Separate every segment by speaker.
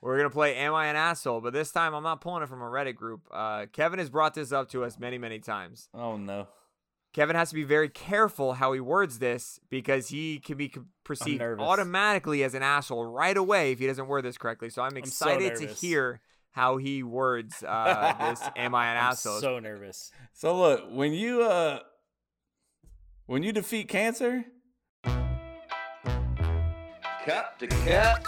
Speaker 1: We're gonna play "Am I an Asshole," but this time I'm not pulling it from a Reddit group. Uh, Kevin has brought this up to us many, many times.
Speaker 2: Oh no.
Speaker 1: Kevin has to be very careful how he words this because he can be co- perceived
Speaker 2: nervous.
Speaker 1: automatically as an asshole right away if he doesn't word this correctly. So I'm
Speaker 2: so
Speaker 1: excited to
Speaker 3: nervous.
Speaker 1: hear how he words uh, this "Am I an
Speaker 3: I'm
Speaker 1: asshole?"
Speaker 3: so nervous.
Speaker 2: So look, when you uh when you defeat cancer,
Speaker 4: Cup to cup.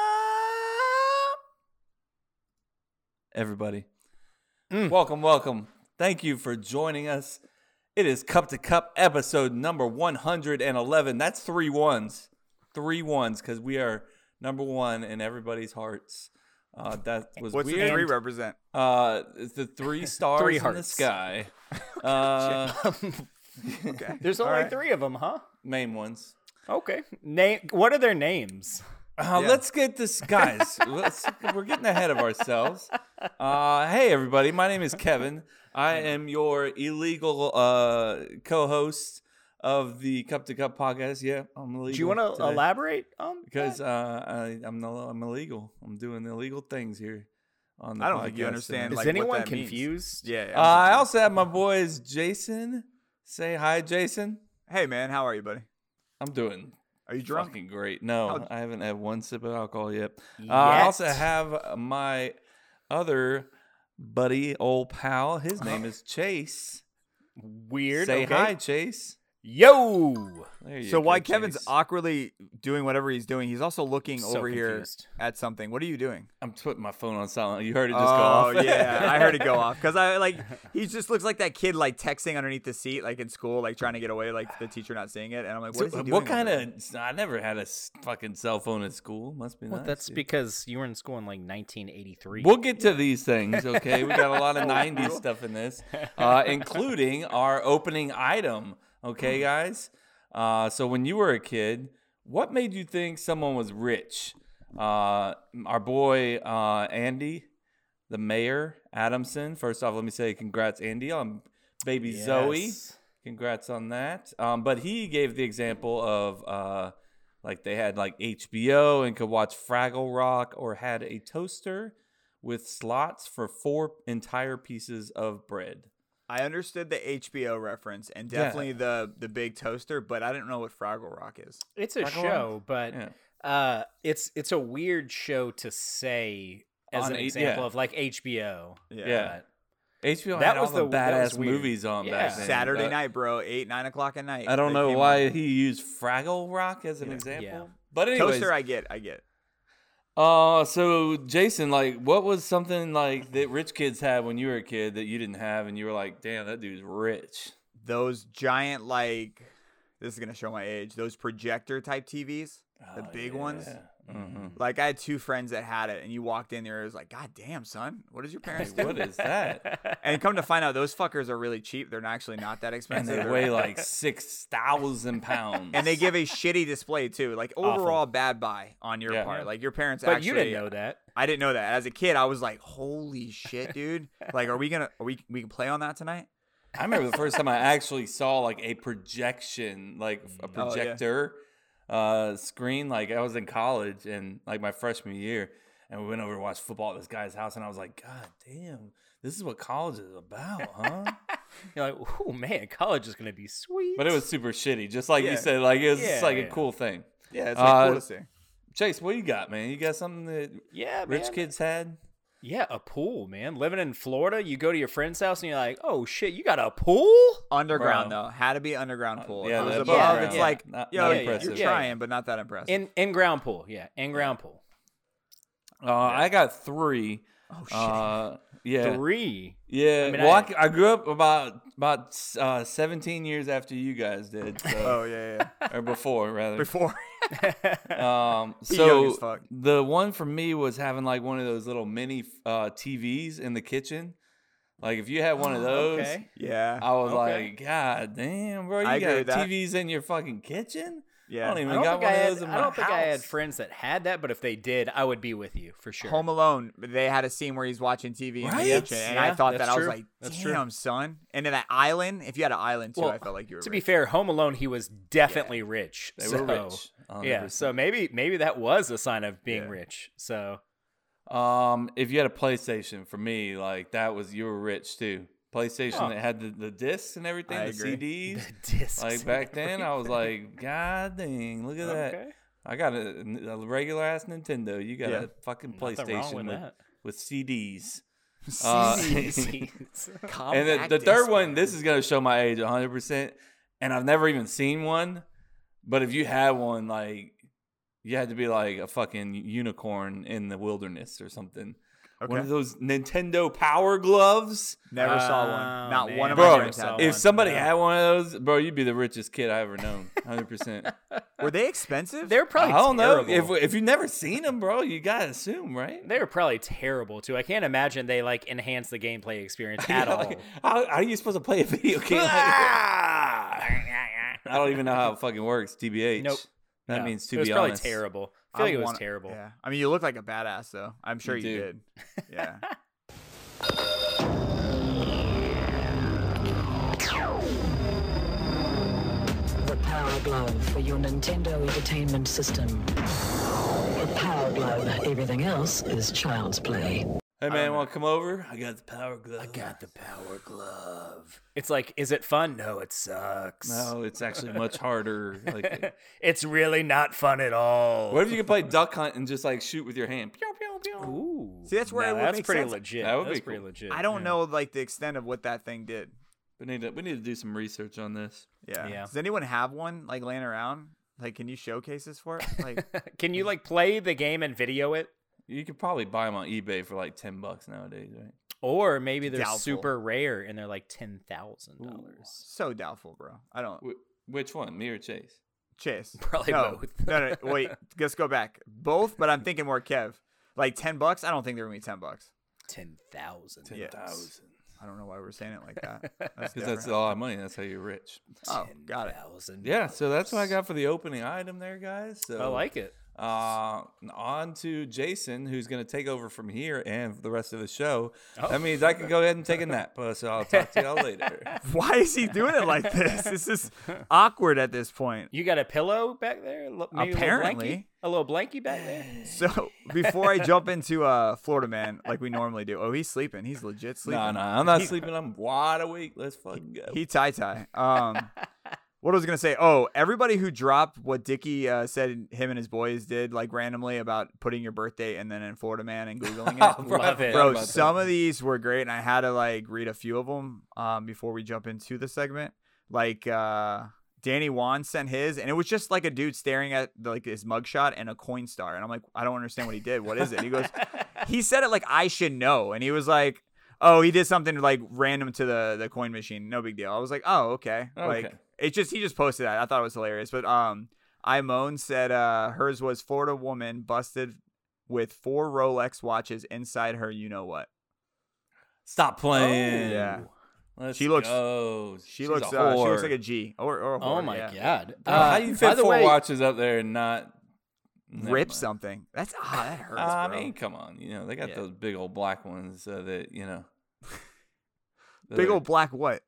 Speaker 2: welcome everybody. Welcome, welcome. Thank you for joining us. It is Cup to Cup episode number 111. That's three ones. Three ones cuz we are number 1 in everybody's hearts. Uh, that was
Speaker 5: What's
Speaker 2: weird.
Speaker 5: the three represent?
Speaker 2: Uh, it's the three stars
Speaker 3: Three
Speaker 2: in the
Speaker 3: hearts.
Speaker 2: sky. uh,
Speaker 3: There's only
Speaker 5: Alright.
Speaker 3: three of them, huh?
Speaker 2: main ones.
Speaker 3: Okay. Name. What are their names?
Speaker 2: Uh,
Speaker 5: Yeah.
Speaker 2: Let's get this, guys. let's, we're getting ahead of ourselves. Uh, hey, everybody. My name is Kevin. I am your illegal uh, co-host of the Cup to Cup podcast. Yeah, I'm illegal.
Speaker 3: Do you want to
Speaker 2: today
Speaker 3: elaborate on?
Speaker 2: Because
Speaker 3: that?
Speaker 2: uh, I, I'm no, I'm illegal. I'm doing illegal things here. On the
Speaker 5: I don't think you
Speaker 2: podcast
Speaker 5: understand,
Speaker 2: tonight.
Speaker 3: is
Speaker 5: like, what
Speaker 3: anyone
Speaker 5: that means.
Speaker 3: confused?
Speaker 5: Yeah.
Speaker 2: Uh, I also have my boys, Jason. Say hi, Jason.
Speaker 5: hey man, how are you, buddy?
Speaker 2: I'm doing
Speaker 5: Are you drunk? Oh,
Speaker 2: fucking great. No,
Speaker 5: How-
Speaker 2: I haven't had one sip of alcohol yet. Uh, I also
Speaker 3: Yet.
Speaker 2: have my other buddy, old pal. His
Speaker 5: Uh-huh.
Speaker 2: name is Chase.
Speaker 3: Weird.
Speaker 2: Say
Speaker 3: okay.
Speaker 2: hi, Chase.
Speaker 3: Yo.
Speaker 2: There you
Speaker 5: so
Speaker 2: go,
Speaker 5: while Kevin's
Speaker 2: Chase.
Speaker 5: awkwardly doing whatever he's doing, he's also looking
Speaker 3: So
Speaker 5: over
Speaker 3: confused.
Speaker 5: here at something. What are you doing?
Speaker 2: I'm putting my phone on silent. You heard it just
Speaker 5: oh
Speaker 2: go off.
Speaker 5: yeah, I heard it go off because I like he just looks like that kid like texting underneath the seat like in school like trying to get away like the teacher not seeing it and I'm like
Speaker 2: So,
Speaker 5: what is he doing?
Speaker 2: what kind
Speaker 5: over there?
Speaker 2: of? I never had a s- fucking cell phone at school. Must be
Speaker 3: Well,
Speaker 2: nice,
Speaker 3: that's
Speaker 2: dude.
Speaker 3: because you were in school in like 1983.
Speaker 2: We'll get to these things, okay? We got a lot of 90s stuff in this, uh, including our opening item, okay, guys? Uh, so, when you were a kid, what made you think someone was rich? Uh, our boy uh, Andy, the mayor, Adamson. First off, let me say congrats, Andy, on baby Zoe.
Speaker 3: Yes.
Speaker 2: Congrats on that. Um, but he gave the example of uh, like they had like HBO and could watch Fraggle Rock or had a toaster with slots for four entire pieces of bread.
Speaker 5: I understood the HBO reference and
Speaker 2: Yeah.
Speaker 5: definitely the the big toaster, but I didn't know what Fraggle Rock is.
Speaker 3: It's a
Speaker 2: Rock along?
Speaker 3: show, but
Speaker 2: Yeah.
Speaker 3: uh, it's it's a weird show to say as
Speaker 2: On
Speaker 3: an
Speaker 2: eight-
Speaker 3: example
Speaker 2: yeah.
Speaker 3: of like HBO.
Speaker 5: Yeah.
Speaker 2: Yeah.
Speaker 3: but-
Speaker 2: HBO
Speaker 3: That
Speaker 2: had
Speaker 3: was
Speaker 2: all the,
Speaker 3: the- that was
Speaker 2: badass
Speaker 3: weird.
Speaker 2: movies on
Speaker 3: Yeah.
Speaker 2: back then.
Speaker 5: Saturday
Speaker 2: but
Speaker 5: night, bro, eight nine o'clock at night.
Speaker 2: I don't
Speaker 5: they
Speaker 2: know
Speaker 5: came
Speaker 2: why
Speaker 5: on.
Speaker 2: he used Fraggle Rock as an
Speaker 3: Yeah.
Speaker 2: example.
Speaker 3: Yeah.
Speaker 2: But anyways,
Speaker 5: Toaster, I get, I get.
Speaker 2: uh, so Jason, like, what was something like that rich kids had when you were a kid that you didn't have, and you were like, "Damn, that dude's rich."
Speaker 5: those giant like this is gonna show my age those projector type tvs the
Speaker 2: Oh,
Speaker 5: big ones
Speaker 2: yeah. Mhm.
Speaker 5: like i had two friends that had it and you walked in there it was like god damn son what does your parents
Speaker 2: Hey,
Speaker 5: do
Speaker 2: what is that?
Speaker 5: and come to find out those fuckers are really cheap they're not actually not that
Speaker 2: And
Speaker 5: expensive
Speaker 2: they
Speaker 5: They're-
Speaker 2: weigh like six thousand pounds.
Speaker 5: and they give a shitty display too like overall bad buy on your
Speaker 2: Yeah.
Speaker 5: part like your parents
Speaker 3: But
Speaker 5: actually
Speaker 3: you
Speaker 2: uh,
Speaker 3: didn't know that.
Speaker 5: i didn't know that as a kid i was like holy shit dude like are we gonna are we we can play on that tonight
Speaker 2: I remember the first time I actually saw like a projection, like a
Speaker 5: Oh, yeah.
Speaker 2: projector uh, screen. Like I was in college and like my freshman year, and we went over to watch football at this guy's house, and I was like, God damn, this is what college is about, huh?
Speaker 3: You're like, oh man, college is gonna be sweet.
Speaker 2: but it was super shitty, just like
Speaker 5: Yeah.
Speaker 2: you said. Like it was just
Speaker 3: Yeah,
Speaker 2: like a
Speaker 3: yeah.
Speaker 2: cool thing.
Speaker 5: yeah it's
Speaker 2: like,
Speaker 5: like
Speaker 2: cool
Speaker 5: cool to
Speaker 2: Uh, to
Speaker 5: see
Speaker 2: Chase, what you got, man? You got something that
Speaker 3: yeah,
Speaker 2: rich
Speaker 3: man.
Speaker 2: kids had?
Speaker 3: Yeah, a pool, man. Living in Florida, you go to your friend's house and you're like, oh shit, you got a pool?
Speaker 5: underground
Speaker 2: Bro.
Speaker 5: though had to be
Speaker 3: Uh,
Speaker 5: underground pool If
Speaker 2: yeah,
Speaker 5: it was
Speaker 2: the
Speaker 5: above
Speaker 3: above
Speaker 5: it's
Speaker 3: ground.
Speaker 5: like
Speaker 2: Not-
Speaker 5: yo,
Speaker 2: not
Speaker 5: you're-
Speaker 2: impressive.
Speaker 5: you're
Speaker 3: Yeah.
Speaker 5: trying but not that impressive
Speaker 3: In in ground pool, yeah, in ground pool.
Speaker 2: Uh, I got three.
Speaker 5: oh shit
Speaker 2: Uh, yeah,
Speaker 3: Three.
Speaker 2: Yeah,
Speaker 3: mean,
Speaker 2: well, I,
Speaker 3: I-
Speaker 2: c- I grew up about about uh, 17 years after you guys did, so,
Speaker 5: oh yeah yeah
Speaker 2: or before rather.
Speaker 5: before
Speaker 2: Um,
Speaker 5: He young as
Speaker 2: so
Speaker 5: fuck.
Speaker 2: the one for me was having like one of those little mini uh, TVs in the kitchen. Like if you had one
Speaker 5: Ah,
Speaker 2: of those,
Speaker 3: Okay.
Speaker 5: yeah
Speaker 2: I was
Speaker 3: Okay.
Speaker 2: like, God damn, bro, you
Speaker 5: I agree
Speaker 2: got
Speaker 5: with that.
Speaker 2: TVs in your fucking kitchen? I
Speaker 1: Yeah.
Speaker 2: don't even
Speaker 3: I don't,
Speaker 2: got
Speaker 3: think I,
Speaker 2: one
Speaker 3: had,
Speaker 2: of those in
Speaker 3: I
Speaker 2: my
Speaker 3: don't think I had
Speaker 2: house.
Speaker 3: friends that had that, but if they did, I would be with you for sure.
Speaker 1: Home Alone, they had a scene where he's watching TV in
Speaker 2: Right?
Speaker 1: the kitchen, and
Speaker 3: Yeah,
Speaker 1: I thought that
Speaker 3: that's
Speaker 1: I was
Speaker 3: true.
Speaker 1: like,
Speaker 3: That's true.
Speaker 1: "Damn, son!" And then that island, if you had an island too,
Speaker 3: Well,
Speaker 1: I felt like you were.
Speaker 3: to be
Speaker 1: rich.
Speaker 3: fair, Home Alone, he was definitely rich.
Speaker 2: They
Speaker 3: so,
Speaker 2: were rich.
Speaker 3: Yeah,
Speaker 2: 100%.
Speaker 3: so maybe maybe that was a sign of being
Speaker 1: Yeah.
Speaker 3: rich. So
Speaker 2: Um, if you had a PlayStation, for me, like that was you were rich too. PlayStation
Speaker 3: Huh.
Speaker 2: that had the, the discs and everything,
Speaker 1: I
Speaker 2: the
Speaker 1: agree.
Speaker 2: CDs.
Speaker 3: discs.
Speaker 2: Like back then, I was like, God dang, look at that!
Speaker 3: okay.
Speaker 2: I got a, a regular ass Nintendo. You got
Speaker 1: Yeah.
Speaker 2: a fucking
Speaker 3: Nothing wrong
Speaker 2: PlayStation
Speaker 3: with
Speaker 2: with,
Speaker 3: that.
Speaker 2: with CDs. Uh, and the,
Speaker 1: Compact
Speaker 2: the third
Speaker 1: disc.
Speaker 2: one, this is gonna show my age 100. percent And I've never even seen one, but if you had one, like you had to be like a fucking unicorn in the wilderness or something. One
Speaker 1: Okay.
Speaker 2: of those Nintendo Power Gloves.
Speaker 1: Never saw one.
Speaker 3: Oh,
Speaker 1: Not one
Speaker 3: man.
Speaker 1: of
Speaker 2: Bro,
Speaker 1: my friends
Speaker 3: I
Speaker 1: had.
Speaker 3: saw
Speaker 1: one.
Speaker 2: If somebody
Speaker 3: no.
Speaker 2: had one of those, bro, you'd be the richest kid I ever known. 100%.
Speaker 1: Were they expensive?
Speaker 3: They're probably
Speaker 2: I don't know.
Speaker 3: terrible.
Speaker 2: If, if you've never seen them, bro, you got to assume, right?
Speaker 3: They were probably terrible too. I can't imagine they like enhance the gameplay experience at
Speaker 2: Yeah,
Speaker 3: all.
Speaker 2: like, how, how are you supposed to play a video game? like that? I don't even know how it fucking works. TBH.
Speaker 3: Nope.
Speaker 2: That
Speaker 3: No,
Speaker 2: means to
Speaker 3: it was
Speaker 2: be
Speaker 3: probably
Speaker 2: honest.
Speaker 3: terrible. I feel like it was
Speaker 1: wanna-
Speaker 3: terrible.
Speaker 1: Yeah. I mean, you look like a badass though. I'm sure
Speaker 2: You
Speaker 1: you,
Speaker 2: do.
Speaker 1: did. Yeah.
Speaker 6: The Power Glove for your Nintendo Entertainment System. The Power Glove. Everything else is child's play.
Speaker 2: Hey man, want to come over? I got the power glove. I
Speaker 3: the power glove. It's like, is it fun? No, it sucks.
Speaker 2: No, it's actually much harder. Like,
Speaker 3: it's really not fun at all.
Speaker 2: what if you could play duck hunt and just like shoot with your hand? Pew, pew, pew.
Speaker 3: Ooh,
Speaker 1: See, that's where
Speaker 3: Now
Speaker 1: it would
Speaker 3: that's
Speaker 1: make
Speaker 3: pretty
Speaker 1: sense.
Speaker 3: legit.
Speaker 2: That would
Speaker 3: that's
Speaker 2: be
Speaker 3: pretty
Speaker 2: cool.
Speaker 3: legit.
Speaker 1: I don't know like the extent of what that thing did.
Speaker 2: We need to we need to do some research on this.
Speaker 1: Yeah.
Speaker 3: Yeah.
Speaker 1: Does anyone have one like laying around? Like, can you showcase this for it? Like,
Speaker 3: Can you like play the game and video it?
Speaker 2: You could probably buy them on eBay for like ten bucks nowadays, right?
Speaker 3: Or maybe they're
Speaker 1: Doubtful.
Speaker 3: super rare and they're like ten thousand dollars.
Speaker 1: so doubtful, bro. I don't.
Speaker 2: Wh- Which one, me or Chase?
Speaker 1: Chase.
Speaker 3: Probably
Speaker 1: no.
Speaker 3: both.
Speaker 1: no, no, wait. Let's go back. Both, but I'm thinking more Kev. Like ten bucks? I don't think they're gonna be ten bucks.
Speaker 3: Ten thousand.
Speaker 1: Yeah. I don't know why we're saying it like that. That's
Speaker 2: Because that's
Speaker 1: different.
Speaker 2: a lot of money. That's how you're rich.
Speaker 1: Oh, got it.
Speaker 2: Yeah, so that's what I got for the opening item there, guys. So
Speaker 3: I like it.
Speaker 2: Uh, on to Jason, who's going to take over from here and for the rest of the show.
Speaker 3: Oh.
Speaker 2: That means I can go ahead and take a nap. uh, So I'll talk to y'all later.
Speaker 1: Why is he doing it like this? This is awkward at this point.
Speaker 3: You got a pillow back there? Lo- Maybe
Speaker 1: Apparently.
Speaker 3: a little blankie, a little blankie back there.
Speaker 1: So before I jump into uh, Florida Man like we normally do, oh he's sleeping. He's legit sleeping.
Speaker 2: No, no, I'm not sleeping. I'm wide awake. Let's fucking go.
Speaker 1: He tie tie. Um, what I was gonna say? Oh, everybody who dropped what Dickie uh, said him and his boys did like randomly about putting your birthday and then in Florida Man and googling it.
Speaker 2: Oh, Bro, I
Speaker 3: Love it.
Speaker 2: forgot
Speaker 1: Bro,
Speaker 2: about that.
Speaker 1: some of these were great, and I had to like read a few of them um, before we jump into the segment. Like uh, Danny Wan sent his, and it was just like a dude staring at like his mugshot and a coin star, and I'm like, I don't understand what he did. What is it? He goes, he said it like I should know, and he was like, oh, he did something like random to the the coin machine. No big deal. I was like, oh, okay.
Speaker 2: Okay.
Speaker 1: Like it just he just posted that. I thought it was hilarious, but um. I moan said uh, hers was Florida woman busted with four Rolex watches inside her. You know what?
Speaker 2: Stop playing.
Speaker 1: yeah.
Speaker 2: Oh, Let's
Speaker 1: She looks-
Speaker 2: go.
Speaker 1: She
Speaker 2: She's a
Speaker 1: looks. Uh, she looks
Speaker 2: whore.
Speaker 1: like a G or or. A whore,
Speaker 3: Oh my
Speaker 1: yeah. Uh,
Speaker 3: god! Uh,
Speaker 2: Bro, how do you
Speaker 3: by
Speaker 2: fit
Speaker 3: the
Speaker 2: four
Speaker 3: way,
Speaker 2: watches up there and not Never
Speaker 1: Rip
Speaker 2: mind.
Speaker 1: something. That's ah, that hurts.
Speaker 2: I
Speaker 1: bro.
Speaker 2: mean, come on. You know, they got
Speaker 1: Yeah.
Speaker 2: those big old black ones uh, that, you know. that
Speaker 1: big
Speaker 2: are
Speaker 1: old black what?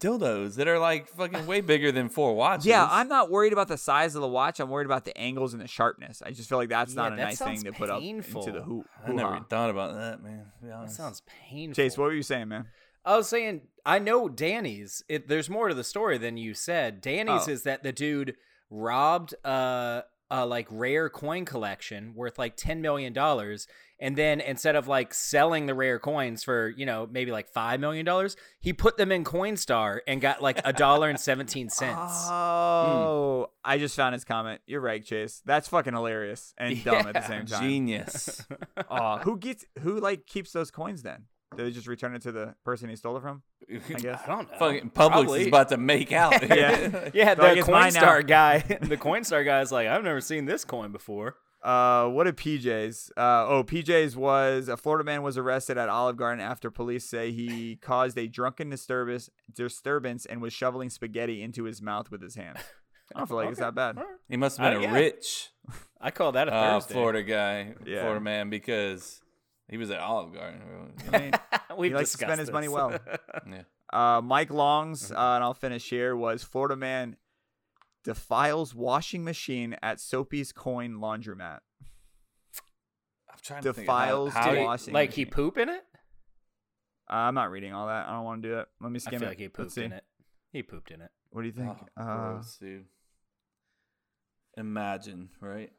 Speaker 2: dildos that are like fucking way bigger than four watches.
Speaker 1: Yeah, I'm not worried about the size of the watch. I'm worried about the angles and the sharpness. I just feel like that's
Speaker 3: Yeah,
Speaker 1: not a
Speaker 3: that
Speaker 1: nice thing
Speaker 3: sounds
Speaker 1: to put up
Speaker 3: painful.
Speaker 1: into the hoop.
Speaker 2: I never even thought about that, man. to be
Speaker 3: that
Speaker 2: honest.
Speaker 3: sounds painful.
Speaker 1: Chase, what were you saying, man?
Speaker 3: I was saying, I know Danny's. It, there's more to the story than you said. Danny's
Speaker 1: Oh.
Speaker 3: is that the dude robbed a, a like rare coin collection worth like ten million dollars, and then instead of like selling the rare coins for you know maybe like five million dollars, he put them in Coinstar and got like a dollar and seventeen cents.
Speaker 1: Ah, Oh, I just found his comment. You're right, Chase. That's fucking hilarious and dumb at the
Speaker 3: Yeah.
Speaker 1: same time.
Speaker 2: Genius.
Speaker 1: Aw, who gets who like keeps those coins then? Do they just return it to the person he stole it from? I guess.
Speaker 3: I don't know.
Speaker 2: fucking Publix
Speaker 3: Probably.
Speaker 2: is about to make out.
Speaker 1: Yeah.
Speaker 3: Yeah,
Speaker 1: So
Speaker 3: the
Speaker 1: I guess mine now-
Speaker 3: Coinstar guy. The Coinstar guy's like, I've never seen this coin before.
Speaker 1: Uh, what did PJ's? Uh, oh, PJ's was a Florida man was arrested at Olive Garden after police say he caused a drunken disturbance disturbance and was shoveling spaghetti into his mouth with his hands. I don't feel like it's that bad.
Speaker 2: He must have been
Speaker 3: Uh,
Speaker 2: a
Speaker 3: yeah.
Speaker 2: rich
Speaker 3: I call that a
Speaker 1: Oh,
Speaker 2: uh,
Speaker 3: Thursday.
Speaker 2: Florida guy,
Speaker 1: Yeah.
Speaker 2: Florida man, because he was at Olive Garden.
Speaker 1: I mean,
Speaker 3: We've
Speaker 1: he likes to spend
Speaker 3: discussed
Speaker 1: his money
Speaker 3: this.
Speaker 1: well.
Speaker 2: Yeah.
Speaker 1: Uh, Mike Long's,
Speaker 3: Mm-hmm.
Speaker 1: uh, and I'll finish here, was Florida man defiles washing machine at Soapy's Coin Laundromat.
Speaker 2: I'm trying to think of
Speaker 1: Defiles
Speaker 2: how,
Speaker 1: the
Speaker 2: how
Speaker 3: Did he-
Speaker 2: he-
Speaker 1: washing
Speaker 3: like he
Speaker 1: machine.
Speaker 3: poop in it?
Speaker 1: Uh, I'm not reading all that. I don't want to do it. Let me
Speaker 3: I
Speaker 1: skim
Speaker 3: feel
Speaker 1: it.
Speaker 3: like he
Speaker 1: Let's
Speaker 3: pooped
Speaker 1: see.
Speaker 3: in it. He pooped in it.
Speaker 1: What do you think?
Speaker 2: Oh,
Speaker 1: uh,
Speaker 2: gross, dude. Imagine, right?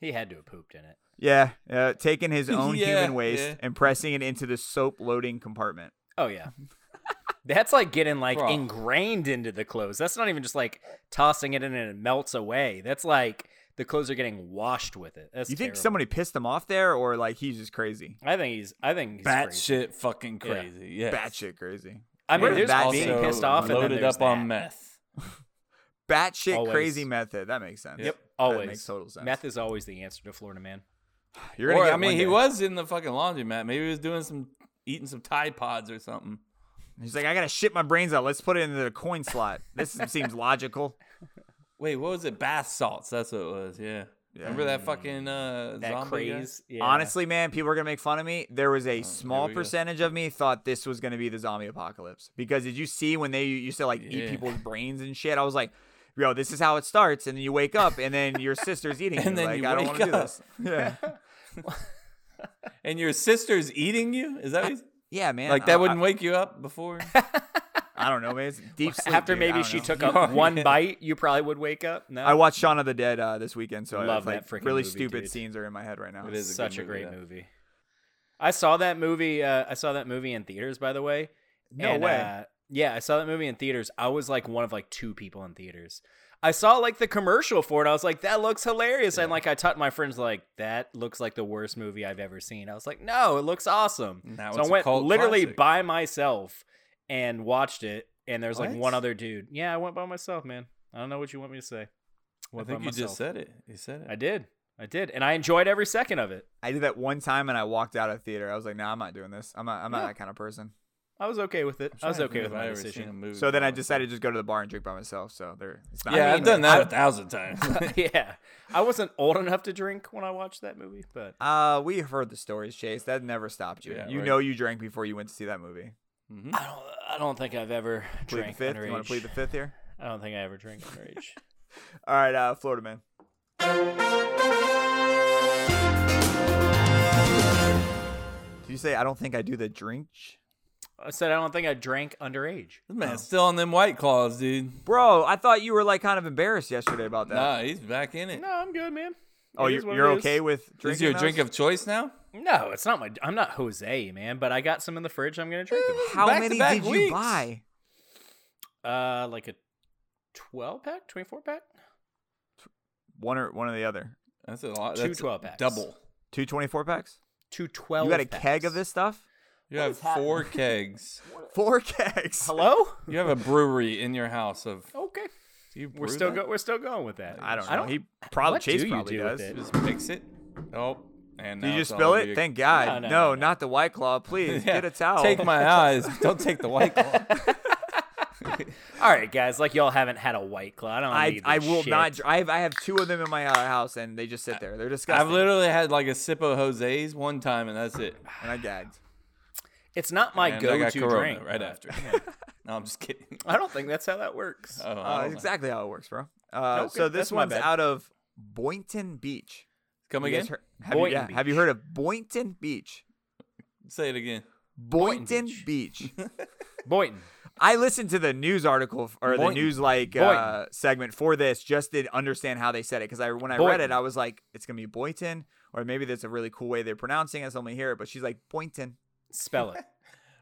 Speaker 3: He had to have pooped in it.
Speaker 1: yeah, uh, taking his own
Speaker 2: Yeah,
Speaker 1: human waste
Speaker 2: yeah.
Speaker 1: and pressing it into the soap loading compartment.
Speaker 3: Oh yeah. That's like getting like
Speaker 2: Bruh.
Speaker 3: ingrained into the clothes. That's not even just like tossing it in and it melts away. That's like the clothes are getting washed with it. That's
Speaker 1: you think
Speaker 3: terrible.
Speaker 1: somebody pissed him off there, or like he's just crazy?
Speaker 3: I think he's. I think he's
Speaker 2: Bat
Speaker 3: crazy.
Speaker 2: shit, fucking
Speaker 3: Yeah.
Speaker 2: crazy. Yeah,
Speaker 1: Batshit crazy.
Speaker 3: I
Speaker 1: Where
Speaker 3: mean,
Speaker 1: did
Speaker 3: there's
Speaker 1: that
Speaker 3: being
Speaker 1: also
Speaker 3: pissed off and then
Speaker 2: loaded
Speaker 3: there's
Speaker 2: up on
Speaker 3: that.
Speaker 2: meth.
Speaker 1: Batshit
Speaker 3: Always.
Speaker 1: crazy method. That makes sense.
Speaker 2: Yep.
Speaker 3: Always.
Speaker 1: That makes total sense.
Speaker 3: Meth is always the answer to Florida man.
Speaker 1: You're gonna
Speaker 2: or
Speaker 1: get
Speaker 2: I mean,
Speaker 1: one
Speaker 2: he
Speaker 1: day.
Speaker 2: was in the fucking laundromat. Maybe he was doing some eating some Tide Pods or something.
Speaker 1: He's like, I gotta shit my brains out. Let's put it into the coin slot. This seems logical.
Speaker 2: Wait, what was it? Bath salts. That's what it was. Yeah. Remember that fucking uh,
Speaker 3: That
Speaker 2: zombie guy?
Speaker 3: craze. Yeah.
Speaker 1: Honestly, man, people are gonna make fun of me. There was a small
Speaker 2: Oh, we go.
Speaker 1: percentage of me thought this was gonna be the zombie apocalypse because did you see when they used to like eat
Speaker 2: Yeah.
Speaker 1: people's brains and shit? I was like, yo, this is how it starts, and then you wake up, and then your sister's eating,
Speaker 2: And
Speaker 1: you.
Speaker 2: then
Speaker 1: like,
Speaker 2: you
Speaker 1: I don't want
Speaker 2: wake
Speaker 1: to do
Speaker 2: up.
Speaker 1: this. Yeah,
Speaker 2: And your sister's eating you? Is that what you-
Speaker 1: yeah, man.
Speaker 2: like
Speaker 1: I-
Speaker 2: that wouldn't wake you up before?
Speaker 1: I, I don't know, man. It's deep sleep.
Speaker 3: after
Speaker 1: dude. I
Speaker 3: maybe
Speaker 1: don't
Speaker 3: she
Speaker 1: know.
Speaker 3: took up one bite, you probably would wake up. No,
Speaker 1: I watched Shaun of the Dead uh, this weekend, so
Speaker 3: Love
Speaker 1: it's, like,
Speaker 3: that freaking
Speaker 1: really
Speaker 3: movie,
Speaker 1: stupid
Speaker 3: dude.
Speaker 1: scenes are in my head right now.
Speaker 2: It is a
Speaker 3: such
Speaker 2: good
Speaker 3: a
Speaker 2: movie,
Speaker 3: great
Speaker 2: that.
Speaker 3: movie. I saw that movie. Uh, I saw that movie in theaters, by the way.
Speaker 1: No
Speaker 3: And,
Speaker 1: way.
Speaker 3: uh, yeah, I saw that movie in theaters. I was like one of like two people in theaters. I saw like the commercial for it. I was like, that looks hilarious. And like I taught my friends, like that looks like the worst movie I've ever seen. I was like, no, it looks awesome.
Speaker 2: Now
Speaker 3: so I
Speaker 2: it's a
Speaker 3: went
Speaker 2: cult
Speaker 3: literally
Speaker 2: classic.
Speaker 3: by myself and watched it. And there's like
Speaker 2: What?
Speaker 3: one other dude. Yeah, I went by myself, man. I don't know what you want me to say.
Speaker 2: I
Speaker 3: Went by
Speaker 2: think you
Speaker 3: myself.
Speaker 2: just said it. You said it.
Speaker 3: I did. I did, and I enjoyed every second of it.
Speaker 1: I did that one time, and I walked out of theater. I was like, nah, I'm not doing this. I'm not. I'm not
Speaker 3: Yeah.
Speaker 1: that kind of person.
Speaker 3: I was okay with it.
Speaker 2: I'm
Speaker 3: I was
Speaker 2: trying to
Speaker 3: okay
Speaker 2: think
Speaker 3: with
Speaker 2: if I've
Speaker 3: my
Speaker 2: ever seen a
Speaker 3: decision.
Speaker 2: movie
Speaker 1: So then I
Speaker 2: before.
Speaker 1: decided to just go to the bar and drink by myself. So there, it's not.
Speaker 2: Yeah, I
Speaker 3: I
Speaker 2: have
Speaker 3: mean,
Speaker 2: done that
Speaker 3: I-
Speaker 2: a thousand times.
Speaker 3: yeah, I wasn't old enough to drink when I watched that movie, but
Speaker 1: Uh, we heard the stories, Chase. That never stopped you.
Speaker 2: Yeah,
Speaker 1: you
Speaker 2: right.
Speaker 1: know you drank before you went to see that movie.
Speaker 2: Mhm.
Speaker 3: I don't. I don't think I've ever
Speaker 1: Plead the
Speaker 3: drank
Speaker 1: fifth. You want
Speaker 3: underage.
Speaker 1: to plead the fifth here?
Speaker 3: I don't think I ever drank underage.
Speaker 1: All right, uh, Florida man. Did you say I don't think I do the drink?
Speaker 3: I said I don't think I drank underage.
Speaker 2: This man's still on them white claws, dude.
Speaker 1: Bro, I thought you were like kind of embarrassed yesterday about that.
Speaker 2: Nah, he's back in it.
Speaker 3: No, I'm good, man.
Speaker 1: oh,
Speaker 3: It is
Speaker 1: you're,
Speaker 3: what
Speaker 1: you're
Speaker 3: it is.
Speaker 1: okay with drinking?
Speaker 2: Is your drink
Speaker 1: those?
Speaker 2: of choice now?
Speaker 3: No, it's not my. I'm not Jose, man. But I got some in the fridge. I'm gonna drink them.
Speaker 1: How many
Speaker 2: back-to-back
Speaker 1: did you
Speaker 2: weeks.
Speaker 1: buy?
Speaker 3: Uh, like a twelve pack, twenty four pack.
Speaker 1: One or one or the other.
Speaker 2: That's a lot.
Speaker 3: Two
Speaker 2: That's
Speaker 3: 12 packs.
Speaker 2: Double.
Speaker 1: Two 24 packs.
Speaker 3: Two twelve.
Speaker 1: You got a
Speaker 3: packs.
Speaker 1: keg of this stuff?
Speaker 2: You have four kegs.
Speaker 1: Four kegs.
Speaker 3: Hello.
Speaker 2: You have a brewery in your house of.
Speaker 3: Okay.
Speaker 2: do you
Speaker 3: We're
Speaker 2: brew
Speaker 3: still
Speaker 2: that?
Speaker 3: go- we're still going with that.
Speaker 1: I don't know.
Speaker 3: I don't-
Speaker 1: he probably
Speaker 3: what
Speaker 1: Chase
Speaker 3: do you
Speaker 1: probably
Speaker 3: do with
Speaker 1: does.
Speaker 3: it?
Speaker 2: Just mix it. Oh, and
Speaker 1: Did
Speaker 2: now
Speaker 1: you
Speaker 2: it's
Speaker 1: just
Speaker 2: all
Speaker 1: spill
Speaker 2: over
Speaker 1: it?
Speaker 2: your-
Speaker 1: Thank God. No,
Speaker 3: No, no, no, no.
Speaker 1: not the white claw. Please
Speaker 2: Yeah.
Speaker 1: get a towel.
Speaker 2: Take my eyes. Don't take the white claw.
Speaker 3: All right, guys. Like y'all haven't had a white claw. I don't.
Speaker 1: I
Speaker 3: need
Speaker 1: I
Speaker 3: this
Speaker 1: will
Speaker 3: shit.
Speaker 1: not. dr- I have I have two of them in my uh, house and they just sit there. They're disgusting.
Speaker 2: I've literally had like a sip of Jose's one time, and that's it.
Speaker 1: and I gagged.
Speaker 3: It's not my
Speaker 2: And I got
Speaker 3: go-to
Speaker 2: Corona
Speaker 3: drink.
Speaker 2: right after. no, I'm just kidding.
Speaker 3: I don't think that's how that works.
Speaker 2: Oh,
Speaker 1: Uh,
Speaker 2: I
Speaker 1: that's
Speaker 2: don't know.
Speaker 1: exactly how it works, bro. Uh,
Speaker 3: Okay,
Speaker 1: so this
Speaker 3: that's my
Speaker 1: one's
Speaker 3: bad.
Speaker 1: out of Boynton Beach.
Speaker 2: Come
Speaker 1: You guys
Speaker 2: again.
Speaker 1: heard- have, you, yeah,
Speaker 3: Boynton
Speaker 1: have you
Speaker 3: Beach.
Speaker 1: heard of Boynton Beach?
Speaker 2: Say it again.
Speaker 1: Boynton,
Speaker 3: Beach.
Speaker 1: Beach.
Speaker 3: Boynton.
Speaker 1: I listened to the news article f- or the
Speaker 2: Boynton.
Speaker 1: news like uh,
Speaker 3: Boynton.
Speaker 1: segment for this just to understand how they said it because I when I read it
Speaker 3: Boynton.
Speaker 1: I was like it's gonna be Boynton or maybe that's a really cool way they're pronouncing it so I'm gonna hear it but she's like Boynton
Speaker 3: Spell it.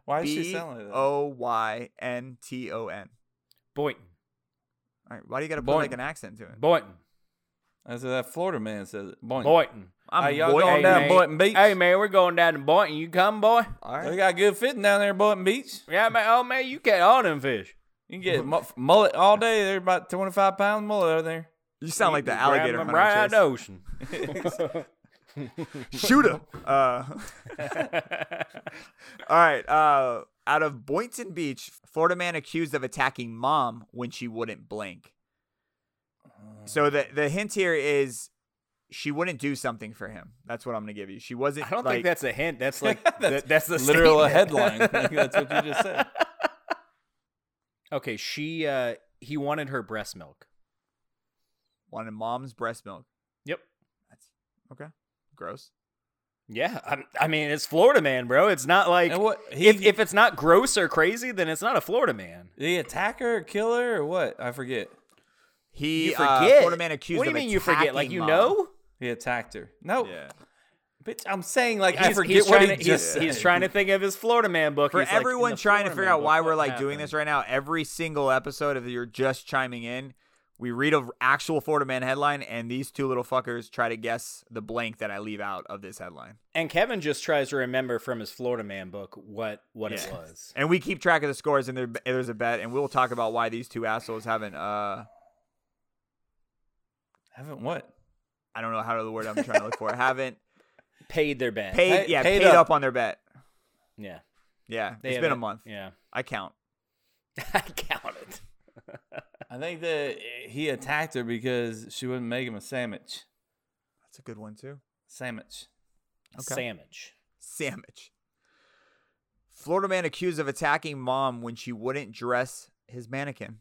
Speaker 2: Why does she
Speaker 1: B
Speaker 2: sound like that?
Speaker 1: O Y N T O N.
Speaker 3: Boynton.
Speaker 1: All right, why do you gotta put like an
Speaker 2: Boynton.
Speaker 1: accent to it?
Speaker 3: Boynton.
Speaker 2: That's what that Florida man says. It. Boing.
Speaker 3: Boynton.
Speaker 1: I'm
Speaker 2: Hey, y'all
Speaker 1: Boynton.
Speaker 2: going down
Speaker 3: man.
Speaker 2: Boynton Beach?
Speaker 3: Hey man, we're going down to Boynton. You come, boy?
Speaker 1: All
Speaker 2: They
Speaker 1: right,
Speaker 2: got good fitting down there, in Boynton Beach.
Speaker 3: Yeah, man. Oh man, you catch all them fish.
Speaker 2: You can get mu- mullet all day. They're about 25 pounds mullet over there.
Speaker 1: you sound like the
Speaker 3: Grab
Speaker 1: alligator
Speaker 3: them
Speaker 1: hunter.
Speaker 3: right out of the
Speaker 1: Chase.
Speaker 3: ocean.
Speaker 1: Shoot him. Uh, all right. Uh, out of Boynton Beach, Florida man accused of attacking mom when she wouldn't blink. So the the hint here is she wouldn't do something for him. That's what I'm gonna give you. She wasn't.
Speaker 3: I don't
Speaker 1: like,
Speaker 3: think that's a hint. That's like that's, that's the
Speaker 2: Literal
Speaker 3: statement.
Speaker 2: headline. Like, that's what you just said.
Speaker 3: Okay, she uh he wanted her breast milk.
Speaker 1: wanted mom's breast milk.
Speaker 3: Yep.
Speaker 1: That's okay. Gross.
Speaker 3: Yeah, I, I mean it's Florida man, bro. It's not like
Speaker 2: And what he,
Speaker 3: if if it's not gross or crazy, then it's not a Florida man.
Speaker 2: the attacker, or killer, or what? I forget.
Speaker 1: He
Speaker 3: you
Speaker 1: uh,
Speaker 3: forget.
Speaker 1: Florida man accused
Speaker 3: what do you
Speaker 1: of
Speaker 3: mean you forget? Like
Speaker 1: attacking
Speaker 3: you
Speaker 1: mom.
Speaker 3: know?
Speaker 2: He attacked her. No,
Speaker 1: Yeah.
Speaker 2: bitch. I'm saying like I
Speaker 3: He's-
Speaker 2: forget
Speaker 3: he's
Speaker 2: what
Speaker 3: trying
Speaker 2: he
Speaker 3: to,
Speaker 2: just
Speaker 3: he's, he's
Speaker 2: said.
Speaker 3: trying to think of his Florida man book.
Speaker 1: For
Speaker 3: He's like, in
Speaker 1: everyone
Speaker 3: the
Speaker 1: trying to
Speaker 3: Florida
Speaker 1: figure
Speaker 3: Man
Speaker 1: out
Speaker 3: book,
Speaker 1: why
Speaker 3: what
Speaker 1: we're like doing
Speaker 3: happened?
Speaker 1: this right now, every single episode if you're just chiming in, we read a r- actual Florida man headline, and these two little fuckers try to guess the blank that I leave out of this headline.
Speaker 3: And Kevin just tries to remember from his Florida man book what what it was.
Speaker 1: And we keep track of the scores, and there, there's a bet, and we'll talk about why these two assholes haven't. Uh,
Speaker 2: Haven't what?
Speaker 1: I don't know how to the word I'm trying to look for. Haven't
Speaker 3: Paid their bet.
Speaker 1: paid,
Speaker 2: Pay-
Speaker 1: yeah,
Speaker 2: paid
Speaker 1: paid,
Speaker 2: up.
Speaker 1: up. on their bet.
Speaker 3: Yeah,
Speaker 1: Yeah,
Speaker 3: they
Speaker 1: it's
Speaker 3: have
Speaker 1: been
Speaker 3: it.
Speaker 1: a month.
Speaker 3: Yeah,
Speaker 1: I count.
Speaker 3: I counted.
Speaker 2: I think that he attacked her because she wouldn't make him a sandwich.
Speaker 1: That's a good one too.
Speaker 2: Sandwich.
Speaker 1: Okay.
Speaker 3: Sandwich.
Speaker 1: Sandwich. Florida man accused of attacking mom when she wouldn't dress his mannequin.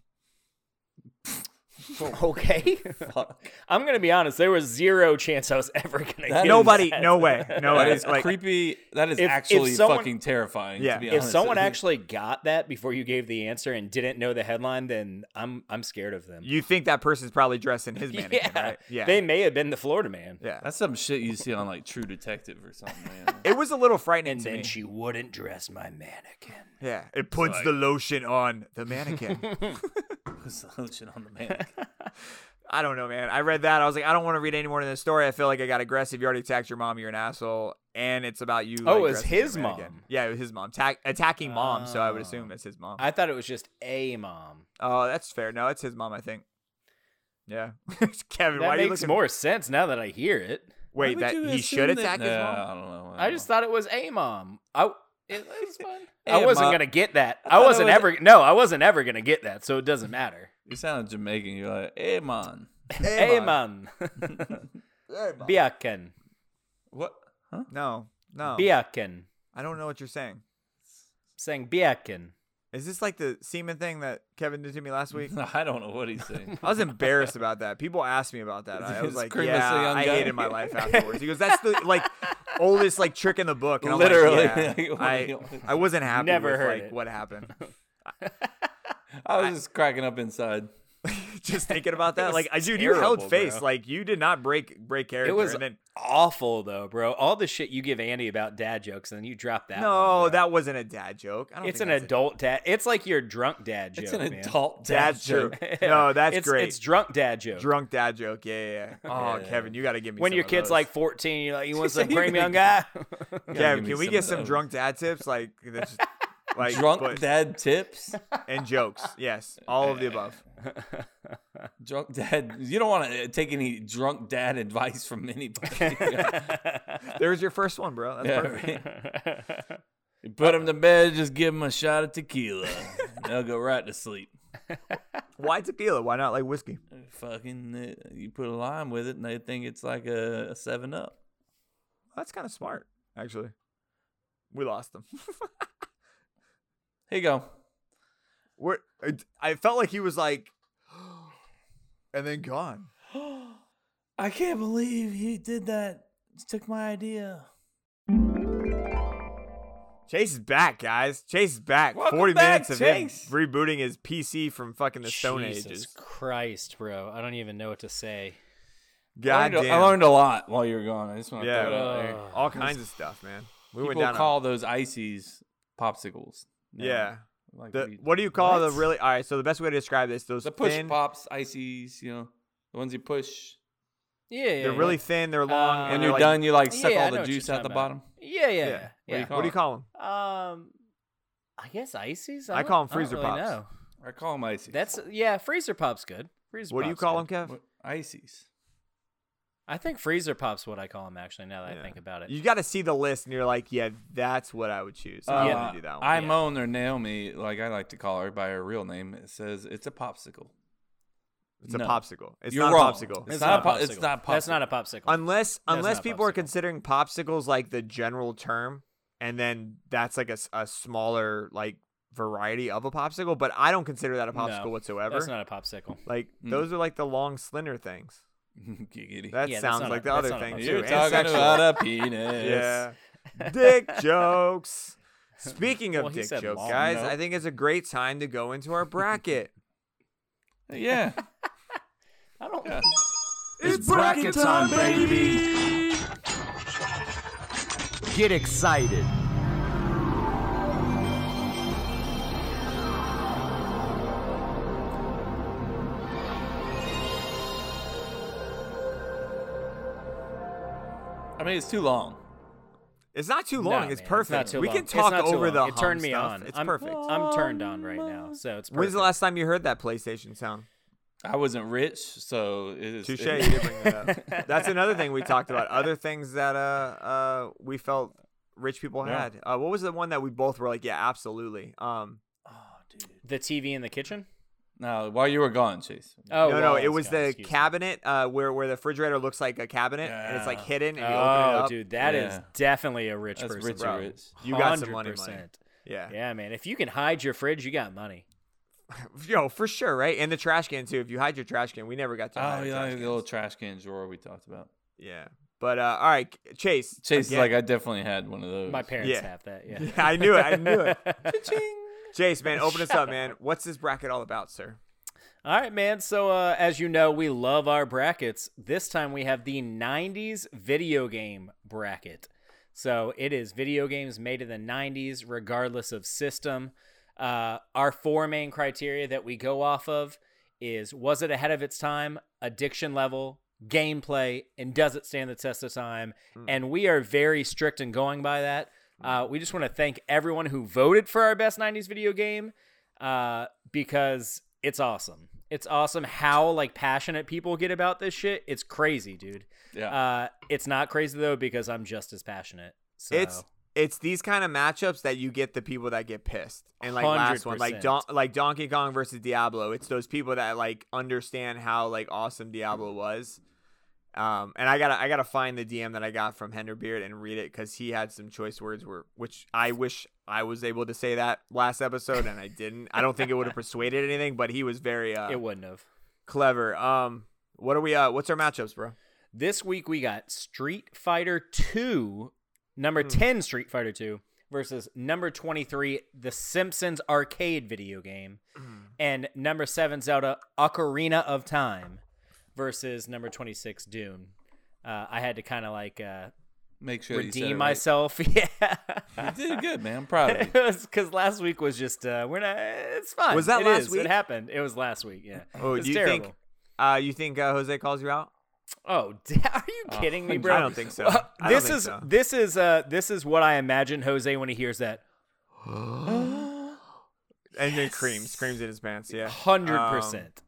Speaker 3: Okay.
Speaker 2: Fuck.
Speaker 3: I'm gonna be honest. There was zero chance I was ever gonna.
Speaker 2: That
Speaker 3: get
Speaker 2: is-
Speaker 1: Nobody,
Speaker 3: that.
Speaker 1: no way, no
Speaker 2: That
Speaker 1: way.
Speaker 2: is
Speaker 1: like,
Speaker 2: creepy. That is
Speaker 3: If- if
Speaker 2: actually
Speaker 3: someone-
Speaker 2: fucking terrifying.
Speaker 1: Yeah.
Speaker 2: To be
Speaker 3: If
Speaker 2: honest.
Speaker 3: someone actually got that before you gave the answer and didn't know the headline, then I'm I'm scared of them.
Speaker 1: you think that person's probably dressed in his mannequin, right? Yeah,
Speaker 3: They may have been the Florida man.
Speaker 1: yeah.
Speaker 2: That's some shit you see on like True Detective or something. Man.
Speaker 1: it was a little frightening
Speaker 3: And
Speaker 1: to
Speaker 3: then
Speaker 1: me.
Speaker 3: she wouldn't dress my mannequin.
Speaker 1: yeah, it puts the lotion on the mannequin.
Speaker 2: Who's the lotion on the man?
Speaker 1: I don't know, man. I read that. I was like, I don't want to read any more in this story. I feel like I got aggressive. You already attacked your mom. You're an asshole. And it's about you.
Speaker 3: Oh,
Speaker 1: like,
Speaker 3: it was
Speaker 1: dressing your
Speaker 3: his
Speaker 1: mannequin.
Speaker 3: mom.
Speaker 1: Yeah, it was his mom. Tack attacking mom. So I would assume it's his mom.
Speaker 3: I thought it was just a mom.
Speaker 1: oh, that's fair. No, it's his mom, I think. Yeah. Kevin,
Speaker 3: That
Speaker 1: why are you
Speaker 3: makes
Speaker 1: looking
Speaker 3: more sense now that I hear it.
Speaker 2: Why
Speaker 1: Wait,
Speaker 2: would
Speaker 1: that
Speaker 2: you
Speaker 1: he should
Speaker 2: assume
Speaker 1: attack
Speaker 2: that-
Speaker 1: his
Speaker 2: Nah,
Speaker 1: mom?
Speaker 2: I don't know.
Speaker 3: I just thought it was a mom. I it, was fun. I
Speaker 2: A
Speaker 3: wasn't
Speaker 2: mom.
Speaker 3: gonna get that.
Speaker 2: I
Speaker 3: I,
Speaker 2: thought it
Speaker 3: wasn't
Speaker 2: was-
Speaker 3: ever. No, I wasn't ever gonna get that. So it doesn't matter.
Speaker 2: you sounded Jamaican. You're like, hey man,
Speaker 3: A mom. Biaken.
Speaker 2: what? Huh?
Speaker 1: No, no.
Speaker 3: Biaken.
Speaker 1: I don't know what you're saying.
Speaker 3: Saying Biaken.
Speaker 1: Is this like the semen thing that Kevin did to me last week?
Speaker 2: I don't know what he's saying.
Speaker 1: I was embarrassed about that. People asked me about that. I was
Speaker 2: He's
Speaker 1: like,
Speaker 2: screaming as a
Speaker 1: yeah,
Speaker 2: young
Speaker 1: I
Speaker 2: guy."
Speaker 1: hated my life afterwards. He goes, that's the like oldest like trick in the book. And I'm
Speaker 2: Literally.
Speaker 1: like, yeah, I, I wasn't happy
Speaker 3: Never
Speaker 1: with
Speaker 3: heard
Speaker 1: like
Speaker 3: it.
Speaker 1: what happened.
Speaker 2: I was just cracking up inside.
Speaker 1: Just thinking about that, like, I dude, you
Speaker 2: terrible,
Speaker 1: held face.
Speaker 2: bro.
Speaker 1: Like, you did not break break character.
Speaker 3: It was
Speaker 1: and then,
Speaker 3: awful though, bro. All the shit you give Andy about dad jokes, and then you drop that.
Speaker 1: no,
Speaker 3: one, bro.
Speaker 1: that wasn't a dad joke. I don't
Speaker 3: it's
Speaker 1: think
Speaker 3: an
Speaker 1: that's a-
Speaker 3: adult dad. It's like your drunk dad joke.
Speaker 2: It's an
Speaker 3: man.
Speaker 2: adult dad
Speaker 1: That's true.
Speaker 2: joke.
Speaker 1: No, that's
Speaker 3: it's,
Speaker 1: great.
Speaker 3: It's drunk dad joke.
Speaker 1: Drunk dad joke. Yeah, yeah. yeah. Oh,
Speaker 2: Yeah.
Speaker 1: Kevin, you got to give me
Speaker 3: when
Speaker 1: some
Speaker 3: your
Speaker 1: of
Speaker 3: kid's
Speaker 1: those.
Speaker 3: like 14, you're like, you want some premium guy?
Speaker 1: yeah,
Speaker 2: give me
Speaker 1: can we
Speaker 2: some
Speaker 1: get
Speaker 2: of
Speaker 1: some
Speaker 2: those.
Speaker 1: drunk dad tips? Like, that's like
Speaker 2: Drunk
Speaker 1: but-
Speaker 2: dad tips.
Speaker 1: and jokes. Yes, all of the above.
Speaker 2: Drunk dad. You don't want to take any drunk dad advice from anybody. yeah,
Speaker 1: There's your first one, bro. That's perfect.
Speaker 2: right? You put him to bed. Just give him a shot of tequila. They'll go right to sleep.
Speaker 1: Why tequila? Why not like whiskey?
Speaker 2: Fucking, uh, you put a lime with it, and they think it's like a, a Seven Up.
Speaker 1: That's kind of smart, actually. We lost them.
Speaker 2: Here you go.
Speaker 1: We're, it- I felt like he was like, and then gone.
Speaker 2: I can't believe he did that. Took my idea.
Speaker 1: Chase is back, guys. Chase is back.
Speaker 2: Welcome
Speaker 1: Forty
Speaker 2: back,
Speaker 1: minutes of
Speaker 2: Chase.
Speaker 1: him rebooting his PC from fucking the Stone
Speaker 3: Jesus
Speaker 1: Ages.
Speaker 3: Christ, bro. I don't even know what to say.
Speaker 1: God
Speaker 2: I learned, a, I
Speaker 1: damn.
Speaker 2: learned a lot while you were gone. I just want to
Speaker 1: Yeah,
Speaker 2: throw it out there.
Speaker 3: Ugh.
Speaker 1: all kinds of stuff, man. We went
Speaker 2: People
Speaker 1: down. a-
Speaker 2: call those ices popsicles. now.
Speaker 1: yeah.
Speaker 2: Like,
Speaker 1: The, what do you call the
Speaker 2: What?
Speaker 1: really? All right. So the best way to describe this, those
Speaker 2: the push
Speaker 1: thin,
Speaker 2: pops, ices? You know, the ones you push.
Speaker 3: Yeah, yeah.
Speaker 1: they're
Speaker 3: yeah.
Speaker 1: really thin. They're long.
Speaker 3: Uh,
Speaker 1: and
Speaker 2: When
Speaker 3: And
Speaker 1: they're
Speaker 2: you're
Speaker 1: like-
Speaker 2: done, you like
Speaker 3: Yeah,
Speaker 2: suck
Speaker 3: I
Speaker 2: all
Speaker 3: know
Speaker 2: the
Speaker 3: what you're
Speaker 2: juice out the
Speaker 3: talking about.
Speaker 2: bottom.
Speaker 3: Yeah,
Speaker 1: Yeah.
Speaker 3: yeah, yeah.
Speaker 2: What do you
Speaker 1: What do you call them?
Speaker 3: Um, I guess ices.
Speaker 1: I
Speaker 3: don't-
Speaker 1: call 'em
Speaker 3: don't
Speaker 1: freezer
Speaker 3: really
Speaker 1: pops.
Speaker 3: know.
Speaker 2: I call them ices.
Speaker 3: That's yeah. Freezer pops good. Freezer.
Speaker 1: What do you
Speaker 3: pop's
Speaker 1: call
Speaker 3: good.
Speaker 1: them, Kev?
Speaker 2: What- ices.
Speaker 3: I think freezer pops. What I call them actually. Now that
Speaker 1: Yeah.
Speaker 3: I think about it.
Speaker 1: You got to see the list, and you're like, yeah, that's what I would choose. I'm
Speaker 2: Uh,
Speaker 1: gonna do that one.
Speaker 2: I
Speaker 3: Yeah.
Speaker 2: moan or Naomi, like I like to call her by her real name. It says it's a popsicle.
Speaker 1: It's a
Speaker 2: No.
Speaker 1: popsicle. It's
Speaker 2: You're
Speaker 1: not
Speaker 2: wrong.
Speaker 1: a popsicle.
Speaker 2: It's not a pop- it's not a
Speaker 3: That's not a popsicle.
Speaker 1: unless
Speaker 3: No, it's
Speaker 1: unless
Speaker 3: not a
Speaker 1: people are
Speaker 3: popsicle.
Speaker 1: considering popsicles like the general term, and then that's like a, s- a smaller like variety of a popsicle. But I don't consider that a
Speaker 3: No,
Speaker 1: popsicle whatsoever.
Speaker 3: That's not a popsicle.
Speaker 1: like
Speaker 2: Mm.
Speaker 1: those are like the long slender things.
Speaker 2: Giggity.
Speaker 1: That
Speaker 3: Yeah, that's
Speaker 1: sounds
Speaker 3: not a-
Speaker 1: like the
Speaker 3: that's
Speaker 1: other
Speaker 3: not a
Speaker 1: thing
Speaker 3: popsicle.
Speaker 1: too.
Speaker 2: You're
Speaker 1: and
Speaker 2: talking
Speaker 1: sexual.
Speaker 2: about a penis.
Speaker 1: yeah. dick jokes. Speaking of
Speaker 3: Well, he
Speaker 1: dick
Speaker 3: said
Speaker 1: jokes,
Speaker 3: long,
Speaker 1: guys,
Speaker 2: nope.
Speaker 1: I think it's a great time to go into our bracket.
Speaker 2: Yeah.
Speaker 3: I don't.
Speaker 1: it's bracket time, baby.
Speaker 7: Get excited.
Speaker 2: I mean, it's too long.
Speaker 1: It's not too
Speaker 3: No,
Speaker 1: long.
Speaker 3: man,
Speaker 1: it's
Speaker 3: it's not
Speaker 1: perfect.
Speaker 3: too
Speaker 1: we
Speaker 3: long.
Speaker 1: can
Speaker 3: It's
Speaker 1: talk
Speaker 3: not too
Speaker 1: over the.
Speaker 3: long. It turned
Speaker 1: hum
Speaker 3: me
Speaker 1: stuff.
Speaker 3: on.
Speaker 1: It's
Speaker 3: I'm-
Speaker 1: perfect.
Speaker 3: I'm turned on right now, so it's. Perfect.
Speaker 1: When's the last time you heard that PlayStation sound?
Speaker 2: I wasn't rich, so it is.
Speaker 1: Touche.
Speaker 2: it-
Speaker 1: you did bring that up. That's another thing we talked about. Other things that uh uh we felt rich people
Speaker 2: Yeah.
Speaker 1: had. Uh, what was the one that we both were like, yeah, absolutely. Um,
Speaker 3: The TV in the kitchen.
Speaker 2: no, while you were gone, Chase.
Speaker 1: no,
Speaker 3: Oh well,
Speaker 1: no, it
Speaker 3: it's
Speaker 1: was
Speaker 3: gone,
Speaker 1: the
Speaker 3: excuse me.
Speaker 1: cabinet uh where where the refrigerator looks like a cabinet and it's like
Speaker 2: Yeah.
Speaker 1: hidden and you open it
Speaker 3: Oh,
Speaker 1: up.
Speaker 3: dude, that is
Speaker 2: Yeah.
Speaker 3: definitely a rich
Speaker 2: That's
Speaker 3: person.
Speaker 2: rich,
Speaker 1: bro.
Speaker 2: rich.
Speaker 5: Oh,
Speaker 1: You got some money, money.
Speaker 3: 100%.
Speaker 1: Yeah.
Speaker 3: Yeah, man. If you can hide your fridge, you got money.
Speaker 1: Yo, for sure, right? And the trash can too. If you hide your trash can, we never got to.
Speaker 2: Oh,
Speaker 1: hide
Speaker 2: yeah,
Speaker 1: our
Speaker 2: the
Speaker 1: trash
Speaker 2: little
Speaker 1: cans.
Speaker 2: trash can drawer we talked about.
Speaker 1: Yeah. But uh, all right, Chase.
Speaker 2: Chase is
Speaker 1: again-
Speaker 2: like, I definitely had one of those.
Speaker 3: My parents
Speaker 1: Yeah.
Speaker 3: have that. Yeah.
Speaker 1: Yeah, I knew it. I knew it. Chase, man, open us up, man. What's this bracket all about, sir?
Speaker 3: All right, man. So, uh, as you know, we love our brackets. This time we have the 90s video game bracket. So, it is video games made in the 90s, regardless of system. Uh, our four main criteria that we go off of is was it ahead of its time, addiction level, gameplay, and does it stand the test of time? And we are very strict in going by that. Uh, we just want to thank everyone who voted for our best 90s video game uh, because it's awesome. It's awesome how like passionate people get about this shit. It's crazy, dude.
Speaker 2: Yeah.
Speaker 3: Uh, it's not crazy though because I'm just as passionate. So
Speaker 1: It's it's these kind of matchups that you get the people that get pissed. And like last one, like Don,
Speaker 3: 100%.
Speaker 1: like Donkey Kong versus Diablo. It's those people that like understand how like awesome Diablo was. Um, and I gotta I gotta find the DM that I got from Hender Beard and read it because he had some choice words where which I wish I was able to say that last episode and I didn't. I don't think it would have persuaded anything, but he was very uh,
Speaker 3: it wouldn't have.
Speaker 1: clever. Um, what are we? Uh, what's our matchups, bro?
Speaker 3: This week we got Street Fighter 2, number
Speaker 1: Hmm.
Speaker 3: 10 Street Fighter 2 versus number 23 The Simpsons arcade video game
Speaker 1: Hmm.
Speaker 3: and number 7 Zelda Ocarina of Time versus number 26 Doom. Uh, I had to kind of like uh,
Speaker 2: Make sure that you said it
Speaker 3: redeem
Speaker 2: right.
Speaker 3: myself. Yeah.
Speaker 2: You did good, man. I'm proud of you.
Speaker 3: it was because last week was just uh, we're not. It's fine.
Speaker 1: Was that
Speaker 3: It
Speaker 1: last
Speaker 3: is.
Speaker 1: week?
Speaker 3: It happened. It was last week. Yeah.
Speaker 1: Oh,
Speaker 3: It's
Speaker 1: do you
Speaker 3: terrible.
Speaker 1: think? Uh, you think uh, Jose calls you out?
Speaker 3: Oh, d- are you kidding me, bro?
Speaker 1: I don't think so.
Speaker 3: Uh,
Speaker 1: I don't
Speaker 3: this
Speaker 1: think
Speaker 3: is
Speaker 1: so.
Speaker 3: this is uh this is what I imagine Jose when he hears that.
Speaker 1: and then screams, screams in his pants. Yeah,
Speaker 3: Hundred
Speaker 1: Um,
Speaker 3: percent.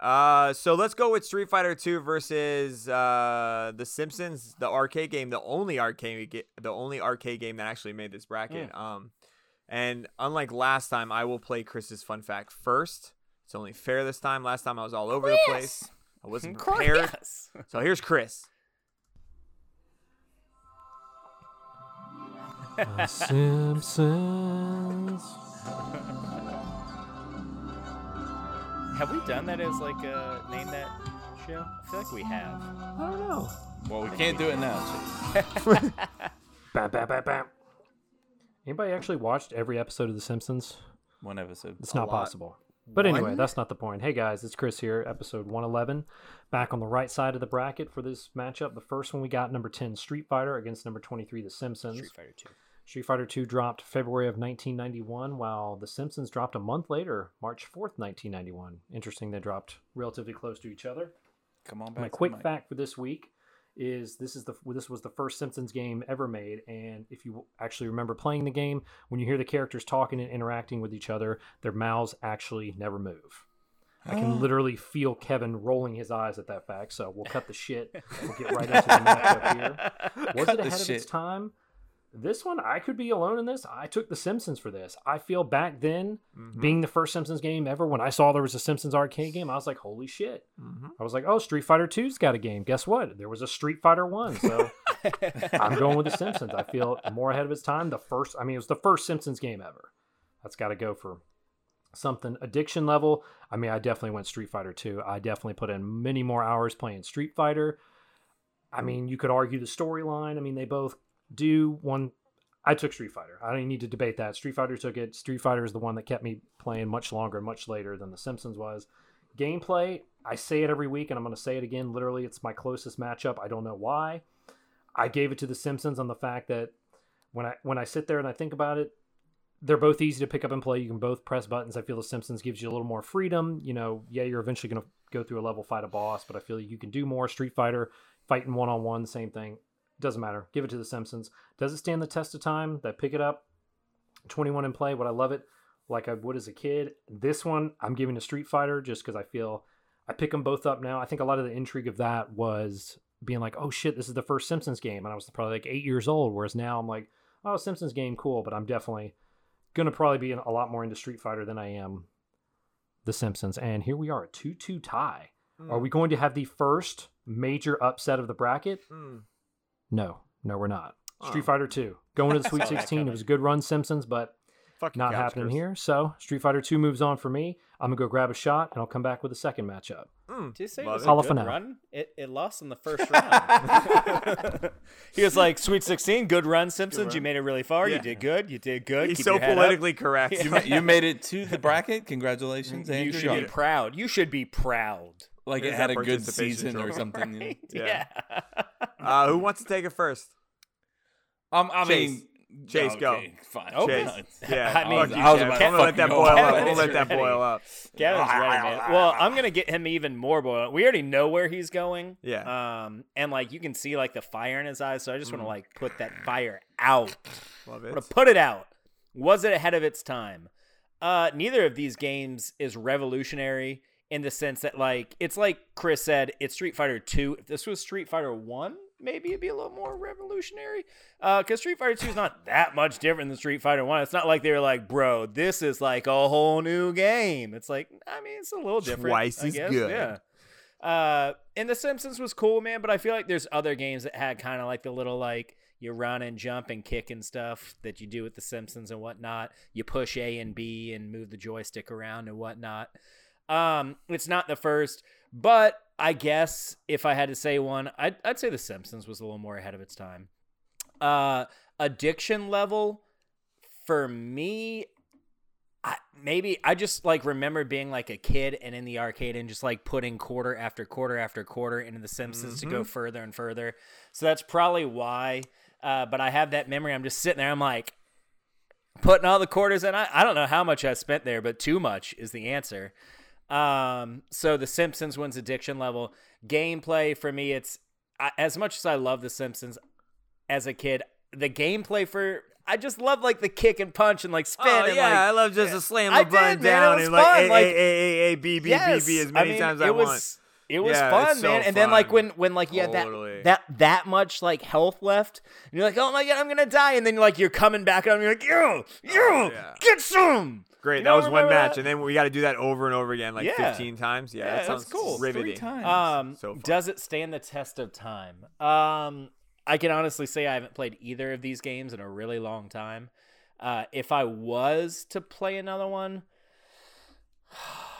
Speaker 1: Uh, so let's go with Street Fighter Two versus uh The Simpsons, the arcade game, the only arcade, ga- the only arcade game that actually made this bracket.
Speaker 3: Mm.
Speaker 1: Um, and unlike last time, I will play Chris's fun fact first. It's only fair this time. Last time I was all over the place. I wasn't prepared.
Speaker 3: Yes.
Speaker 1: So here's Chris.
Speaker 3: Have we done that as like uh name that show? I feel like we have.
Speaker 2: Well, we can't do it now, Chase.
Speaker 8: Bam, bam, bam, bam. Anybody actually watched every episode of The Simpsons?
Speaker 2: One episode.
Speaker 8: It's not possible. But anyway, that's not the point. Hey guys, it's Chris here, episode 111. Back on the right side of the bracket for this matchup. The first one we got number 10 Street Fighter against number 23 The Simpsons.
Speaker 3: Street Fighter Two.
Speaker 8: Street Fighter 2 dropped February of 1991, while The Simpsons dropped a month later, March 4th, 1991. Interesting, they dropped relatively close to each other.
Speaker 2: Come on back.
Speaker 8: My
Speaker 2: to the
Speaker 8: quick
Speaker 2: mic.
Speaker 8: fact for this week is this is the this was the first Simpsons game ever made, and if you actually remember playing the game, when you hear the characters talking and interacting with each other, their mouths actually never move. I can literally feel Kevin rolling his eyes at that fact. So we'll cut the shit. We'll get right into the matchup here. Was
Speaker 2: Cut
Speaker 8: it
Speaker 2: the
Speaker 8: ahead of
Speaker 2: shit.
Speaker 8: its time? This one, I could be alone in this. I took The Simpsons for this. I feel back then, being the first Simpsons game ever, when I saw there was a Simpsons arcade game, I was like, holy shit. I was like, oh, Street Fighter 2's got a game. Guess what? There was a Street Fighter 1. So I'm going with The Simpsons. I feel more ahead of its time. The first, I mean, it was the first Simpsons game ever. That's got to go for something. Addiction level, I mean, I definitely went Street Fighter 2. I definitely put in many more hours playing Street Fighter. I mean, you could argue the storyline. I mean, they both do one. I took Street Fighter. I don't even need to debate that. Street Fighter took it. Street Fighter is the one that kept me playing much longer, much later than The Simpsons was. Gameplay, I say it every week, and I'm going to say it again. Literally, it's my closest matchup. I don't know why. I gave it to The Simpsons on the fact that when I when I sit there and I think about it, they're both easy to pick up and play. You can both press buttons. I feel The Simpsons gives you a little more freedom. You know, yeah, you're eventually going to go through a level, fight a boss, but I feel you can do more. Street Fighter, fighting one on one, same thing. Doesn't matter. Give it to The Simpsons. Does it stand the test of time? That pick it up, 21 and play. Would I love it like I would as a kid? This one, I'm giving to Street Fighter just because I feel I pick them both up now. I think a lot of the intrigue of that was being like, oh shit, this is the first Simpsons game. And I was probably like eight years old, whereas now I'm like, oh, Simpsons game, cool, but I'm definitely gonna probably be a lot more into Street Fighter than I am The Simpsons. And here we are, a two-two tie. Are we going to have the first major upset of the bracket?
Speaker 1: Hmm.
Speaker 8: No, no, we're not. Street Fighter Two going to the Sweet Sixteen. It was a good run, Simpsons, but
Speaker 5: Fucking
Speaker 8: not
Speaker 5: couch
Speaker 8: happening
Speaker 5: curse.
Speaker 8: here. So Street Fighter Two moves on for me. I'm gonna go grab a shot, and I'll come back with a second matchup.
Speaker 1: Hmm.
Speaker 3: Did you say it
Speaker 5: Love
Speaker 3: was
Speaker 5: it.
Speaker 3: a
Speaker 8: Holla
Speaker 3: good
Speaker 8: for now.
Speaker 3: run? It, it lost in the first round. he was like, "Sweet sixteen, good run, Simpsons. You made it really far. You did good. You did good.
Speaker 5: He's
Speaker 3: Keep
Speaker 5: so
Speaker 3: your head up.
Speaker 5: politically correct.
Speaker 2: You, ma- you made it to the bracket. Congratulations, Andrew.
Speaker 3: You should be proud. You should be proud.
Speaker 2: like it
Speaker 5: There's
Speaker 2: had a
Speaker 5: that
Speaker 2: good
Speaker 5: participation
Speaker 2: season or
Speaker 5: trophy.
Speaker 2: something. you know?
Speaker 5: Yeah. Uh, who wants to take it first?
Speaker 2: Um, I
Speaker 5: Chase.
Speaker 2: mean,
Speaker 5: Chase, go.
Speaker 2: okay, Fine.
Speaker 3: Oh,
Speaker 5: Chase. Yeah.
Speaker 3: I mean,
Speaker 5: fuck you,
Speaker 2: I was
Speaker 5: Kevin. I'm gonna
Speaker 2: about to
Speaker 5: let that
Speaker 2: fucking
Speaker 5: boil
Speaker 2: go.
Speaker 5: up.
Speaker 2: Kevin
Speaker 5: We'll
Speaker 2: is
Speaker 5: let that
Speaker 2: ready.
Speaker 5: boil up.
Speaker 3: Gavin's
Speaker 1: Ah,
Speaker 3: ready, man. Well, I'm gonna get him even more boiled. We already know where he's going.
Speaker 5: Yeah. Mm-hmm.
Speaker 3: Um, and like you can see like the fire in his eyes, so I just want to like put that fire out.
Speaker 5: Love
Speaker 3: I
Speaker 5: it.
Speaker 3: want to put it out. Was it ahead of its time? Uh, neither of these games is revolutionary in the sense that like it's like Chris said, it's Street Fighter Two. If this was Street Fighter One, maybe it'd be a little more revolutionary. Uh, because Street Fighter Two is not that much different than Street Fighter One. It's not like they were like, bro, this is like a whole new game. It's like, I mean, it's a little different.
Speaker 5: Twice
Speaker 3: I
Speaker 5: as
Speaker 3: guess.
Speaker 5: good.
Speaker 3: Yeah. Uh, and The Simpsons was cool, man. But I feel like there's other games that had kind of like the little like you run and jump and kick and stuff that you do with The Simpsons and whatnot. You push A and B and move the joystick around and whatnot. Um, it's not the first, but I guess if I had to say one, I'd, I'd say The Simpsons was a little more ahead of its time. Uh, addiction level for me I, maybe I just like remember being like a kid and in the arcade and just like putting quarter after quarter after quarter into The Simpsons
Speaker 1: Mm-hmm.
Speaker 3: to go further and further. So that's probably why. Uh, but I have that memory. I'm just sitting there. I'm like putting all the quarters in. I, I don't know how much I spent there, but too much is the answer. Um, so The Simpsons wins addiction level. Gameplay for me, it's I, as much as I love The Simpsons as a kid, the gameplay for. I just love like the kick and punch and like spin
Speaker 1: Oh,
Speaker 3: and
Speaker 1: yeah,
Speaker 3: like
Speaker 1: I love just to slam
Speaker 3: I
Speaker 1: the button
Speaker 3: did, man, it
Speaker 1: down
Speaker 3: was
Speaker 1: and like,
Speaker 3: fun,
Speaker 1: a,
Speaker 3: like-
Speaker 1: a, a, a, B, B, B, B as
Speaker 3: I
Speaker 1: many
Speaker 3: mean,
Speaker 1: times
Speaker 3: it
Speaker 1: I
Speaker 3: was,
Speaker 1: want.
Speaker 3: It was
Speaker 1: Yeah,
Speaker 3: fun,
Speaker 1: it's so
Speaker 3: man. And then like
Speaker 1: fun.
Speaker 3: when when like you have
Speaker 1: Totally.
Speaker 3: that that that much like health left, and you're like, oh my god, I'm gonna die. And then like you're coming back up, and you're like, yo, yo,
Speaker 1: Oh, yeah.
Speaker 3: get some.
Speaker 1: Great,
Speaker 3: You
Speaker 1: that
Speaker 3: don't
Speaker 1: was one
Speaker 3: remember
Speaker 1: match,
Speaker 3: that?
Speaker 1: and then we got to do that over and over again, like
Speaker 3: Yeah.
Speaker 1: 15 times. Yeah, that
Speaker 2: Yeah,
Speaker 1: sounds
Speaker 2: that's cool. Three
Speaker 1: riveting.
Speaker 2: times.
Speaker 3: Um,
Speaker 1: So fun.
Speaker 3: does it stand the test of time? Um, I can honestly say I haven't played either of these games in a really long time. Uh, if I was to play another one,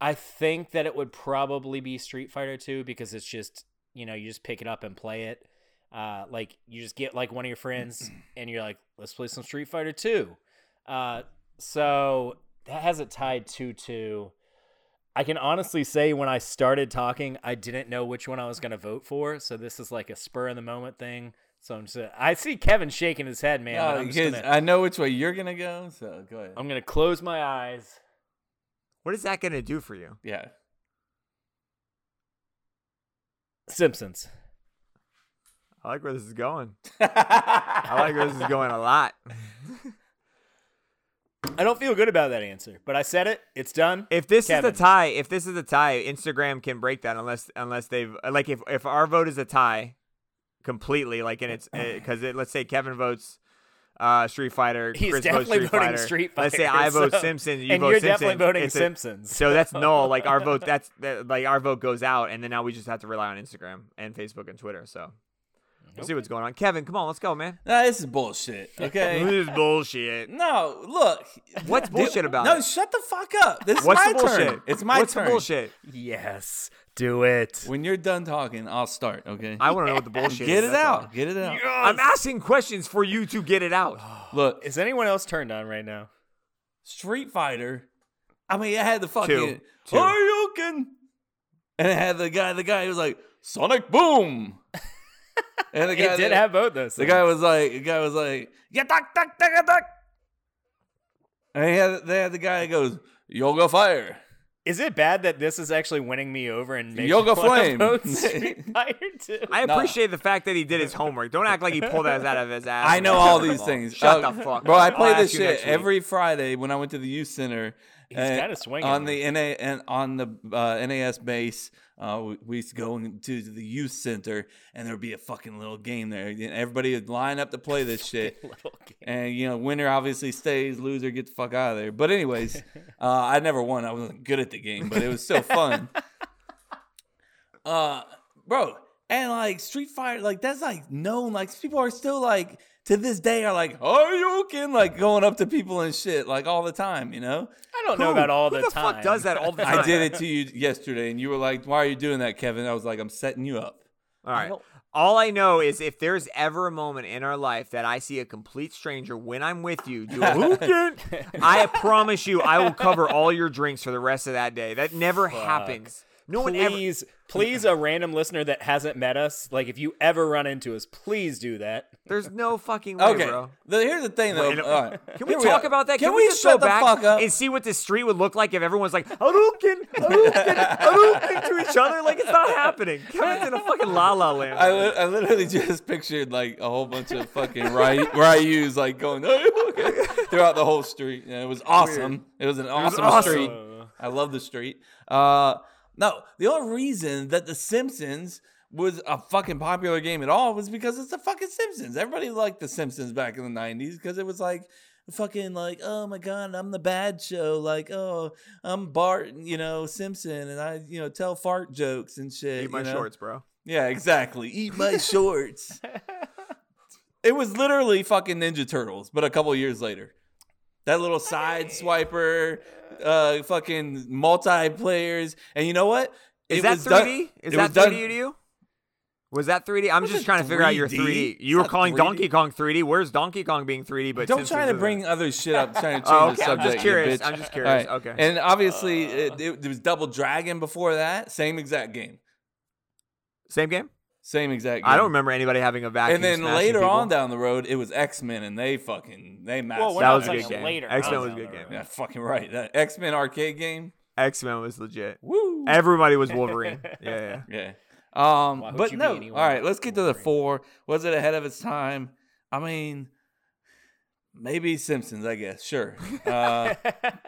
Speaker 3: I think that it would probably be Street Fighter 2 because it's just, you know, you just pick it up and play it. Uh, like you just get like one of your friends and you're like, let's play some Street Fighter 2. Uh, so that has it tied 2 2. I can honestly say when I started talking, I didn't know which one I was going to vote for. So this is like a spur in the moment thing. So I'm just, I see Kevin shaking his head, man.
Speaker 2: No,
Speaker 3: but I'm, just
Speaker 2: because
Speaker 3: gonna,
Speaker 2: Oh, I know which way you're gonna go, so go ahead.
Speaker 3: I'm gonna close my eyes.
Speaker 1: What is that going to do for you?
Speaker 2: yeah.
Speaker 3: Simpsons.
Speaker 1: I like where this is going. I like where this is going a lot.
Speaker 3: I don't feel good about that answer, but I said it. It's done.
Speaker 1: If this
Speaker 3: Kevin.
Speaker 1: is the tie, if this is the tie, Instagram can break that unless unless they've uh, like uh, if if our vote is a tie completely, like in its because it, let's say Kevin votes uh, Street Fighter.
Speaker 3: He's
Speaker 1: Chris votes
Speaker 3: definitely
Speaker 1: Street
Speaker 3: voting
Speaker 1: Fighter.
Speaker 3: Street
Speaker 1: Let's say
Speaker 3: Fighter,
Speaker 1: I vote
Speaker 3: so-
Speaker 1: Simpson. You
Speaker 3: and
Speaker 1: vote
Speaker 3: you're
Speaker 1: Simpson.
Speaker 3: definitely voting
Speaker 1: it's a-
Speaker 3: Simpsons.
Speaker 1: so that's null. Like our vote, that's that, like our vote goes out, and then now we just have to rely on Instagram and Facebook and Twitter. So we'll see what's going on. Kevin, come on, let's go, man.
Speaker 2: Nah, this is bullshit. Okay.
Speaker 1: This is bullshit.
Speaker 2: No, look.
Speaker 1: What's bullshit about
Speaker 2: No,
Speaker 1: it?
Speaker 2: shut the fuck up. This is
Speaker 1: What's
Speaker 2: my
Speaker 1: the bullshit?
Speaker 2: turn. It's my
Speaker 1: What's
Speaker 2: turn.
Speaker 1: the bullshit?
Speaker 3: Yes, do it.
Speaker 2: When you're done talking, I'll start. Okay.
Speaker 1: I want to know what the bullshit
Speaker 2: Get
Speaker 1: is.
Speaker 2: it
Speaker 1: that's all.
Speaker 2: out. Get it out.
Speaker 1: I'm asking questions for you to get it out.
Speaker 2: Look,
Speaker 3: Is anyone else turned on right now?
Speaker 2: Street Fighter. I mean, I had the fucking
Speaker 1: Two.
Speaker 2: Hadouken, and it had the guy. The guy was like Sonic Boom, and the
Speaker 3: It
Speaker 2: guy
Speaker 3: did
Speaker 2: that-
Speaker 3: have both those.
Speaker 2: The guy was like, the guy was like, yeah, duck, duck, duck, duck, duck. And he had, they had the guy that goes, Yoga Fire.
Speaker 3: Is it bad that this is actually winning me over and making
Speaker 2: Yoga
Speaker 3: fun of
Speaker 2: Flame.
Speaker 3: both Street Fighter two?
Speaker 1: I
Speaker 2: Nah.
Speaker 1: appreciate the fact that he did his homework. Don't act like he pulled that out of his ass.
Speaker 2: I know all these things.
Speaker 1: Shut
Speaker 2: Uh,
Speaker 1: the fuck
Speaker 2: Bro, I
Speaker 1: up.
Speaker 2: play
Speaker 1: I'll
Speaker 2: this
Speaker 1: ask you
Speaker 2: shit
Speaker 1: next week.
Speaker 2: every Friday when I went to the youth center.
Speaker 3: He's
Speaker 2: and
Speaker 3: kinda swinging.
Speaker 2: On the NA and on the uh, NAS base, uh, we, we used to go into the youth center and there would be a fucking little game there. And everybody would line up to play this shit. And you know, winner obviously stays, loser get the fuck out of there. But anyways, uh, I never won. I wasn't good at the game, but it was still fun. uh, bro, and like Street Fighter, like that's like known. Like people are still like to this day are like, are you can like going up to people and shit like all the time, you know.
Speaker 3: I don't know about all
Speaker 1: Who
Speaker 3: the,
Speaker 1: the
Speaker 3: time.
Speaker 1: fuck does that all the time?
Speaker 2: I did it to you yesterday, and you were like, "Why are you doing that, Kevin?" I was like, "I'm setting you up."
Speaker 1: All right. All I know is if there's ever a moment in our life that I see a complete stranger when I'm with you, do a I promise you, I will cover all your drinks for the rest of that day. That never happens. No one ever.
Speaker 3: please, please, a random listener that hasn't met us, like if you ever run into us, please do that.
Speaker 1: There's no fucking way,
Speaker 2: Okay,
Speaker 1: bro.
Speaker 2: the, here's the thing though.
Speaker 1: Random-
Speaker 2: All right.
Speaker 1: Can we
Speaker 2: Here
Speaker 1: talk
Speaker 2: are.
Speaker 1: about that?
Speaker 2: Can, we,
Speaker 1: just
Speaker 2: shut
Speaker 1: go
Speaker 2: the
Speaker 1: back
Speaker 2: fuck up?
Speaker 1: and see what this street would look like if everyone's like Hadouken, Hadouken, Hadouken to each other? Like it's not happening. Kevin's in a fucking la la land.
Speaker 2: I, li- I literally just pictured like a whole bunch of fucking Ry- Ryu's like going throughout the whole street. And it was awesome. It was an awesome, street. I love the street. Uh, no, the only reason that The Simpsons was a fucking popular game at all was because it's the fucking Simpsons. Everybody liked The Simpsons back in the 90s because it was like fucking like oh my god i'm the bad show like oh i'm bart you know simpson and i you know tell fart jokes and shit
Speaker 1: Eat my
Speaker 2: you know?
Speaker 1: shorts, bro.
Speaker 2: Yeah, exactly. Eat my shorts. it was literally fucking Ninja Turtles, but a couple years later. That little side swiper, uh, fucking multiplayers, and you know what?
Speaker 1: Is
Speaker 2: It
Speaker 1: that
Speaker 2: was done-
Speaker 1: 3D?
Speaker 2: it
Speaker 1: Is
Speaker 2: was
Speaker 1: that 3D
Speaker 2: done-
Speaker 1: to you? Was that 3D? I'm just
Speaker 2: Wasn't
Speaker 1: trying to figure out your
Speaker 2: 3D.
Speaker 1: 3D.
Speaker 2: It's
Speaker 1: You were
Speaker 2: not
Speaker 1: calling
Speaker 2: 3D.
Speaker 1: Donkey Kong 3D. Where's Donkey Kong being 3D? But
Speaker 2: Don't
Speaker 1: Simpsons
Speaker 2: try to
Speaker 1: isn't?
Speaker 2: bring other shit up. Trying to change
Speaker 1: Oh, okay.
Speaker 2: the
Speaker 1: I'm
Speaker 2: subject.
Speaker 1: just
Speaker 2: you
Speaker 1: curious.
Speaker 2: bitch.
Speaker 1: I'm just curious.
Speaker 2: All right.
Speaker 1: Okay. Uh.
Speaker 2: And obviously, it, it, there was Double Dragon before that. Same exact game.
Speaker 1: Same game?
Speaker 2: Same exact. game.
Speaker 1: I don't remember anybody having a vacuum.
Speaker 2: And then
Speaker 1: smashing
Speaker 2: later
Speaker 1: people.
Speaker 2: on down the road, it was X Men, and they fucking they mastered.
Speaker 1: That was a good game. X Men was a good game.
Speaker 2: Yeah, fucking right. That X Men arcade game.
Speaker 1: X Men was legit.
Speaker 2: Woo.
Speaker 1: Everybody was Wolverine. yeah, yeah.
Speaker 2: Yeah. Um,
Speaker 3: would
Speaker 2: but
Speaker 3: you be
Speaker 2: no.
Speaker 3: anyone
Speaker 2: All right, let's get to the
Speaker 3: Wolverine?
Speaker 2: four. Was it ahead of its time? I mean, maybe Simpsons. I guess sure. Uh,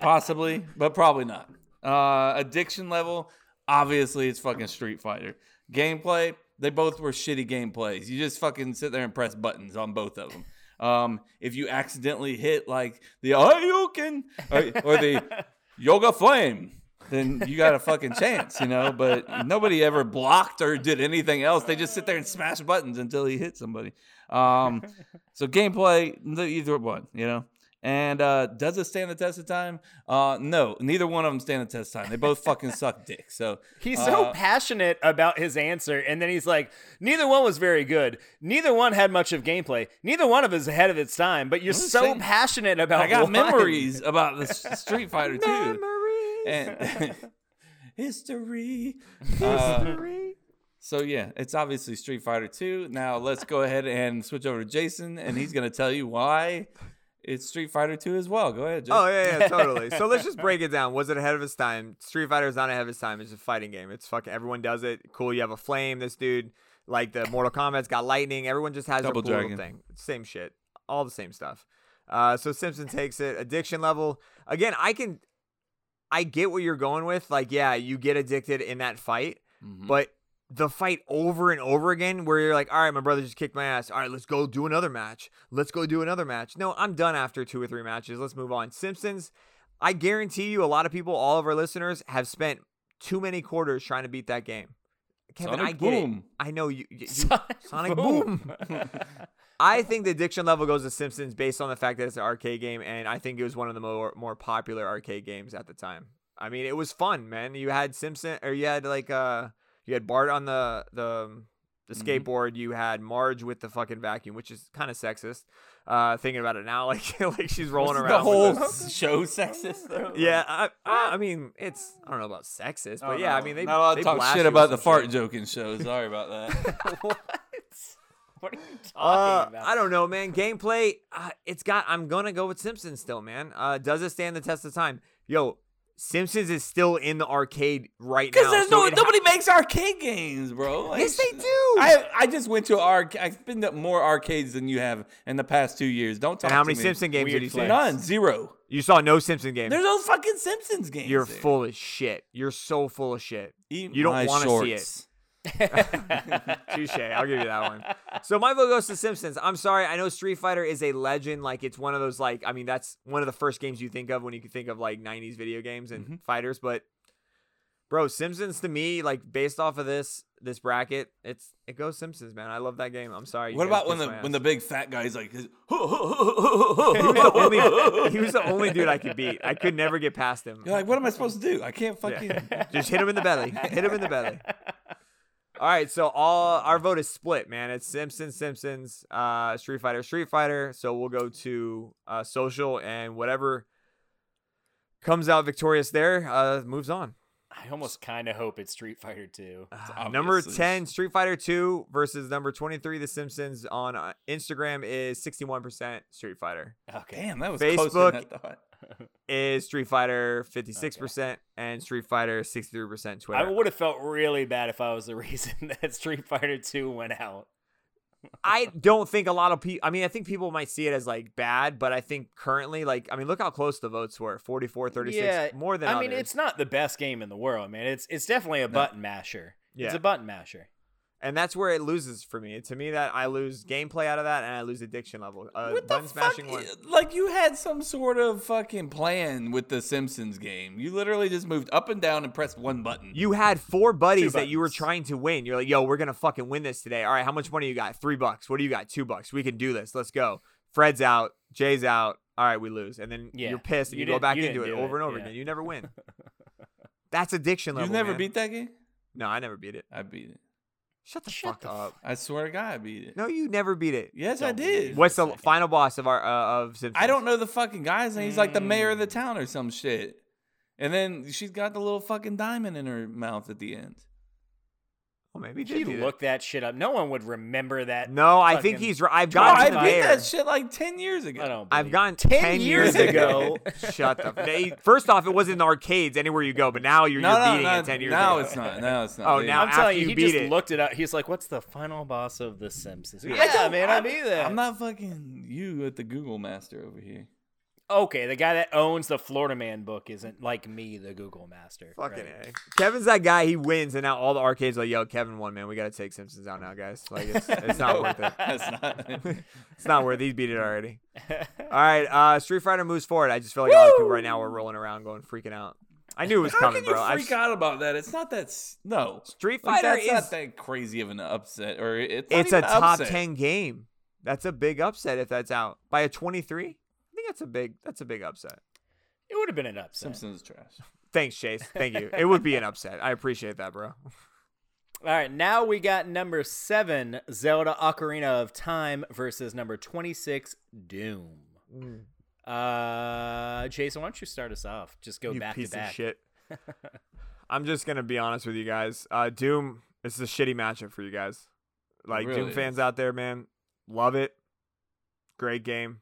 Speaker 2: possibly, but probably not. Uh, addiction level. Obviously, it's fucking Street Fighter. Gameplay. They both were shitty gameplays. You just fucking sit there and press buttons on both of them. Um, if you accidentally hit like the Ayukin or, or the Yoga Flame, then you got a fucking chance, you know. But nobody ever blocked or did anything else. They just sit there and smash buttons until he hit somebody. Um, so gameplay, n- either one, you know. And uh, does it stand the test of time? Uh, no, neither one of them stand the test of time. They both fucking suck dick. So
Speaker 3: He's so
Speaker 2: uh,
Speaker 3: passionate about his answer, and then he's like, "Neither one was very good. Neither one had much of gameplay. Neither one of us ahead of its time." But you're
Speaker 2: I'm
Speaker 3: so
Speaker 2: saying-
Speaker 3: passionate about.
Speaker 2: I got
Speaker 3: one.
Speaker 2: memories about the S- Street Fighter too. And history. Uh, so yeah, it's obviously Street Fighter 2. Now let's go ahead and switch over to Jason and he's going to tell you why it's Street Fighter 2 as well. Go ahead, Jason.
Speaker 1: Oh yeah, yeah, totally. So let's just break it down. Was it ahead of its time? Street Fighter is not ahead of its time. It's a fighting game. It's fucking everyone does it. Cool. You have a flame. This dude, like the Mortal Kombat's got lightning. Everyone just has
Speaker 2: Double
Speaker 1: their cool little
Speaker 2: Dragon.
Speaker 1: thing. Same shit. All the same stuff. Uh, so Simpson takes it. Addiction level. Again, I can, I get what you're going with. Like, yeah, you get addicted in that fight, but the fight over and over again where you're like, all right, my brother just kicked my ass. All right, let's go do another match. Let's go do another match. No, I'm done after two or three matches. Let's move on. Simpsons, I guarantee you a lot of people, all of our listeners, have spent too many quarters trying to beat that game. Kevin,
Speaker 2: Sonic
Speaker 1: I get it.
Speaker 2: Boom.
Speaker 1: I know you. you, you- Sonic Boom. I think the addiction level goes to Simpsons based on the fact that it's an arcade game, and I think it was one of the more more popular arcade games at the time. I mean, it was fun, man. You had Simpson, or you had like uh, you had Bart on the the the
Speaker 2: Mhm.
Speaker 1: skateboard. You had Marge with the fucking vacuum, which is kind of sexist. Uh, thinking about it now, like like she's rolling
Speaker 2: Wasn't
Speaker 1: around.
Speaker 2: the whole
Speaker 1: with the-
Speaker 2: show sexist though.
Speaker 1: yeah, I, I I mean, it's I don't know about sexist, but yeah, I mean, they
Speaker 2: not allowed
Speaker 1: they
Speaker 2: to talk
Speaker 1: blast
Speaker 2: shit
Speaker 1: you with
Speaker 2: about the
Speaker 1: some
Speaker 2: fart joking show. Sorry about that.
Speaker 3: what? What are you talking
Speaker 1: Uh,
Speaker 3: about?
Speaker 1: I don't know, man. Gameplay, uh, it's got. I'm gonna go with Simpsons still, man. Uh, does it stand the test of time? Yo, Simpsons is still in the arcade right now.
Speaker 2: Because there's
Speaker 1: so
Speaker 2: no
Speaker 1: it ha-
Speaker 2: nobody makes arcade games, bro. Like,
Speaker 1: Yes, they do.
Speaker 2: I I just went to arcade. I've been to more arcades than you have in the past two years. Don't talk.
Speaker 1: and how
Speaker 2: to
Speaker 1: many
Speaker 2: me.
Speaker 1: Simpson games did you see?
Speaker 2: None. Zero.
Speaker 1: You saw no Simpson games.
Speaker 2: There's no fucking Simpsons games.
Speaker 1: You're
Speaker 2: there.
Speaker 1: full of shit. You're so full of shit.
Speaker 2: Eat
Speaker 1: you don't
Speaker 2: my
Speaker 1: wanna see it.
Speaker 2: shorts.
Speaker 1: Touche. I'll give you that one. So my vote goes to Simpsons. I'm sorry. I know Street Fighter is a legend. Like it's one of those like I mean that's one of the first games you think of when you can think of like 90s video games and fighters. But bro, Simpsons to me like based off of this this bracket, it's it goes Simpsons, man. I love that game. I'm sorry. you
Speaker 2: What
Speaker 1: guys
Speaker 2: about when the
Speaker 1: kissed my
Speaker 2: when the
Speaker 1: ass.
Speaker 2: big fat guy's like, he
Speaker 1: he was, the only,
Speaker 2: was
Speaker 1: he was the only dude I could beat. I could never get past him.
Speaker 2: You're like, what am I supposed to do? I can't fucking.
Speaker 1: Just hit him in the belly. Hit him in the belly. All right, so all our vote is split, man. It's Simpsons, Simpsons, uh, Street Fighter, Street Fighter. So we'll go to uh, social and whatever comes out victorious there uh, moves on.
Speaker 3: I almost kind of hope it's Street Fighter 2.
Speaker 1: Uh, Number
Speaker 2: obviously.
Speaker 1: ten, Street Fighter Two versus number twenty three, The Simpsons on uh, Instagram is sixty one percent Street Fighter
Speaker 3: Okay.
Speaker 2: Damn, that was closer than
Speaker 1: Facebook
Speaker 2: I thought.
Speaker 1: is Street Fighter fifty six percent and Street Fighter sixty three percent Twitter.
Speaker 3: I would have felt really bad if I was the reason that Street Fighter 2 went out.
Speaker 1: I don't think a lot of people. I mean, I think people might see it as like bad, but I think currently, like, I mean, look how close the votes were 44, 36,
Speaker 3: Yeah,
Speaker 1: more than
Speaker 3: I mean,
Speaker 1: others.
Speaker 3: it's not the best game in the world, man. It's it's definitely a button masher. It's
Speaker 1: Yeah.
Speaker 3: a button masher.
Speaker 1: and that's where it loses for me. To me, that I lose gameplay out of that, and I lose addiction level. Uh,
Speaker 2: what the
Speaker 1: button
Speaker 2: fuck?
Speaker 1: smashing one.
Speaker 2: Like you had some sort of fucking plan with the Simpsons game. You literally just moved up and down and pressed one button.
Speaker 1: You had four buddies that you were
Speaker 3: buttons.
Speaker 1: trying to win. You're like, yo, we're gonna fucking win this today. All right, how much money you got? Three bucks. What do you got? Two bucks. We can do this. Let's go. Fred's out. Jay's out. All right, we lose. And then
Speaker 3: Yeah.
Speaker 1: you're pissed, and
Speaker 3: You
Speaker 1: you, go
Speaker 3: didn't-
Speaker 1: back
Speaker 3: you
Speaker 1: into it,
Speaker 3: didn't do
Speaker 1: over
Speaker 3: it.
Speaker 1: and over
Speaker 3: Yeah.
Speaker 1: again. You never win. That's addiction level.
Speaker 2: You've never
Speaker 1: man.
Speaker 2: beat that game?
Speaker 1: No, I never beat it.
Speaker 2: I beat it.
Speaker 1: Shut the
Speaker 3: Shut
Speaker 1: fuck
Speaker 3: the
Speaker 1: up.
Speaker 2: I swear to God, I beat it.
Speaker 1: No, you never beat it.
Speaker 2: Yes, I
Speaker 3: Don't believe
Speaker 2: did.
Speaker 3: it.
Speaker 1: What's the
Speaker 3: Second.
Speaker 1: final boss of our uh, of Simpsons?
Speaker 2: I don't know the fucking guy's name. He's like the mayor of the
Speaker 3: Mm.
Speaker 2: town or some shit. And then she's got the little fucking diamond in her mouth at the end.
Speaker 1: Well, maybe he
Speaker 3: You
Speaker 1: did beat it.
Speaker 3: look that shit up. No one would remember that.
Speaker 1: No, I think
Speaker 3: fucking-
Speaker 1: he's. right. I've
Speaker 2: Bro, I
Speaker 1: gone to the
Speaker 2: beat
Speaker 1: mayor.
Speaker 2: that shit like ten years ago.
Speaker 3: I don't.
Speaker 1: I've
Speaker 3: believe
Speaker 1: gone
Speaker 3: 10
Speaker 1: ten
Speaker 3: years
Speaker 1: years
Speaker 3: ago.
Speaker 1: ago. Shut the. They, first off, it wasn't in arcades anywhere you go, but now you're,
Speaker 2: No,
Speaker 1: you're
Speaker 2: no,
Speaker 1: beating
Speaker 2: no,
Speaker 1: it ten years
Speaker 2: now
Speaker 1: ago.
Speaker 2: it's not. Now it's not.
Speaker 1: Oh,
Speaker 2: dude.
Speaker 1: now
Speaker 3: I'm telling
Speaker 1: after
Speaker 3: you,
Speaker 1: you
Speaker 3: he
Speaker 1: beat
Speaker 3: just
Speaker 1: it-
Speaker 3: looked it up. He's like, "What's the final boss of The Simpsons?"
Speaker 2: I
Speaker 3: Yeah,
Speaker 2: don't-
Speaker 3: man, I'll be there.
Speaker 2: I'm not fucking you at the Google Master over here.
Speaker 3: Okay, the guy that owns the Florida Man book isn't like me, the Google Master.
Speaker 1: Fucking
Speaker 3: right?
Speaker 1: A. Kevin's that guy. He wins, and now all the arcades are like, "Yo, Kevin won, man. We gotta take Simpsons out now, guys. Like, it's, it's not worth it.
Speaker 2: That's not.
Speaker 1: It's not worth. it. He beat it already. All right, uh, Street Fighter moves forward. I just feel like a lot of people right now are rolling around, going freaking out. I knew it was
Speaker 2: How
Speaker 1: coming,
Speaker 2: can you
Speaker 1: bro. I've
Speaker 2: freak out about that? It's not that. s- No,
Speaker 1: Street
Speaker 2: like,
Speaker 1: Fighter
Speaker 2: that's
Speaker 1: is
Speaker 2: not that crazy of an upset, or it's not
Speaker 1: it's a
Speaker 2: even an
Speaker 1: top
Speaker 2: upset.
Speaker 1: 10 game that's a big upset if that's out by a 23 i think that's a big that's a big upset
Speaker 3: It would have been an upset.
Speaker 2: Simpsons trash.
Speaker 1: thanks chase thank you it would be an upset i appreciate that bro
Speaker 3: All right, now we got number seven, Zelda Ocarina of Time versus number twenty-six, Doom. Uh, Jason, why don't you start us off? Just go
Speaker 1: you
Speaker 3: back
Speaker 1: piece
Speaker 3: to back.
Speaker 1: of shit i'm just gonna be honest with you guys uh doom this is a shitty matchup for you guys like doom
Speaker 2: really
Speaker 1: fans
Speaker 2: is.
Speaker 1: out there man love it great game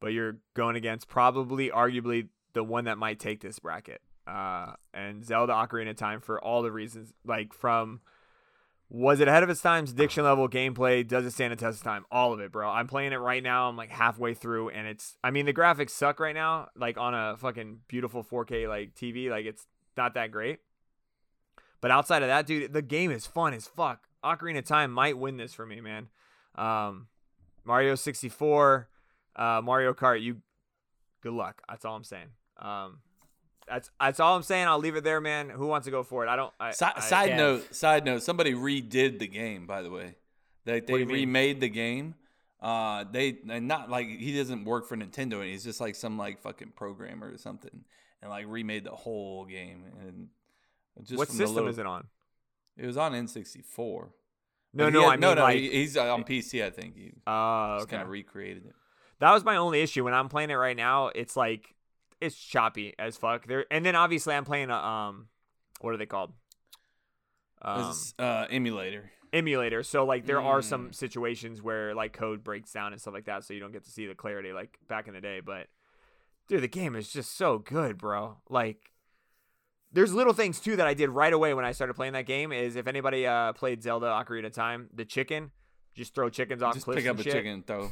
Speaker 1: but you're going against probably arguably the one that might take this bracket uh and zelda ocarina of time for all the reasons like from Was it ahead of its time's diction level gameplay? Does it stand the test of time? All of it, bro. I'm playing it right now. I'm like halfway through, and it's. I mean, the graphics suck right now. Like on a fucking beautiful 4K like TV, like it's not that great. But outside of that, dude, the game is fun as fuck. Ocarina of Time might win this for me, man. Um, Mario 64, uh, Mario Kart, you good luck. That's all I'm saying. Um, that's that's all I'm saying. I'll leave it there, man. Who wants to go for it? I don't. I,
Speaker 2: Si-
Speaker 1: I-
Speaker 2: side
Speaker 3: Kev.
Speaker 2: note, side note. Somebody redid the game, by the way. They
Speaker 1: do
Speaker 2: they
Speaker 1: you mean?
Speaker 2: remade the game. Uh, they and not like he doesn't work for Nintendo, and he's just like some like fucking programmer or something, and like remade the whole game. And just
Speaker 1: what
Speaker 2: from the
Speaker 1: system
Speaker 2: little-
Speaker 1: is it on?
Speaker 2: It was on N64.
Speaker 1: No,
Speaker 2: But he
Speaker 1: no,
Speaker 2: had-
Speaker 1: I mean
Speaker 2: no, no.
Speaker 1: like.
Speaker 2: he- he's on PC, I think. He
Speaker 1: uh,
Speaker 2: just
Speaker 1: okay.
Speaker 2: kind of recreated it.
Speaker 1: that was my only issue when I'm playing it right now. It's like it's choppy as fuck. There and then obviously I'm playing a um, what are they called? Um,
Speaker 2: It's, uh, emulator.
Speaker 1: emulator. So like there are
Speaker 2: Mm.
Speaker 1: some situations where like code breaks down and stuff like that, so you don't get to see the clarity like back in the day. But dude, the game is just so good, bro. Like there's little things too that I did right away when I started playing that game. Is if anybody uh, played Zelda Ocarina of Time, the chicken, just throw chickens off
Speaker 2: Just
Speaker 1: cliffs
Speaker 2: pick up
Speaker 1: and
Speaker 2: a
Speaker 1: shit.
Speaker 2: chicken and throw.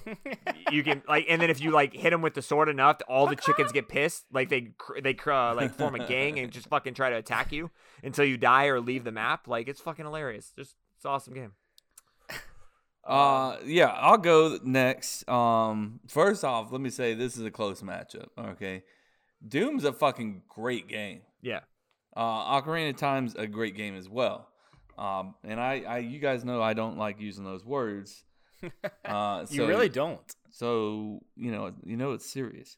Speaker 1: You can like, and then if you like hit them with the sword enough, all the chickens get pissed. Like they cr- they cr- uh, like form a gang and just fucking try to attack you until you die or leave the map. Like it's fucking hilarious. Just it's an awesome game.
Speaker 2: Uh, yeah, I'll go next. Um, first off, let me say this is a close matchup. Okay, Doom's a fucking great game.
Speaker 1: Yeah.
Speaker 2: Uh, Ocarina of Time's a great game as well. Um, and I, I, you guys know I don't like using those words. Uh,
Speaker 3: You
Speaker 2: so-
Speaker 3: really don't.
Speaker 2: so you know, you know it's serious.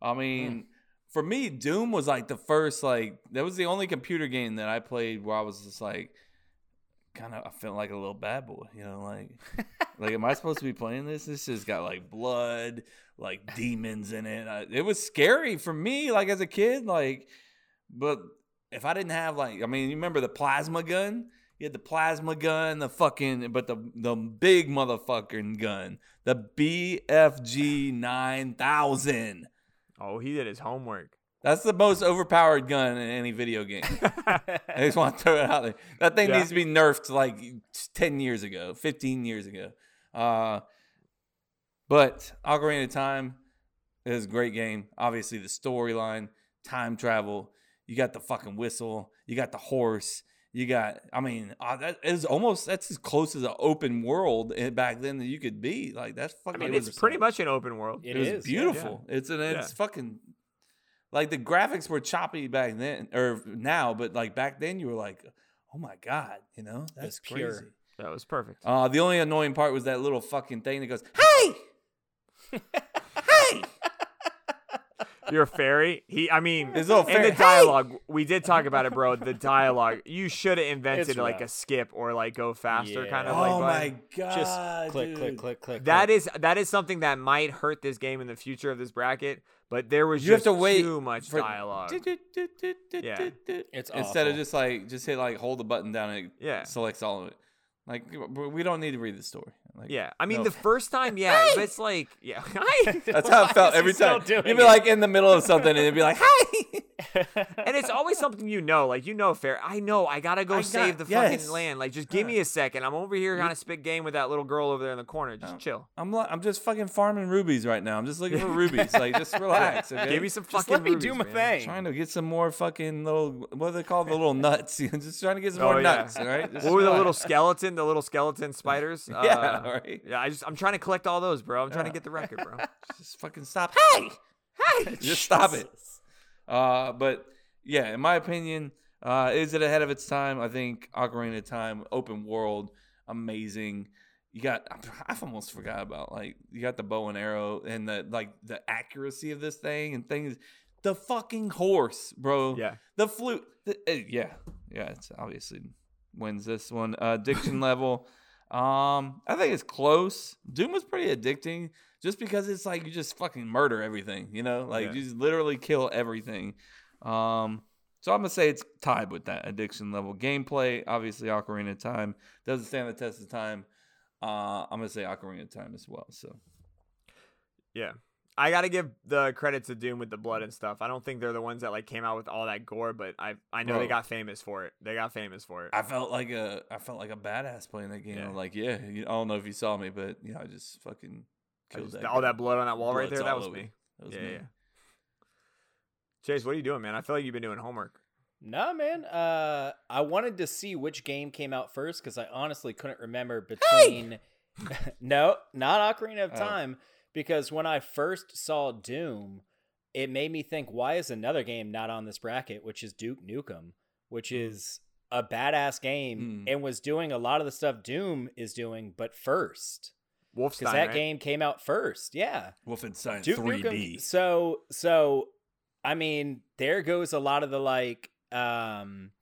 Speaker 2: I mean, for me, Doom was like the first like that was the only computer game that I played where I was just like, kind of I felt like a little bad boy, you know, like like am I supposed to be playing this? This just got like blood, like demons in it. I, it was scary for me, like as a kid, like. But if I didn't have like, I mean, you remember the plasma gun? You had the plasma gun, the fucking, but the the big motherfucking gun, the BFG nine thousand.
Speaker 1: Oh, he did his homework.
Speaker 2: That's the most overpowered gun in any video game. I just want to throw it out there. That thing
Speaker 1: Yeah.
Speaker 2: needs to be nerfed like ten years ago, fifteen years ago. Uh, but Ocarina of Time is a great game. Obviously, the storyline, time travel. You got the fucking whistle. You got the horse. You got. I mean, uh, that is almost that's as close as an open world eh, back then that you could be. Like that's
Speaker 1: I
Speaker 2: fucking.
Speaker 1: mean, it's
Speaker 2: 100%.
Speaker 1: pretty much an open world.
Speaker 2: It, was
Speaker 3: is, yeah.
Speaker 2: beautiful. It's an it's fucking like the graphics were choppy back then or now, but like back then you were like, oh my god, you know that's
Speaker 3: It's pure.
Speaker 2: crazy.
Speaker 1: That was perfect.
Speaker 2: Uh, the only annoying part was that little fucking thing that goes, hey, hey.
Speaker 1: You're a fairy. He, I mean,
Speaker 2: It's all
Speaker 1: and
Speaker 2: fairy.
Speaker 1: the dialogue. We did talk about it, bro. The dialogue. You should have invented
Speaker 3: It's
Speaker 1: like a
Speaker 3: rough.
Speaker 1: skip or like go faster
Speaker 3: Yeah.
Speaker 1: kind of like.
Speaker 2: Oh my
Speaker 1: button.
Speaker 2: god!
Speaker 3: Just click, click,
Speaker 2: Ah, dude.
Speaker 3: click, click.
Speaker 1: That is that is something that might hurt this game in the future of this bracket. But there was
Speaker 2: You have
Speaker 1: just
Speaker 2: to wait
Speaker 1: too much
Speaker 2: for-
Speaker 1: dialogue. Yeah.
Speaker 3: It's
Speaker 2: instead of
Speaker 3: awful.
Speaker 2: just like just hit like hold the button down and it
Speaker 1: Yeah.
Speaker 2: selects all of it. Like we don't need to read the story. Like,
Speaker 1: Yeah, I mean
Speaker 2: no.
Speaker 1: the first time, yeah, but it's like, yeah,
Speaker 2: That's how
Speaker 3: Why
Speaker 2: it felt
Speaker 3: is he
Speaker 2: every
Speaker 3: still
Speaker 2: time. You'd
Speaker 3: doing
Speaker 2: be
Speaker 3: it?
Speaker 2: like in the middle of something and it'd be like, hey!
Speaker 1: and it's always something you know, like you know, fair. I know I gotta go
Speaker 2: I
Speaker 1: save
Speaker 2: got-
Speaker 1: the fucking
Speaker 2: yes.
Speaker 1: land. Like, just give me a second. I'm over here trying to spit game with that little girl over there in the corner.
Speaker 2: Oh.
Speaker 1: Just chill.
Speaker 2: I'm, li- I'm just fucking farming rubies right now. I'm just looking for rubies. Like, just relax. Okay?
Speaker 1: Give me some
Speaker 3: Just
Speaker 1: fucking.
Speaker 3: let me do my
Speaker 1: rubies, man.
Speaker 3: thing.
Speaker 2: Trying to get some more fucking little, what are they called? The little nuts. just trying to get some
Speaker 1: Oh,
Speaker 2: more
Speaker 1: yeah.
Speaker 2: nuts, all right? Just
Speaker 1: What were the
Speaker 2: relax.
Speaker 1: little skeleton? The little skeleton spiders.
Speaker 2: Yeah,
Speaker 1: Uh,
Speaker 2: all right.
Speaker 1: Yeah, I just I'm trying to collect all those, bro. I'm trying to get the record, bro.
Speaker 2: Just fucking stop. Hey! Hey! just stop it. Uh, but yeah, in my opinion, uh, is it ahead of its time? I think Ocarina of Time, open world, amazing. You got I've almost forgot about like you got the bow and arrow and the like the accuracy of this thing and things. The fucking horse, bro.
Speaker 1: Yeah.
Speaker 2: The flute. the- eh, yeah. Yeah. It's obviously wins this one. Uh, addiction level. Um, I think it's close. Doom was pretty addicting just because it's like you just fucking murder everything, you know? Like
Speaker 1: Yeah.
Speaker 2: you just literally kill everything. Um, so I'm gonna say it's tied with that addiction level. Gameplay, obviously Ocarina of Time doesn't stand the test of time. Uh, I'm gonna say Ocarina of Time as well. So
Speaker 1: Yeah. I gotta give the credit to Doom with the blood and stuff. I don't think they're the ones that like came out with all that gore, but I I know
Speaker 2: Bro.
Speaker 1: they got famous for it. They got famous for it.
Speaker 2: I felt like a I felt like a badass playing that game.
Speaker 1: Yeah.
Speaker 2: I'm like, yeah, you, I don't know if you saw me, but you know, I just fucking
Speaker 1: I
Speaker 2: killed
Speaker 1: just-
Speaker 2: that
Speaker 1: all
Speaker 2: guy.
Speaker 1: that blood on that wall right
Speaker 2: Blood's
Speaker 1: there, that
Speaker 2: all
Speaker 1: was
Speaker 2: over.
Speaker 1: me.
Speaker 2: That was
Speaker 1: yeah,
Speaker 2: me.
Speaker 1: yeah. Chase, what are you doing, man? I feel like you've been doing homework.
Speaker 3: Nah, man. Uh, I wanted to see which game came out first because I honestly couldn't remember between. no, not Ocarina of
Speaker 2: Oh.
Speaker 3: Time. Because when I first saw Doom, it made me think, why is another game not on this bracket, which is Duke Nukem, which is a badass game
Speaker 2: Hmm.
Speaker 3: and was doing a lot of the stuff Doom is doing, but first.
Speaker 1: Wolfenstein.
Speaker 3: Because that
Speaker 1: right?
Speaker 3: game came out first. Yeah.
Speaker 2: Wolfenstein
Speaker 3: Duke Nukem. So so I mean, there goes a lot of the like um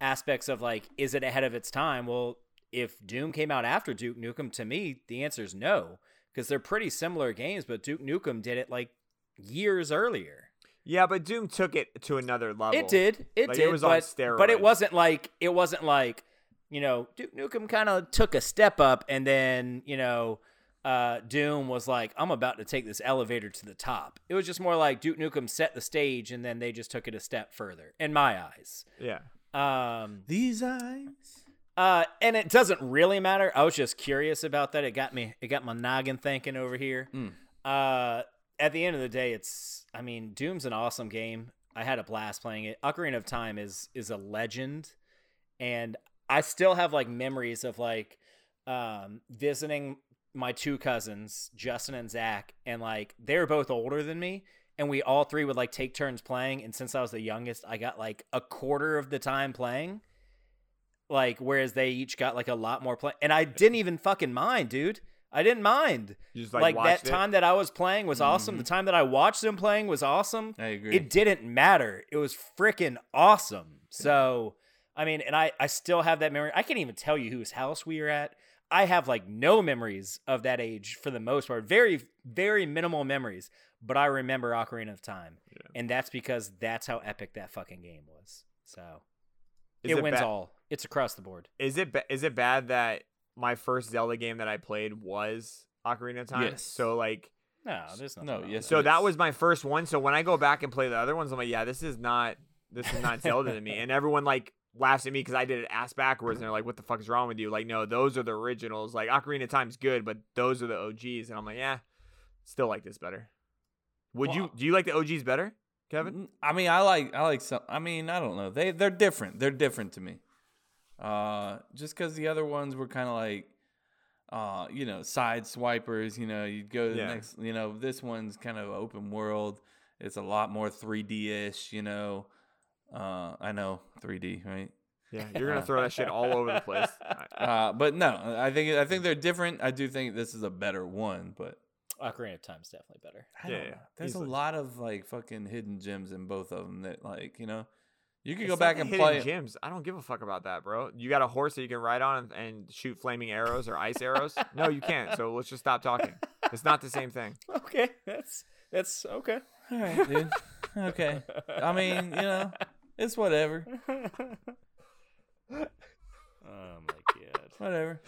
Speaker 3: aspects of like, is it ahead of its time? Well, if Doom came out after Duke Nukem, to me, the answer is no. Because they're pretty similar games, but Duke Nukem did it like years earlier.
Speaker 1: Yeah, but Doom took it to another level.
Speaker 3: It did. It
Speaker 1: Like, it
Speaker 3: did.
Speaker 1: was on
Speaker 3: but, but
Speaker 1: steroids.
Speaker 3: it wasn't like it wasn't like you know Duke Nukem kind of took a step up, and then you know uh, Doom was like, "I'm about to take this elevator to the top." It was just more like Duke Nukem set the stage, and then they just took it a step further, in my eyes.
Speaker 1: Yeah.
Speaker 3: Um,
Speaker 2: These eyes.
Speaker 3: uh, and it doesn't really matter. I was just curious about that. It got me. It got my noggin thinking over here.
Speaker 2: Mm.
Speaker 3: Uh, at the end of the day, it's. I mean, Doom's an awesome game. I had a blast playing it. Ocarina of Time is is a legend, and I still have like memories of like um, visiting my two cousins, Justin and Zach, and like they're both older than me. And we all three would like take turns playing. And since I was the youngest, I got like a quarter of the time playing like whereas they each got like a lot more play and i didn't even fucking mind dude i didn't mind
Speaker 1: You just like,
Speaker 3: like, that
Speaker 1: watched it. Mm-hmm.
Speaker 3: time that i was playing was awesome the time that i watched them playing was awesome
Speaker 2: I agree.
Speaker 3: it didn't matter it was freaking awesome so i mean and i i still have that memory i can't even tell you whose house we were at i have like no memories of that age for the most part very very minimal memories but i remember ocarina of time and that's because that's how epic that fucking game was so
Speaker 1: Is
Speaker 3: it, wins
Speaker 1: ba-
Speaker 3: all it's across the board
Speaker 1: Is it ba- is it bad that my first Zelda game that I played was Ocarina of Time?
Speaker 2: Yes.
Speaker 1: So like
Speaker 3: No, there's nothing.
Speaker 2: No,
Speaker 3: wrong.
Speaker 2: yes.
Speaker 1: so
Speaker 2: it
Speaker 1: that
Speaker 2: is.
Speaker 1: was my first one. So when I go back and play the other ones, I'm like, yeah, this is not this is not Zelda to me. And everyone like laughs at me because I did it ass backwards, and they're like, "What the fuck is wrong with you?" Like, no, those are the originals. Like Ocarina of Time's good, but those are the OGs. And I'm like, yeah, still like this better. Would you
Speaker 2: Well,
Speaker 1: do you like the OGs better, Kevin?
Speaker 2: Mm, I mean, I like I like some. I mean, I don't know. They they're different. They're different to me. Uh, just because the other ones were kind of like, uh, you know, side swipers. You know, you'd go to the
Speaker 1: Yeah.
Speaker 2: next. You know, this one's kind of open world. It's a lot more 3D ish. You know, uh, I know 3D, right?
Speaker 1: Yeah, you're gonna throw that shit all over the place. I-
Speaker 2: Uh, but no, I think I think they're different. I do think this is a better one, but
Speaker 3: Ocarina of Time's definitely better.
Speaker 2: I
Speaker 1: Yeah,
Speaker 2: don't
Speaker 1: yeah,
Speaker 2: know. There's
Speaker 1: easily.
Speaker 2: a lot of like fucking hidden gems in both of them that like you know, you could go
Speaker 1: It's not
Speaker 2: back
Speaker 1: the
Speaker 2: and
Speaker 1: hidden
Speaker 2: play.
Speaker 1: gyms. I don't give a fuck about that, bro. You got a horse that you can ride on and, and shoot flaming arrows or ice arrows? No, you can't. So let's just stop talking. It's not the same thing.
Speaker 3: Okay, that's that's okay.
Speaker 2: All right, dude. okay. I mean, you know, it's whatever.
Speaker 3: Oh my god.
Speaker 2: Whatever.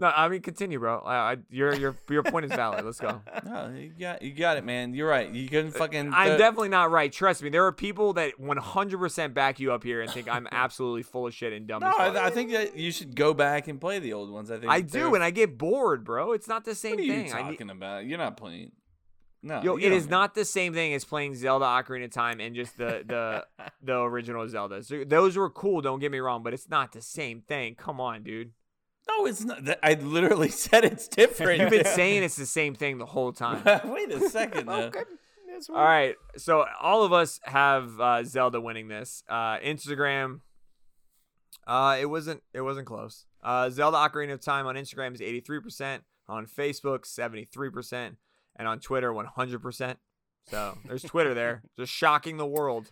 Speaker 1: No, I mean continue, bro. I, I, your your your point is valid. Let's go.
Speaker 2: No, you got you got it, man. You're right. You couldn't fucking.
Speaker 1: I'm
Speaker 2: throw-
Speaker 1: definitely not right. Trust me. There are people that 100% back you up here and think I'm absolutely full of shit and dumb.
Speaker 2: No,
Speaker 1: as fuck.
Speaker 2: I, I think that you should go back and play the old ones. I think
Speaker 1: I
Speaker 2: that they're-
Speaker 1: do, and I get bored, bro. It's not the same
Speaker 2: What are you
Speaker 1: thing. I need-
Speaker 2: talking about? You're not playing. No,
Speaker 1: Yo,
Speaker 2: you
Speaker 1: it
Speaker 2: don't
Speaker 1: is
Speaker 2: know.
Speaker 1: not the same thing as playing Zelda Ocarina of Time and just the the the original Zelda. So those were cool, don't get me wrong, but it's not the same thing. Come on, dude.
Speaker 2: No, it's not. That- I literally said it's different.
Speaker 1: You've been saying Oh, it's the same thing the whole time.
Speaker 2: Wait a second. uh,
Speaker 1: All right, so all of us have uh, Zelda winning this. Uh, Instagram, uh, it wasn't it wasn't close. Uh, Zelda Ocarina of Time on Instagram is eighty three percent, on Facebook seventy three percent, and on Twitter one hundred percent. So there's Twitter there, just shocking the world.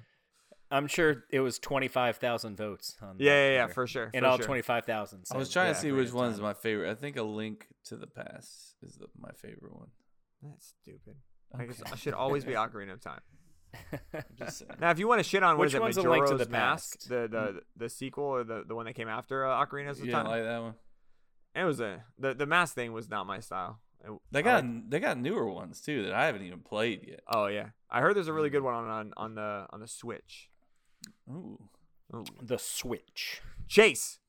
Speaker 3: I'm sure it was twenty five thousand votes. On
Speaker 1: Yeah,
Speaker 3: that
Speaker 1: yeah, yeah,
Speaker 3: number.
Speaker 1: for sure.
Speaker 3: and
Speaker 1: for
Speaker 3: all
Speaker 1: sure.
Speaker 3: twenty five thousand.
Speaker 2: I was trying to
Speaker 1: Yeah,
Speaker 2: see which one's my favorite. I think a link to the past is the, my favorite one.
Speaker 1: That's stupid. I guess I should always be Ocarina of Time.
Speaker 2: I'm just saying.
Speaker 1: Now, if you want to shit on what
Speaker 3: Which
Speaker 1: is it,
Speaker 3: one's A
Speaker 1: Majora's
Speaker 3: Link to the
Speaker 1: Mask,
Speaker 3: Past? Hmm.
Speaker 1: the, the the sequel or the, the one that came after uh, Ocarina of
Speaker 2: you
Speaker 1: Time,
Speaker 2: don't like that one.
Speaker 1: it was a the the mask thing was not my style. It-
Speaker 2: They
Speaker 1: I
Speaker 2: got
Speaker 1: like-
Speaker 2: they got newer ones too that I haven't even played yet.
Speaker 1: oh yeah, I heard there's a
Speaker 3: Mm.
Speaker 1: really good one on on, on the on the Switch.
Speaker 2: Ooh.
Speaker 1: Ooh.
Speaker 3: the Switch.
Speaker 1: Chase,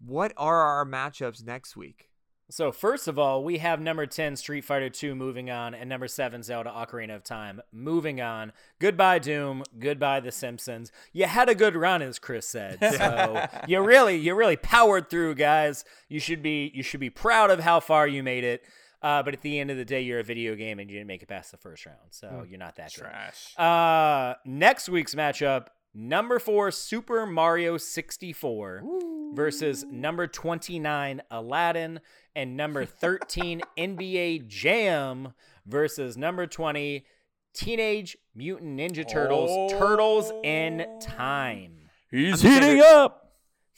Speaker 1: what are our matchups next week?
Speaker 3: So first of all, we have number 10 Street Fighter 2 moving on and number 7 Zelda Ocarina of Time moving on. Goodbye Doom, goodbye The Simpsons. You had a good run as Chris said. So you really you really powered through guys. You should be you should be proud of how far you made it. Uh, but at the end of the day, you're a video game and you didn't make it past the first round. So
Speaker 1: Hmm.
Speaker 3: you're not that good.
Speaker 2: Trash.
Speaker 3: Uh, next week's matchup, number four, Super Mario 64 versus number 29, Aladdin, and number 13, NBA Jam versus number 20, Teenage Mutant Ninja Turtles, Turtles in Time.
Speaker 2: He's
Speaker 5: I'm just
Speaker 2: heating
Speaker 5: gonna-
Speaker 2: up.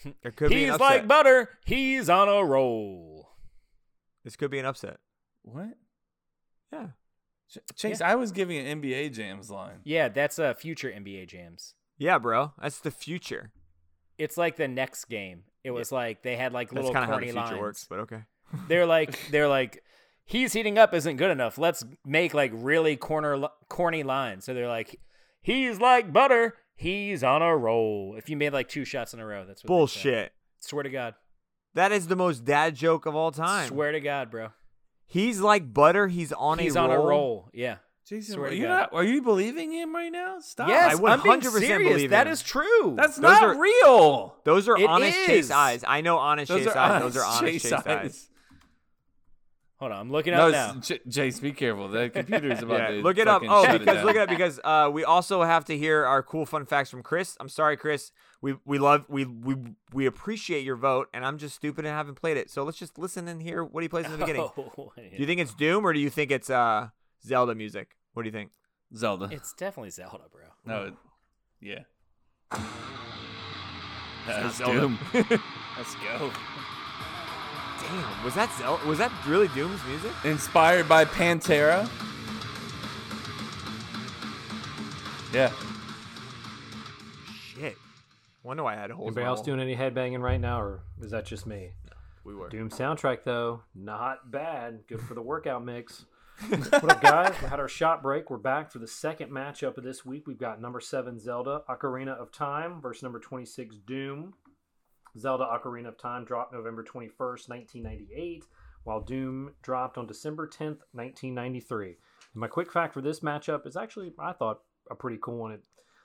Speaker 5: There Oh. could be an
Speaker 3: He's
Speaker 5: upset.
Speaker 3: like butter, he's on a roll.
Speaker 5: this could be an upset.
Speaker 2: What?
Speaker 5: Yeah.
Speaker 2: Ch- Chase, I was giving an NBA James line.
Speaker 3: Yeah, that's a uh, future NBA Jams.
Speaker 5: Yeah, bro. That's the future.
Speaker 3: It's like the next game. It was like they had like
Speaker 5: That's
Speaker 3: little
Speaker 5: kind of how the
Speaker 3: corny
Speaker 5: future
Speaker 3: lines.
Speaker 5: works, but okay.
Speaker 3: they're like they're like he's heating up isn't good enough let's make like really corner li- corny lines so they're like he's like butter he's on a roll if you made like two shots in a row that's what they said.
Speaker 5: Bullshit.
Speaker 3: swear to god
Speaker 5: That is the most dad joke of all time.
Speaker 3: swear to god bro
Speaker 5: He's like butter. He's on
Speaker 3: he's
Speaker 5: a
Speaker 3: on
Speaker 5: roll.
Speaker 3: a roll yeah
Speaker 2: Jason,
Speaker 3: Swear
Speaker 2: are
Speaker 3: to
Speaker 2: you,
Speaker 3: God.
Speaker 2: not, are you believing him right now? Stop.
Speaker 3: yes
Speaker 5: I
Speaker 3: i'm being
Speaker 5: 100%
Speaker 3: serious
Speaker 5: believe
Speaker 3: that
Speaker 5: him.
Speaker 3: is true
Speaker 2: That's
Speaker 5: Those
Speaker 2: not
Speaker 5: are-
Speaker 2: real.
Speaker 5: Those are
Speaker 3: It
Speaker 5: honest Chase
Speaker 3: is.
Speaker 5: eyes. I know honest
Speaker 2: Those
Speaker 5: Chase
Speaker 2: are
Speaker 5: eyes. Those are
Speaker 2: honest
Speaker 5: honest Chase,
Speaker 2: Chase
Speaker 5: eyes.
Speaker 2: eyes.
Speaker 3: hold on i'm looking
Speaker 2: No,
Speaker 3: up
Speaker 2: it's-
Speaker 3: now
Speaker 2: J- Jace, be careful. The computer's about
Speaker 5: Yeah,
Speaker 2: to
Speaker 5: look it up.
Speaker 2: fucking
Speaker 5: Oh,
Speaker 2: shut
Speaker 5: because
Speaker 2: down.
Speaker 5: look it up because uh, we also have to hear our cool fun facts from Chris. I'm sorry, Chris. We we love we we we appreciate your vote, and I'm just stupid and haven't played it. So let's just listen and hear what he plays in the beginning.
Speaker 3: Oh, yeah.
Speaker 5: Do you think it's Doom or do you think it's uh, Zelda music? What do you think?
Speaker 2: Zelda.
Speaker 3: it's definitely zelda bro
Speaker 2: no, it- yeah. That's Doom. Let's go.
Speaker 5: Damn, was that Zel- Was that really Doom's music?
Speaker 2: Inspired by Pantera. Yeah.
Speaker 5: Shit. Wonder why I had holes. in
Speaker 8: Anybody
Speaker 5: my
Speaker 8: else
Speaker 5: wall.
Speaker 8: doing any headbanging right now, or is that just me?
Speaker 5: We were.
Speaker 8: Doom soundtrack though, not bad. Good for the workout mix. what up, guys? We had our shot break. We're back for the second matchup of this week. We've got number seven Zelda Ocarina of Time versus number twenty six Doom. Zelda Ocarina of Time dropped November twenty first, nineteen ninety eight, while Doom dropped on December tenth, nineteen ninety three. My quick fact for this matchup is actually, I thought, a pretty cool one. It,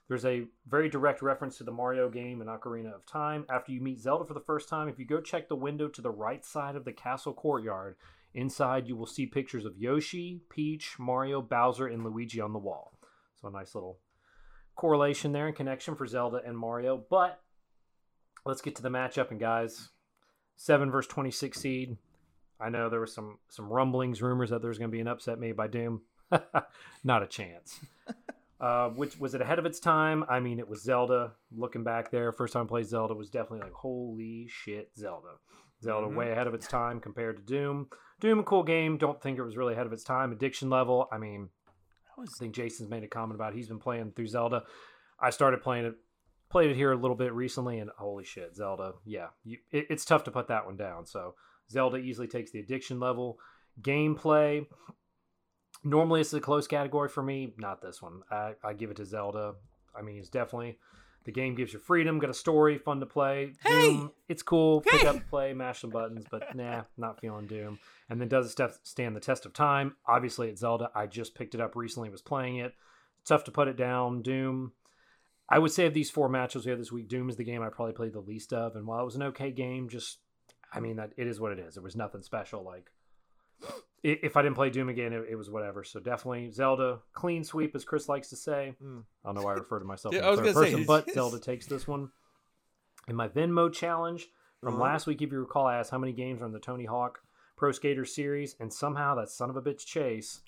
Speaker 8: there's a very direct reference to the Mario game in Ocarina of Time. After you meet Zelda for the first time, if you go check the window to the right side of the castle courtyard, inside you will see pictures of Yoshi, Peach, Mario, Bowser, and Luigi on the wall. So a nice little correlation there and connection for Zelda and Mario. But let's get to the matchup and guys, seven verse twenty six seed. I know there was some some rumblings, rumors that there's going to be an upset made by Doom. Not a chance uh, which was it ahead of its time? I mean, it was Zelda. Looking back there, first time I played Zelda was definitely like, holy shit, Zelda. Zelda way ahead of its time compared to Doom. Doom, cool game. Don't think it was really ahead of its time. Addiction level. I mean, I think Jason's made a comment about he's been playing through Zelda. I started playing it, played it here a little bit recently, and holy shit, Zelda. Yeah, you, it, it's tough to put that one down. So Zelda easily takes the addiction level. Gameplay normally it's a close category for me not this one i, I give it to zelda i mean it's definitely the game gives you freedom got a story fun to play doom it's cool pick up play mash some buttons but nah not feeling doom and then does it stuff stand the test of time obviously it's zelda i just picked it up recently was playing it tough to put it down doom i would say of these four matches we had this week doom is the game i probably played the least of and while it was an okay game just i mean that it is what it is it was nothing special like i- if I didn't play Doom again, it, it was whatever. So definitely Zelda clean sweep, as Chris likes to say. I don't know why I refer to myself
Speaker 2: Hmm. Yeah,
Speaker 8: in
Speaker 2: I was
Speaker 8: third
Speaker 2: gonna say,
Speaker 8: person, but
Speaker 2: it's-
Speaker 8: Zelda takes this one. In my Venmo challenge from
Speaker 2: Uh-huh.
Speaker 8: last week, if you recall, I asked how many games are in the Tony Hawk Pro Skater series, and somehow that son of a bitch Chase,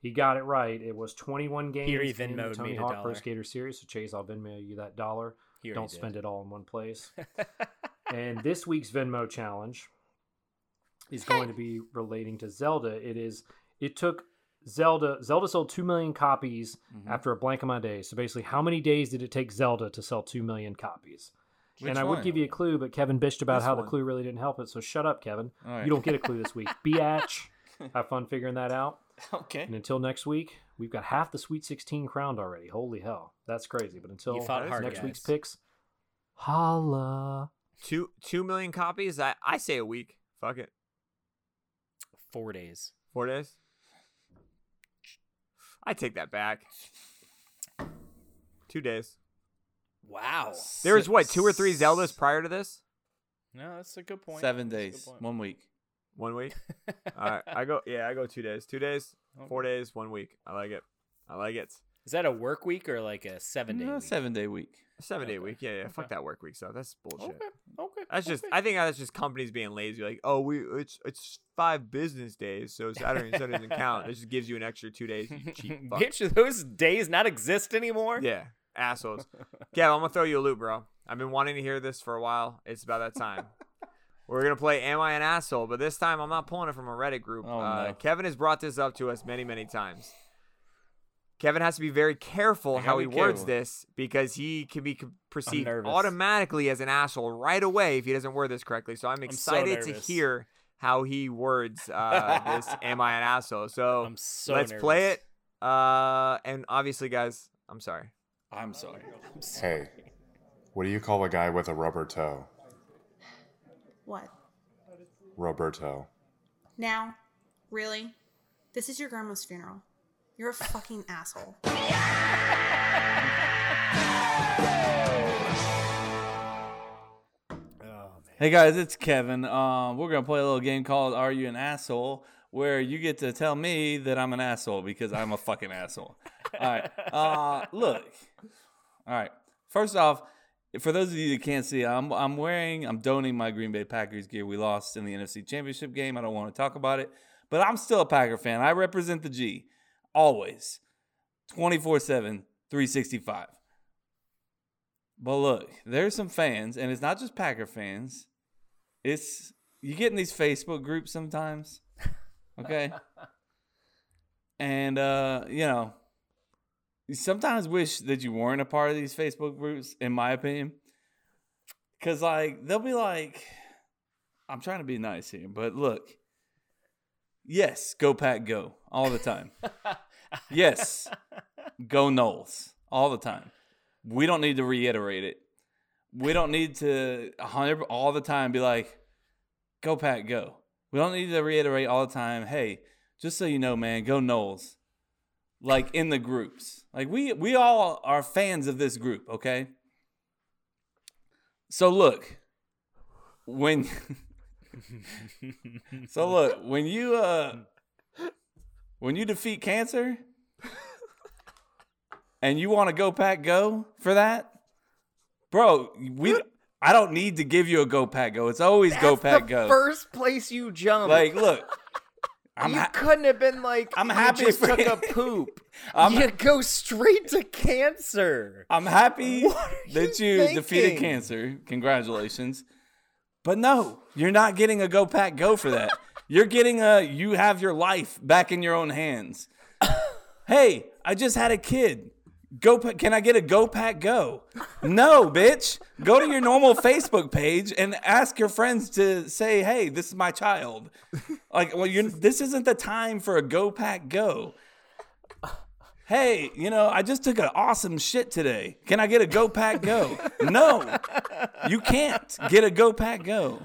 Speaker 8: he got it right. It was 21 games
Speaker 3: he
Speaker 8: in the
Speaker 3: Venmo'd
Speaker 8: Tony
Speaker 3: me the
Speaker 8: Hawk Pro
Speaker 3: dollar.
Speaker 8: Skater series. So Chase, I'll Venmo you that dollar.
Speaker 3: He already
Speaker 8: Don't
Speaker 3: did.
Speaker 8: spend it all in one place. and this week's Venmo challenge is going to be relating to Zelda. It is it took Zelda Zelda sold 2 million copies
Speaker 3: Mm-hmm.
Speaker 8: after a blank amount of days. So basically how many days did it take Zelda to sell 2 million copies?
Speaker 2: Which
Speaker 8: and I
Speaker 2: one?
Speaker 8: would give you a clue, but Kevin bitched about
Speaker 2: This
Speaker 8: how
Speaker 2: one.
Speaker 8: the clue really didn't help it. So shut up, Kevin.
Speaker 2: All right.
Speaker 8: You don't get a clue this week. Biatch. Have fun figuring that out.
Speaker 2: Okay.
Speaker 8: And until next week, we've got half the Sweet 16 crowned already. Holy hell. That's crazy. But until
Speaker 3: You fought hard,
Speaker 8: next week's
Speaker 3: guys.
Speaker 8: picks, holla.
Speaker 5: Two two million copies. I I say a week. Fuck it.
Speaker 3: four days.
Speaker 1: Four days. I take that back. Two days.
Speaker 3: Wow.
Speaker 1: There was what two or three Zeldas prior to this.
Speaker 3: No, that's a good point.
Speaker 2: Seven
Speaker 3: That's a good
Speaker 2: days,
Speaker 3: point.
Speaker 2: one week.
Speaker 1: One week. All right, I go. Yeah, I go two days. Two days.
Speaker 3: Oh.
Speaker 1: Four days. One week. I like it. I like it.
Speaker 3: Is that a work week or like a seven day?
Speaker 2: No,
Speaker 3: week?
Speaker 2: seven day week.
Speaker 1: Seven day
Speaker 3: Okay.
Speaker 1: week. Yeah, yeah. Fuck that work week stuff. That's bullshit.
Speaker 3: Okay.
Speaker 1: That's just. I think that's just companies being lazy. Like, oh, we it's it's five business days, so Saturday and Sunday doesn't count. It just gives you an extra two days. You cheap fuck.
Speaker 3: Bitch, those days not exist anymore.
Speaker 1: Yeah, assholes. Gav, I'm gonna throw you a loop, bro. I've been wanting to hear this for a while. It's about that time. We're gonna play "Am I an Asshole," but this time I'm not pulling it from a Reddit group.
Speaker 2: Oh,
Speaker 1: uh,
Speaker 2: no.
Speaker 1: Kevin has brought this up to us many, many times. Kevin has to be very careful
Speaker 2: I
Speaker 1: how
Speaker 2: gotta
Speaker 1: he
Speaker 2: be
Speaker 1: words
Speaker 2: careful.
Speaker 1: this because he can be co- perceived
Speaker 3: nervous.
Speaker 1: automatically as an asshole right away if he doesn't word this correctly. So I'm
Speaker 3: so
Speaker 1: excited to
Speaker 3: nervous.
Speaker 1: hear how he words uh, this "Am I an Asshole." So
Speaker 3: I'm so
Speaker 1: let's
Speaker 3: nervous.
Speaker 1: play it. Uh, and obviously, guys, I'm sorry.
Speaker 2: I'm sorry.
Speaker 9: Hey, what do you call a guy with a rubber toe?
Speaker 10: What?
Speaker 9: Roberto.
Speaker 10: Now? Really? This is your grandma's funeral. You're a fucking asshole.
Speaker 2: Hey guys, it's Kevin. Um, we're gonna play a little game called "Are You an Asshole," where you get to tell me that I'm an asshole because I'm a fucking asshole. All right. Uh, look. All right. First off, for those of you that can't see, I'm I'm wearing I'm donating my Green Bay Packers gear. We lost in the NFC Championship game. I don't want to talk about it, but I'm still a Packer fan. I represent the G, always, 24 seven, 365. But look, there's some fans, and it's not just Packer fans. It's you get in these Facebook groups sometimes, okay? and uh, you know, you sometimes wish that you weren't a part of these Facebook groups, in my opinion, because like they'll be like, I'm trying to be nice here, but look, yes, go Pack, go all the time. yes, go Knowles all the time. We don't need to reiterate it. We don't need to a hundred all the time be like, go Pack, go. We don't need to reiterate all the time, hey, just so you know, man, go Knowles. Like in the groups. Like we we all are fans of this group, okay? So look, when So look, when you uh when you defeat cancer and you want to go pack go for that, bro, we I don't need to give you a go pack go. It's always go pack go.
Speaker 3: First place you jump.
Speaker 2: Like, look, I'm
Speaker 3: you
Speaker 2: ha-
Speaker 3: couldn't have been like.
Speaker 2: I'm
Speaker 3: you
Speaker 2: happy
Speaker 3: Just
Speaker 2: for
Speaker 3: took
Speaker 2: you.
Speaker 3: a poop.
Speaker 2: I'm-
Speaker 3: you go straight to cancer.
Speaker 2: I'm happy
Speaker 3: What are
Speaker 2: that
Speaker 3: you
Speaker 2: you defeated
Speaker 3: thinking?
Speaker 2: cancer. Congratulations. But no, you're not getting a go pack go for that. you're getting a you have your life back in your own hands. hey, I just had a kid. Go pack, can I get a go pack go? no, bitch. Go to your normal Facebook page and ask your friends to say, "Hey, this is my child." Like, well, you this isn't the time for a go pack go hey, you know, I just took an awesome shit today. Can I get a Go Pack Go? no, you can't get a Go Pack Go.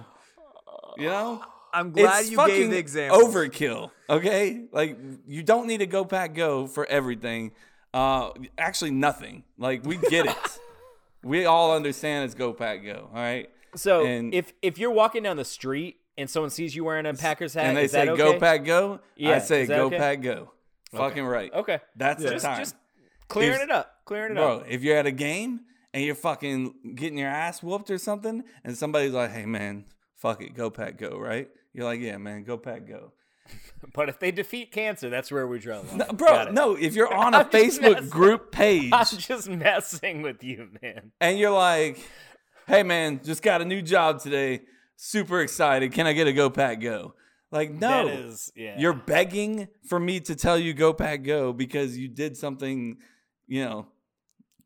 Speaker 2: You know,
Speaker 1: I'm glad
Speaker 2: it's
Speaker 1: you gave
Speaker 2: fucking
Speaker 1: the example.
Speaker 2: overkill. Okay, like you don't need a Go Pack Go for everything. Uh, actually, nothing. Like we get it. we all understand it's Go Pack Go. All right.
Speaker 3: So
Speaker 2: And-
Speaker 3: if if you're walking down the street and someone sees you wearing a Packers hat,
Speaker 2: and they
Speaker 3: is
Speaker 2: say
Speaker 3: that
Speaker 2: Go
Speaker 3: okay?
Speaker 2: Pack Go. I
Speaker 3: Yeah,
Speaker 2: say
Speaker 3: is that
Speaker 2: Go
Speaker 3: okay?
Speaker 2: Pack Go. Fucking right.
Speaker 3: Okay.
Speaker 2: That's the
Speaker 3: Just
Speaker 2: time.
Speaker 3: just clearing
Speaker 2: There's-
Speaker 3: it up. Clearing it
Speaker 2: Bro,
Speaker 3: up.
Speaker 2: if you're at a game and you're fucking getting your ass whooped or something, and somebody's like, "Hey man, fuck it, go pack, go," right? You're like, "Yeah, man, go pack, go."
Speaker 3: But if they defeat cancer, that's where we draw the line.
Speaker 2: No, bro,
Speaker 3: Got it.
Speaker 2: no. If you're on a
Speaker 3: I'm just
Speaker 2: Facebook
Speaker 3: messing-
Speaker 2: group page
Speaker 3: I'm just messing with you, man.
Speaker 2: and you're like, "Hey man, just got a new job today, super excited. Can I get a go pack, go?" Like, no,
Speaker 3: That is, yeah.
Speaker 2: you're begging for me to tell you go pack, go because you did something, you know.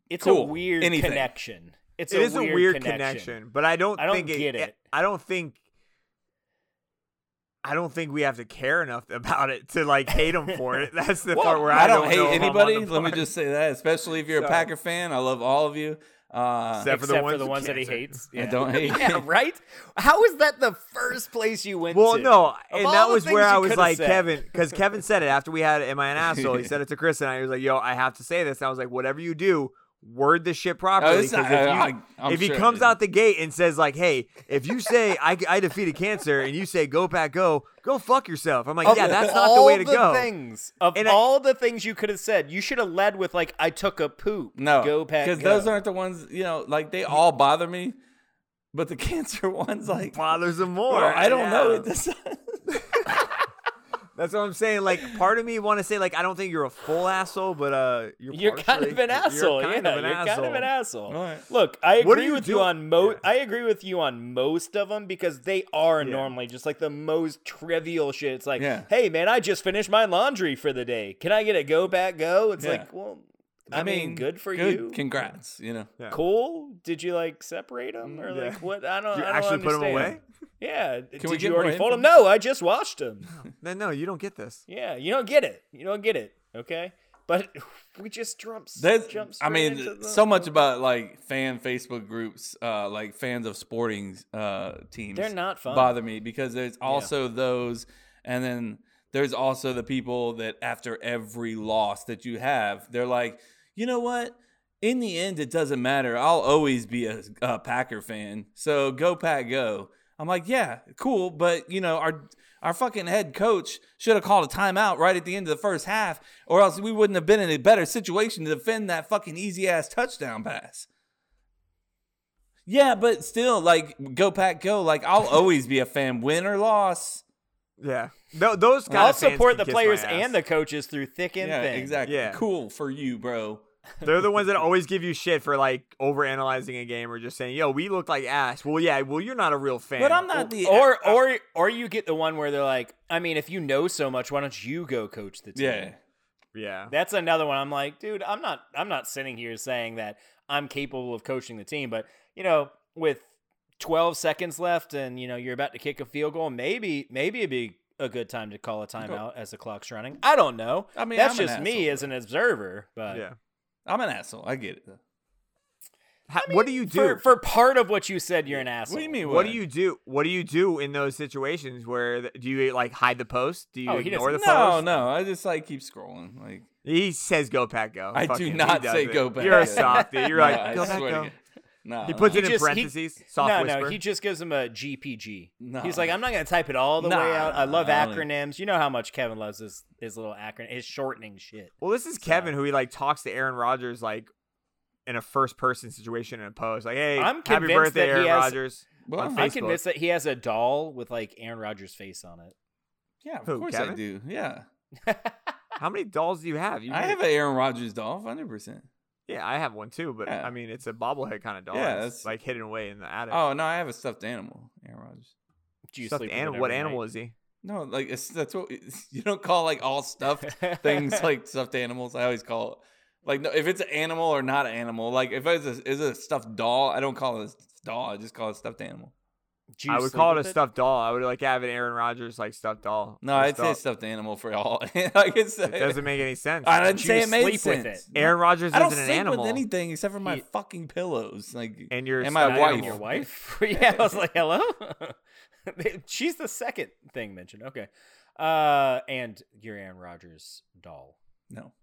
Speaker 3: it's a
Speaker 2: cool.
Speaker 3: weird
Speaker 2: Anything.
Speaker 3: connection. It's
Speaker 1: It
Speaker 3: a
Speaker 1: is
Speaker 3: weird
Speaker 1: a weird connection,
Speaker 3: connection.
Speaker 1: but I don't.
Speaker 3: I don't
Speaker 1: think
Speaker 3: get it.
Speaker 1: I don't think. I don't think we have to care enough about it to like hate them for it. That's the part where I,
Speaker 2: I don't,
Speaker 1: know if
Speaker 2: hate
Speaker 1: I'm on
Speaker 2: anybody.
Speaker 1: the
Speaker 2: Let me
Speaker 1: part.
Speaker 2: just say that, especially if you're a
Speaker 1: So-
Speaker 2: Packer fan. I love all of you. Uh,
Speaker 1: Except for the
Speaker 3: Except
Speaker 1: ones
Speaker 3: for the
Speaker 1: with
Speaker 3: ones that he
Speaker 1: cancer.
Speaker 3: hates.
Speaker 2: I don't hate.
Speaker 11: yeah, right? How is that the first place you went
Speaker 1: Well,
Speaker 11: to?
Speaker 1: no,
Speaker 11: Of
Speaker 1: and
Speaker 11: all
Speaker 1: that
Speaker 11: the
Speaker 1: was
Speaker 11: things
Speaker 1: where
Speaker 11: you
Speaker 1: I was
Speaker 11: could've
Speaker 1: like
Speaker 11: said.
Speaker 1: Kevin, because Kevin said it after we had "Am I an asshole?" He said it to Chris, and I was like, "Yo, I have to say this." And I was like, "Whatever you do, word the shit properly."
Speaker 2: it's
Speaker 1: 'cause
Speaker 2: not-
Speaker 1: if, you,
Speaker 2: I- I'm
Speaker 1: if he
Speaker 2: sure I
Speaker 1: comes
Speaker 2: didn't.
Speaker 1: out the gate and says like, "Hey, if you say I, I defeated cancer," and you say "Go pack, go," go fuck yourself. I'm like,
Speaker 11: Of
Speaker 1: "Yeah, that's not the
Speaker 11: all
Speaker 1: way to go."
Speaker 11: Things of
Speaker 1: And I-
Speaker 11: all the things you could have said, you should have led with like, "I took a poop."
Speaker 2: No,
Speaker 11: go pack.
Speaker 2: because
Speaker 11: go.
Speaker 2: those aren't the ones you know. Like they all bother me, but the cancer ones, like,
Speaker 1: Bothers him more.
Speaker 2: bro, I don't know.
Speaker 1: Yeah.
Speaker 2: It does-
Speaker 1: That's what I'm saying. Like, part of me want to say like, I don't think you're a full asshole, but uh, you're,
Speaker 3: You're kind
Speaker 1: partially-
Speaker 3: of an
Speaker 1: you're
Speaker 3: asshole.
Speaker 1: kind
Speaker 3: yeah,
Speaker 1: of an
Speaker 3: you're
Speaker 1: asshole.
Speaker 3: kind of an asshole.
Speaker 2: All right.
Speaker 3: Look, I
Speaker 1: What do
Speaker 3: agree
Speaker 1: you
Speaker 3: with
Speaker 1: do-
Speaker 3: you on mo.
Speaker 1: Yeah.
Speaker 3: I agree with you on most of them because they are normally just like the most trivial shit. It's like,
Speaker 2: Yeah.
Speaker 3: hey man, I just finished my laundry for the day. Can I get a go back go? It's
Speaker 2: Yeah.
Speaker 3: like, well, I, mean, good for you.
Speaker 2: Congrats. You know.
Speaker 1: Yeah.
Speaker 3: cool. Did you like separate them or
Speaker 1: Yeah.
Speaker 3: like what? I don't.
Speaker 1: You
Speaker 3: I don't
Speaker 1: actually put 'em
Speaker 3: understand.
Speaker 1: away?
Speaker 3: Yeah.
Speaker 2: we
Speaker 3: Did
Speaker 2: get
Speaker 3: you
Speaker 2: more
Speaker 3: already fold them?
Speaker 2: info?
Speaker 3: No, I just washed them.
Speaker 1: No, no, you don't get this.
Speaker 3: Yeah, you don't get it. You don't get it. Okay, but we just jump.
Speaker 2: That's,
Speaker 3: jump straight
Speaker 2: I
Speaker 3: into
Speaker 2: mean,
Speaker 3: the-
Speaker 2: so much about like fan Facebook groups, uh, like fans of sporting uh, teams.
Speaker 3: They're not fun.
Speaker 2: Bother me because there's also those, and then there's also the people that after every loss that you have, they're like, you know what? In the end, it doesn't matter. I'll always be a, a Packer fan. So go Pack, go. I'm like, yeah, cool, but you know our our fucking head coach should have called a timeout right at the end of the first half, or else we wouldn't have been in a better situation to defend that fucking easy ass touchdown pass. Yeah, but still, like, go pack, go. Like, I'll always be a fan, win or loss.
Speaker 1: Yeah. No, those guys.
Speaker 3: I'll support the players and the coaches through thick and
Speaker 2: Yeah,
Speaker 3: thin.
Speaker 2: exactly.
Speaker 1: Yeah.
Speaker 2: Cool for you, bro.
Speaker 1: They're the ones that always give you shit for like overanalyzing a game or just saying, "Yo, we look like ass." Well, yeah. Well, you're not a real fan.
Speaker 2: But I'm not the
Speaker 3: Or or or you get the one where they're like, I mean, if you know so much, why don't you go coach the team?
Speaker 2: Yeah.
Speaker 1: Yeah.
Speaker 3: That's another one. I'm like, dude, I'm not I'm not sitting here saying that I'm capable of coaching the team, but you know, with 12 seconds left and you know you're about to kick a field goal, maybe maybe it'd be a good time to call a timeout as the clock's running. I don't know.
Speaker 2: I mean,
Speaker 3: that's
Speaker 2: I'm an
Speaker 3: just me
Speaker 2: asshole.
Speaker 3: as an observer, but
Speaker 1: Yeah.
Speaker 2: I'm an asshole. I get it. though.
Speaker 1: Ha- what do you do?
Speaker 3: for for part of what you said, you're an asshole.
Speaker 2: What do you mean?
Speaker 1: what do you do? What do you do in those situations where th- do you like hide the post? Do you
Speaker 3: Oh, he
Speaker 1: ignore the
Speaker 3: doesn't-
Speaker 2: No,
Speaker 1: post?
Speaker 2: no. I just like keep scrolling. Like,
Speaker 1: He says, "Go pack, go."
Speaker 2: I
Speaker 1: Oh, Fuck
Speaker 2: do
Speaker 1: him. He
Speaker 2: not
Speaker 1: does
Speaker 2: say
Speaker 1: it.
Speaker 2: go back.
Speaker 1: You're a
Speaker 2: go.
Speaker 1: softy. You're
Speaker 2: No,
Speaker 1: like,
Speaker 2: I
Speaker 1: "Go back,
Speaker 2: swear to
Speaker 1: go."
Speaker 2: God. No, uh,
Speaker 1: He puts
Speaker 3: He
Speaker 1: it in
Speaker 3: just- he-
Speaker 1: parentheses. soft
Speaker 3: no,
Speaker 1: whisper.
Speaker 3: no, he just gives him a GPG.
Speaker 2: No.
Speaker 3: He's like, I'm not gonna type it all the
Speaker 2: Nah,
Speaker 3: way out. I
Speaker 2: nah,
Speaker 3: love
Speaker 2: I don't even-
Speaker 3: acronyms. You know how much Kevin loves his his little acronym, his shortening shit.
Speaker 1: Well, this is Kevin who he like talks to Aaron Rodgers like in a first person situation in a post. Like, hey,
Speaker 3: I'm
Speaker 1: happy
Speaker 3: convinced
Speaker 1: birthday,
Speaker 3: that he
Speaker 1: Aaron
Speaker 3: has-
Speaker 1: Rodgers.
Speaker 2: Well,
Speaker 1: on
Speaker 3: I'm
Speaker 1: Facebook.
Speaker 3: convinced that he has a doll with like Aaron Rodgers' face on it.
Speaker 2: Yeah, of
Speaker 1: Who,
Speaker 2: course
Speaker 1: Kevin?
Speaker 2: I do. Yeah.
Speaker 1: How many dolls do you have? You
Speaker 2: I
Speaker 1: made-
Speaker 2: have an Aaron Rodgers doll, 100%.
Speaker 1: Yeah, I have one too, but
Speaker 2: Yeah.
Speaker 1: I mean, it's a bobblehead kind of doll.
Speaker 2: Yeah,
Speaker 1: it's
Speaker 2: that's-
Speaker 1: like hidden away in the attic.
Speaker 2: Oh, no, I have a stuffed animal, Aaron Rodgers.
Speaker 3: Do you
Speaker 1: Stuffed
Speaker 3: sleep with
Speaker 1: animal.
Speaker 3: it
Speaker 1: What
Speaker 3: every
Speaker 1: animal
Speaker 3: night?
Speaker 1: is he?
Speaker 2: No, like it's, that's what you don't call like all stuffed things like stuffed animals. I always call it like no, if it's an animal or not an animal. Like if it's a, is a stuffed doll, I don't call it a doll. I just call it stuffed animal.
Speaker 3: Do you
Speaker 1: I would
Speaker 3: sleep
Speaker 1: call it a
Speaker 3: with
Speaker 1: stuffed doll. I would like have an Aaron Rodgers like stuffed doll.
Speaker 2: No,
Speaker 1: Or
Speaker 2: I'd say
Speaker 1: stuff-
Speaker 2: stuffed animal for all. like it's,
Speaker 1: It doesn't make any sense.
Speaker 2: I didn't
Speaker 3: Do
Speaker 2: say
Speaker 3: you
Speaker 2: it made
Speaker 3: sleep with
Speaker 2: sense.
Speaker 3: it?
Speaker 1: Aaron Rodgers
Speaker 2: I don't
Speaker 1: isn't
Speaker 2: sleep
Speaker 1: an animal.
Speaker 2: with anything except for my
Speaker 3: He-
Speaker 2: fucking pillows. Like
Speaker 1: And your
Speaker 2: my
Speaker 3: Not
Speaker 1: stuffed
Speaker 2: wife.
Speaker 3: even Your wife? yeah, I was like, hello. She's the second thing mentioned. Okay, uh, and your Aaron Rodgers doll.
Speaker 2: no.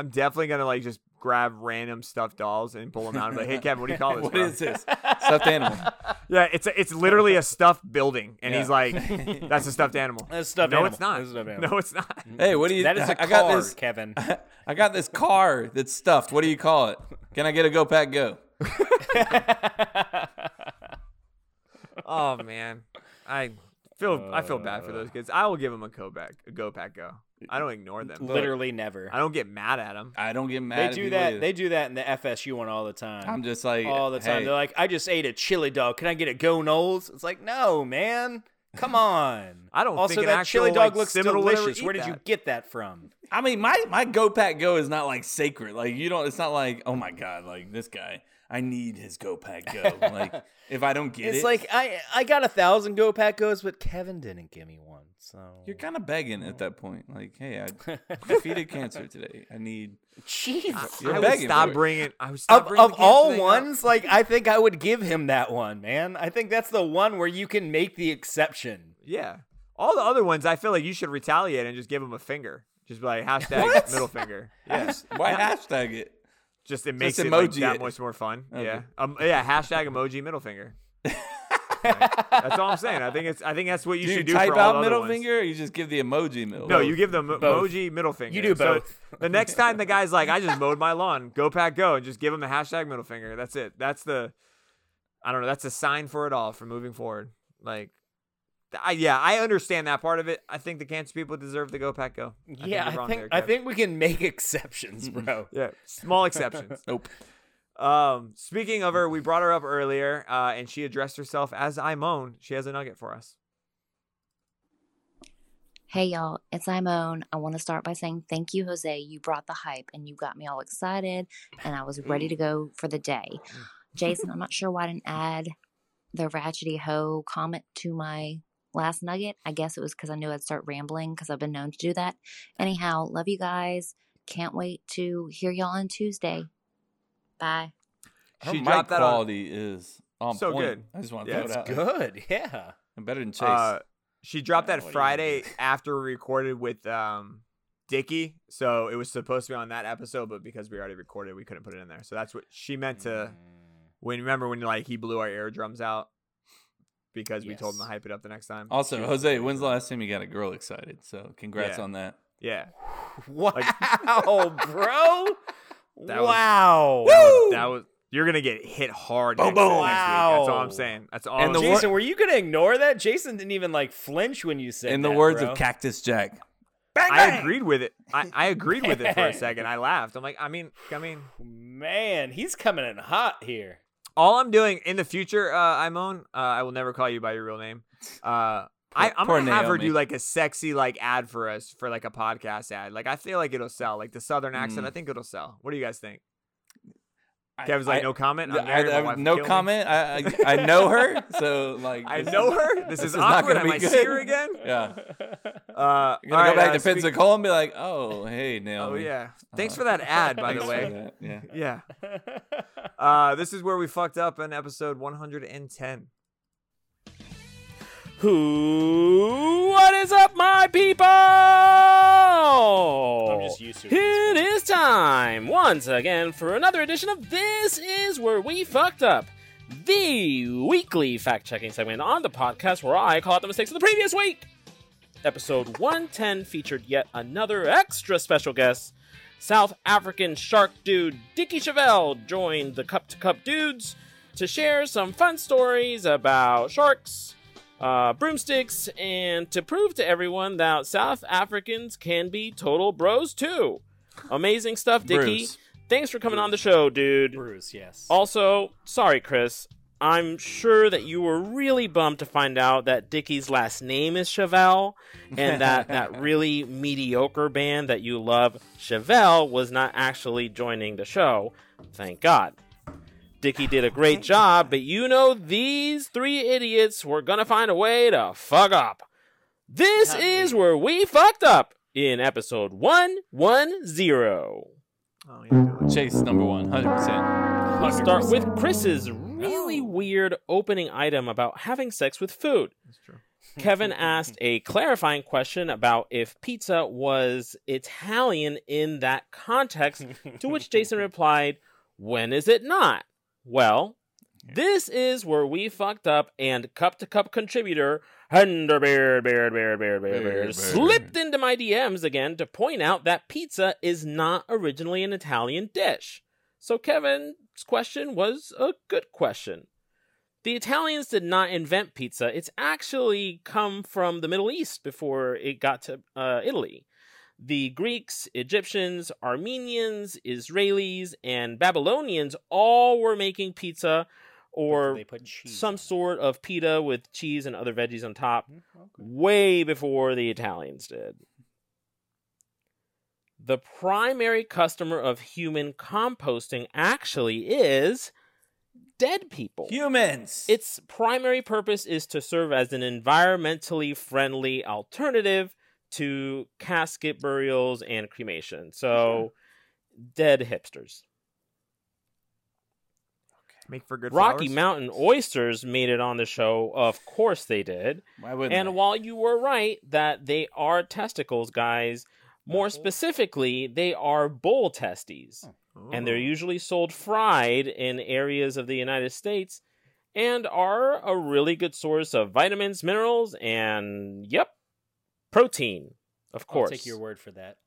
Speaker 1: I'm definitely gonna like just grab random stuffed dolls and pull them out and be like, "Hey, Kevin, what do
Speaker 3: Oh,
Speaker 1: you call this?"
Speaker 2: What
Speaker 1: bro?"
Speaker 2: is this stuffed animal?
Speaker 1: Yeah, it's a, it's literally a stuffed building, and
Speaker 2: Yeah.
Speaker 1: he's like, "That's a stuffed animal."
Speaker 3: That's a stuffed
Speaker 1: no,
Speaker 3: animal.
Speaker 1: it's not.
Speaker 3: That's a stuffed animal.
Speaker 1: No, it's not.
Speaker 2: Hey, what do you?
Speaker 3: That is a
Speaker 2: I
Speaker 3: car,
Speaker 2: got this.
Speaker 3: Kevin.
Speaker 2: I got this car that's stuffed. What do you call it? Can I get a go pack go?
Speaker 1: Oh man, I feel I feel bad for those kids. I will give them a go back, a go pack go. I don't ignore them.
Speaker 3: Literally never.
Speaker 1: I don't get mad at them.
Speaker 2: I don't get mad.
Speaker 3: They
Speaker 2: at
Speaker 3: do
Speaker 2: people
Speaker 3: that.
Speaker 2: either.
Speaker 3: They do that in the FSU one all the time.
Speaker 2: I'm just like
Speaker 3: all the time.
Speaker 2: hey,
Speaker 3: They're like, I just ate a chili dog. Can I get a go Knowles? It's like, no, man.
Speaker 8: Come on.
Speaker 1: I don't
Speaker 8: Also,
Speaker 1: think an
Speaker 8: that
Speaker 1: actual,
Speaker 8: chili dog
Speaker 1: like,
Speaker 8: looks
Speaker 1: Seminole would ever
Speaker 8: delicious.
Speaker 1: eat
Speaker 8: Where did you
Speaker 1: that.
Speaker 8: get that from?
Speaker 2: I mean, my my Go Pack Go is not like sacred. Like you don't. It's not like oh my god, like this guy. I need his Go Pack Go. Like if I don't get it,
Speaker 8: it's like I I got a thousand Go Pack Goes, but Kevin didn't give me one. So
Speaker 2: you're kind of begging at that point. Like hey, I defeated cancer today. I need.
Speaker 8: Jeez,
Speaker 2: You're
Speaker 1: I would
Speaker 2: begging
Speaker 1: stop
Speaker 2: for it.
Speaker 1: bringing. I would stop
Speaker 8: of,
Speaker 1: bringing
Speaker 8: of
Speaker 1: the cancer
Speaker 8: all
Speaker 1: thing up.
Speaker 8: ones, like I think I would give him that one, man. I think that's the one where you can make the exception.
Speaker 1: Yeah. All the other ones, I feel like you should retaliate and just give them a finger. Just be like hashtag
Speaker 2: What?
Speaker 1: middle finger. Yeah.
Speaker 2: Yes. Why hashtag it?
Speaker 1: Just it makes it like,
Speaker 2: emoji
Speaker 1: that
Speaker 2: it.
Speaker 1: much more fun.
Speaker 2: Okay.
Speaker 1: Yeah. Um, yeah. Hashtag emoji middle finger. Right. That's all I'm saying. I think it's. I think that's what you
Speaker 2: do you
Speaker 1: should do
Speaker 2: type
Speaker 1: for all
Speaker 2: out
Speaker 1: the other
Speaker 2: middle
Speaker 1: ones.
Speaker 2: finger, or you just give the emoji middle?
Speaker 1: No, you give them
Speaker 8: Both.
Speaker 1: emoji middle finger.
Speaker 8: do
Speaker 1: So
Speaker 8: both.
Speaker 1: the next time the guy's like, "I just mowed my lawn," go pack, go, and just give him the hashtag middle finger. That's it. That's the, I don't know. That's a sign for it all for moving forward. Like, I yeah, I understand that part of it. I think the cancer people deserve the go pack, go.
Speaker 8: yeah,
Speaker 1: you're
Speaker 8: I
Speaker 1: wrong
Speaker 8: think
Speaker 1: there,
Speaker 8: I
Speaker 1: Kev.
Speaker 8: think we can make exceptions, bro.
Speaker 1: Yeah, small exceptions.
Speaker 2: Nope.
Speaker 1: Um, speaking of her, we brought her up earlier, uh, and she addressed herself as I moan. She has a nugget for us.
Speaker 12: Hey y'all, it's Imone. I want to start by saying thank you, Jose. You brought the hype and you got me all excited, and I was ready to go for the day. Jason, I'm not sure why I didn't add the ratchety hoe comment to my last nugget. I guess it was because I knew I'd start rambling because I've been known to do that. Anyhow, love you guys. Can't wait to hear y'all on Tuesday. Bye.
Speaker 2: Her
Speaker 1: She
Speaker 2: mic
Speaker 1: dropped that on-
Speaker 2: quality is on
Speaker 1: So
Speaker 2: point.
Speaker 1: good.
Speaker 2: I just want to
Speaker 1: Yeah.
Speaker 2: throw it out.
Speaker 8: That's
Speaker 2: there.
Speaker 8: good. Yeah.
Speaker 2: And better than Chase.
Speaker 1: Uh, she dropped that
Speaker 2: what do you
Speaker 1: Friday after we recorded with um Dickie. So it was supposed to be on that episode, but because we already recorded, we couldn't put it in there. So that's what she meant
Speaker 2: Mm.
Speaker 1: to when remember when like he blew our eardrums out because we told him to
Speaker 8: Yes.
Speaker 1: hype it up the next time.
Speaker 2: also,
Speaker 1: She was-
Speaker 2: Jose, when's the last time you got a girl excited? So congrats
Speaker 1: Yeah.
Speaker 2: on that.
Speaker 1: Yeah.
Speaker 8: Wow,
Speaker 1: Like-
Speaker 8: bro.
Speaker 1: That was-
Speaker 8: wow.
Speaker 1: That was you're gonna get hit hard
Speaker 2: Boom,
Speaker 1: next, next
Speaker 2: boom.
Speaker 1: week. That's all
Speaker 8: Wow.
Speaker 1: I'm saying. That's all
Speaker 8: and
Speaker 1: I'm
Speaker 8: the
Speaker 1: saying.
Speaker 8: Oh, Jason, were you gonna ignore that? Jason didn't even like flinch when you said.
Speaker 2: In the
Speaker 8: that,
Speaker 2: words
Speaker 8: bro.
Speaker 2: of Cactus Jack.
Speaker 1: I agreed with it. I, I agreed with it for a
Speaker 8: Bang.
Speaker 1: second. I laughed. I'm like, I mean, I mean,
Speaker 8: man, he's coming in hot here.
Speaker 1: all I'm doing in the future, uh, Imon, uh, I will never call you by your real name. Uh, I, I'm
Speaker 2: poor
Speaker 1: gonna have her
Speaker 2: Naomi.
Speaker 1: do like a sexy like ad for us for like a podcast ad. Like I feel like it'll sell. Like the southern accent,
Speaker 2: Mm.
Speaker 1: I think it'll sell. What do you guys think?
Speaker 2: I-
Speaker 1: Kevin's like,
Speaker 2: I-
Speaker 1: no comment.
Speaker 2: I-
Speaker 1: I'm married, my
Speaker 2: I-
Speaker 1: wife will
Speaker 2: no
Speaker 1: kill me."
Speaker 2: comment. I, I I know her, so like
Speaker 1: I
Speaker 2: this
Speaker 1: know
Speaker 2: is-
Speaker 1: her. This, is,
Speaker 2: not
Speaker 1: awkward.
Speaker 2: gonna
Speaker 1: I
Speaker 2: be
Speaker 1: might
Speaker 2: good.
Speaker 1: see her again.
Speaker 2: Yeah,
Speaker 1: Uh,
Speaker 2: you're gonna
Speaker 1: all
Speaker 2: go
Speaker 1: right,
Speaker 2: back
Speaker 1: uh,
Speaker 2: to
Speaker 1: speak-
Speaker 2: Pensacola and be like, oh hey
Speaker 1: Oh
Speaker 2: Naomi.
Speaker 1: yeah. Thanks
Speaker 2: Uh,
Speaker 1: for that ad, by the
Speaker 2: thanks for
Speaker 1: way.
Speaker 2: that, Yeah.
Speaker 1: Yeah. Uh, this is where we fucked up in episode 110.
Speaker 3: Who? What is up, my people? I'm
Speaker 8: just used to it at
Speaker 3: It is time once again for another edition of This Is Where We Fucked Up, the weekly fact-checking segment on the podcast where I call out the mistakes of the previous week. Episode 110 featured yet another extra special guest. South African shark dude Dickie Chevelle joined the Cup to Cup dudes to share some fun stories about sharks, uh, broomsticks, and to prove to everyone that South Africans can be total bros too. Amazing stuff, Dickie.
Speaker 2: Bruce.
Speaker 3: Thanks for coming on the show, dude.
Speaker 8: Bruce, yes.
Speaker 3: Also, sorry, Chris. I'm sure that you were really bummed to find out that Dickie's last name is Chevelle, and that that really mediocre band that you love, Chevelle, was not actually joining the show. Thank God. Dickie did a great job, but you know these three idiots were gonna find a way to fuck up. This is where we fucked up in episode 110.
Speaker 1: Oh, yeah, good one.
Speaker 2: Chase number one, hundred percent.
Speaker 3: Let's start with Chris's really weird opening item about having sex with food.
Speaker 1: That's true.
Speaker 3: Kevin asked a clarifying question about if pizza was Italian in that context, to which Jason replied, When is it not? Well, this is where we fucked up and cup to cup contributor Hunter Beard Beard Beard Beard Beard Beard
Speaker 2: Beard.
Speaker 3: slipped into my DMs again to point out that pizza is not originally an Italian dish. So Kevin's question was a good question. The Italians did not invent pizza. It's actually come from the Middle East before it got to uh, Italy. The Greeks, Egyptians, Armenians, Israelis, and Babylonians all were making pizza or some sort of pita with cheese and other veggies on top way before the Italians did. The primary customer of human composting actually is dead people.
Speaker 2: Humans.
Speaker 3: Its primary purpose is to serve as an environmentally friendly alternative to casket burials and cremation. So, dead hipsters.
Speaker 1: Make for good
Speaker 3: Rocky
Speaker 1: flowers?
Speaker 3: Mountain oysters made it on the show. Of course they did.
Speaker 2: Why
Speaker 1: wouldn't
Speaker 3: And
Speaker 1: they?
Speaker 3: while you were right that they are testicles, guys, more specifically, they are bull testes. And they're
Speaker 8: Mm-hmm.
Speaker 3: usually sold fried in areas of the United States and are a really good source of vitamins, minerals, and yep, protein. Of course.
Speaker 8: I'll take your word for that.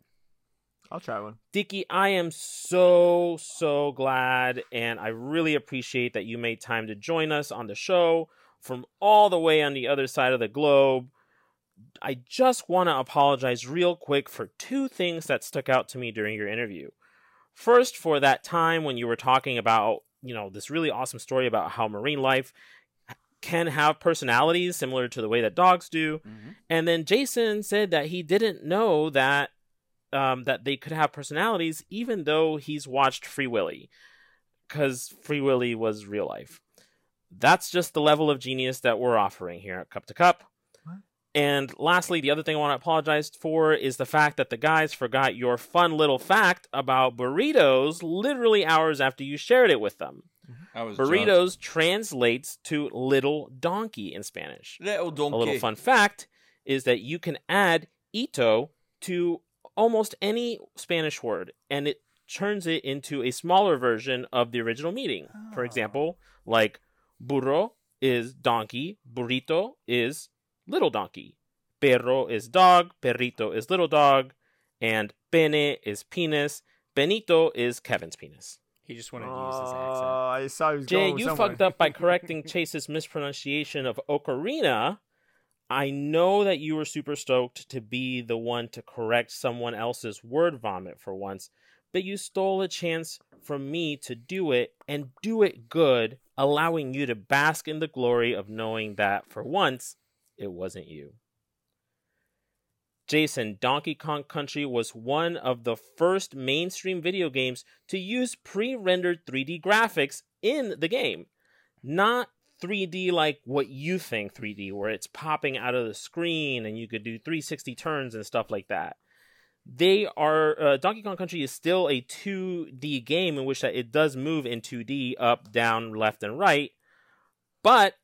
Speaker 1: I'll try one.
Speaker 3: Dicky, I am so, so glad, and I really appreciate that you made time to join us on the show from all the way on the other side of the globe. I just want to apologize real quick for two things that stuck out to me during your interview. First, for that time when you were talking about, you know, this really awesome story about how marine life can have personalities similar to the way that dogs do. And then Jason said that he didn't know that um, that they could have personalities, even though he's watched Free Willy, because Free Willy was real life. That's just the level of genius that we're offering here at Cup to Cup. And lastly, the other thing I want to apologize for is the fact that the guys forgot your fun little fact about burritos literally hours after you shared it with them.
Speaker 2: I was drunk.
Speaker 3: Burritos translates to little donkey in Spanish.
Speaker 2: Little
Speaker 3: A
Speaker 2: donkey.
Speaker 3: little fun fact is that you can add ito to almost any Spanish word and it turns it into a smaller version of the original meaning.
Speaker 8: Ah.
Speaker 3: For example, like burro is donkey, burrito is little donkey, perro is dog, perrito is little dog, and pene is penis, benito is Kevin's penis.
Speaker 8: He just
Speaker 1: Oh,
Speaker 8: wanted to use his accent.
Speaker 1: I saw he was
Speaker 3: Jay,
Speaker 1: going
Speaker 3: you
Speaker 1: somewhere.
Speaker 3: fucked up by correcting Chase's mispronunciation of ocarina. I know that you were super stoked to be the one to correct someone else's word vomit for once, but you stole a chance from me to do it and do it good, allowing you to bask in the glory of knowing that for once it wasn't you. Jason, Donkey Kong Country was one of the first mainstream video games to use pre rendered 3D graphics in the game. Not 3D like what you think 3D, where it's popping out of the screen and you could do 360 turns and stuff like that. They are uh, Donkey Kong Country is still a 2D game in which that it does move in 2D up, down, left, and right, but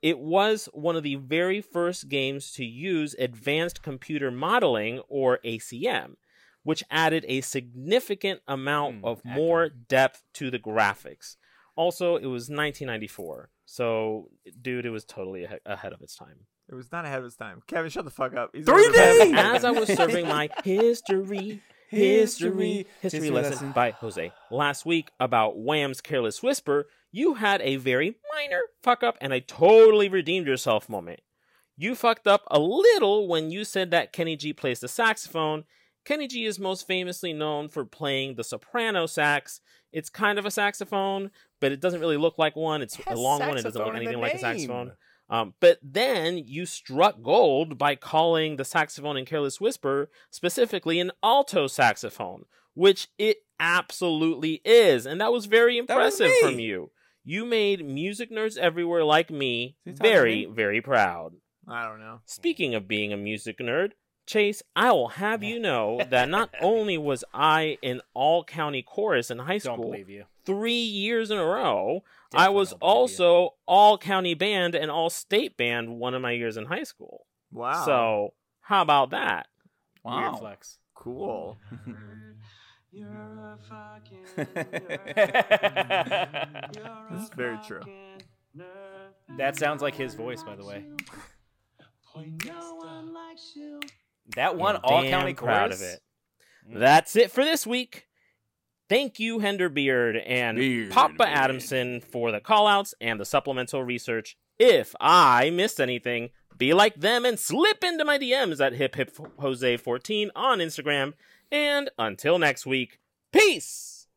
Speaker 3: it was one of the very first games to use advanced computer modeling or ACM, which added a significant amount of more depth to the graphics. Also, it was 1994. So, dude, it was totally ahe- ahead of its time.
Speaker 1: It was not ahead of its time. Kevin, shut the fuck up. He's
Speaker 3: 3D! As I was serving my history, history, history,
Speaker 1: History
Speaker 3: lesson,
Speaker 1: lesson.
Speaker 3: by Jose last week about Wham's Careless Whisper, you had a very minor fuck up and a totally redeemed yourself moment. You fucked up a little when you said that Kenny G plays the saxophone. Kenny G is most famously known for playing the soprano sax. It's kind of a saxophone, but it doesn't really look like one. It's a
Speaker 13: has
Speaker 3: long one. It doesn't look
Speaker 13: saxophone in the
Speaker 3: anything like a
Speaker 13: name.
Speaker 3: saxophone. Um, but then you struck gold by calling the saxophone in Careless Whisper specifically an alto saxophone, which it absolutely is. And that was very
Speaker 2: was
Speaker 3: impressive from
Speaker 2: me.
Speaker 3: you. You made music nerds everywhere like me
Speaker 2: Is he talking to
Speaker 3: very,
Speaker 2: me?
Speaker 3: very proud.
Speaker 1: I don't know.
Speaker 3: Speaking of being a music nerd, Chase, I will have you know that not only was I in all county chorus in high school
Speaker 8: believe you.
Speaker 3: three years in a row, I was also all county band and all state band one of my years in high school.
Speaker 1: Wow.
Speaker 3: So how about that?
Speaker 2: Wow. Weird
Speaker 8: flex.
Speaker 1: Cool.
Speaker 8: this
Speaker 1: is very true.
Speaker 8: That sounds like his voice, by the way. That one all
Speaker 3: Damn
Speaker 8: county
Speaker 3: proud
Speaker 8: chorus.
Speaker 3: of it. That's it for this week. Thank you, Henderbeard and Papa Adamson for the callouts and the supplemental research. If I missed anything, be like them and slip into my DMs at hip hip jose 14 on Instagram. And until next week, peace.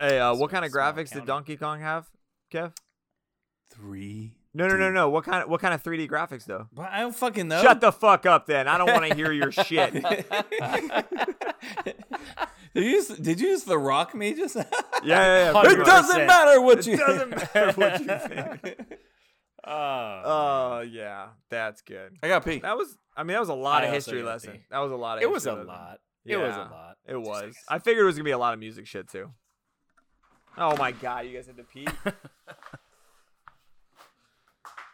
Speaker 1: Hey, uh, what kind of graphics did Donkey Kong have, Kev?
Speaker 2: Three.
Speaker 1: No, no, no, no. What kind of what kind of 3D graphics though?
Speaker 2: But I don't fucking know.
Speaker 1: Shut the fuck up, then. I don't want to hear your shit.
Speaker 2: Did you use, did you use the rock me just? yeah,
Speaker 1: yeah, yeah,
Speaker 2: It doesn't
Speaker 1: 100%.
Speaker 2: matter what
Speaker 1: It
Speaker 2: you.
Speaker 1: doesn't matter what you think.
Speaker 14: Oh,
Speaker 1: Oh yeah, that's good.
Speaker 2: I got pee.
Speaker 1: That was. I mean, that was a lot
Speaker 14: I
Speaker 1: of
Speaker 14: also
Speaker 1: history
Speaker 14: got
Speaker 1: lesson.
Speaker 14: pee.
Speaker 1: That was a lot. Of
Speaker 14: It was
Speaker 1: history
Speaker 14: a
Speaker 1: lesson.
Speaker 14: lot. It was a
Speaker 1: Yeah,
Speaker 14: lot.
Speaker 1: It was. I figured it was gonna be a lot of music shit too. Oh my god, you guys had to pee.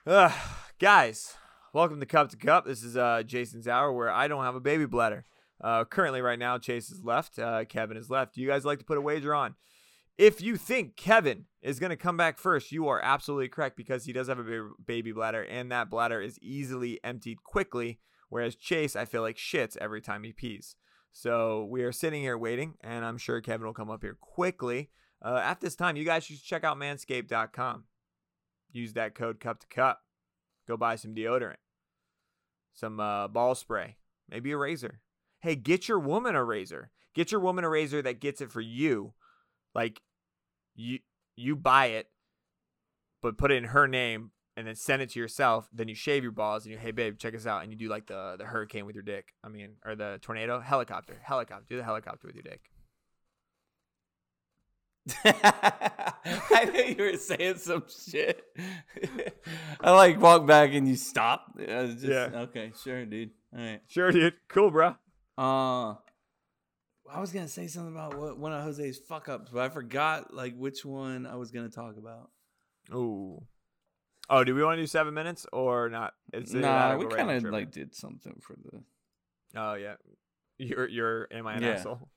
Speaker 1: Ugh, guys, welcome to Cup to Cup. This is uh, Jason's hour where I don't have a baby bladder. Uh, currently, right now, Chase is left. Uh, Kevin is left. You guys like to put a wager on. If you think Kevin is going to come back first, you are absolutely correct because he does have a ba- baby bladder, and that bladder is easily emptied quickly. Whereas Chase, I feel like shits every time he pees. So we are sitting here waiting, and I'm sure Kevin will come up here quickly. Uh, at this time, you guys should check out manscaped.com. Use that code cup to cup. Go buy some deodorant, some uh, ball spray, maybe a razor. Hey, get your woman a razor. Get your woman a razor that gets it for you. Like you you buy it, but put it in her name and then send it to yourself. Then you shave your balls and you hey babe, check us out. And you do like the the hurricane with your dick. I mean, or the tornado helicopter helicopter. Do the helicopter with your dick.
Speaker 2: I think you were saying some shit. I like walk back and you stop. I was just,
Speaker 1: Yeah.
Speaker 2: Okay. Sure, dude. All right.
Speaker 1: Sure, dude. Cool, bro.
Speaker 2: Uh, I was gonna say something about what, one of Jose's fuck ups, but I forgot like which one I was gonna talk about.
Speaker 1: Ooh. Oh, do we want to do seven minutes or not? It's
Speaker 2: Nah,
Speaker 1: that'll
Speaker 2: we
Speaker 1: go right on
Speaker 2: kinda,
Speaker 1: Twitter.
Speaker 2: like, did something for the.
Speaker 1: Oh yeah, you're you're. Am I an
Speaker 2: Yeah.
Speaker 1: asshole?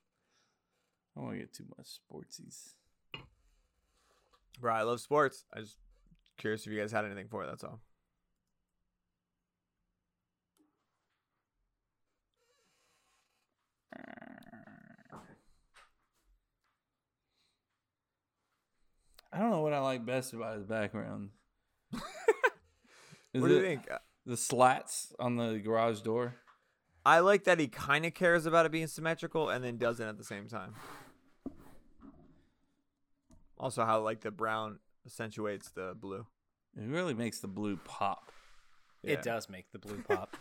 Speaker 2: I don't want to get too much sportsies.
Speaker 1: Bro, I love sports. I just curious if you guys had anything for it. That's all.
Speaker 2: I don't know what I like best about his background. Is
Speaker 1: What do you
Speaker 2: it
Speaker 1: think?
Speaker 2: The slats on the garage door.
Speaker 1: I like that he kind of cares about it being symmetrical and then doesn't at the same time. Also, how like the brown accentuates the blue.
Speaker 2: It really makes the blue pop.
Speaker 1: Yeah.
Speaker 3: It does make the blue pop.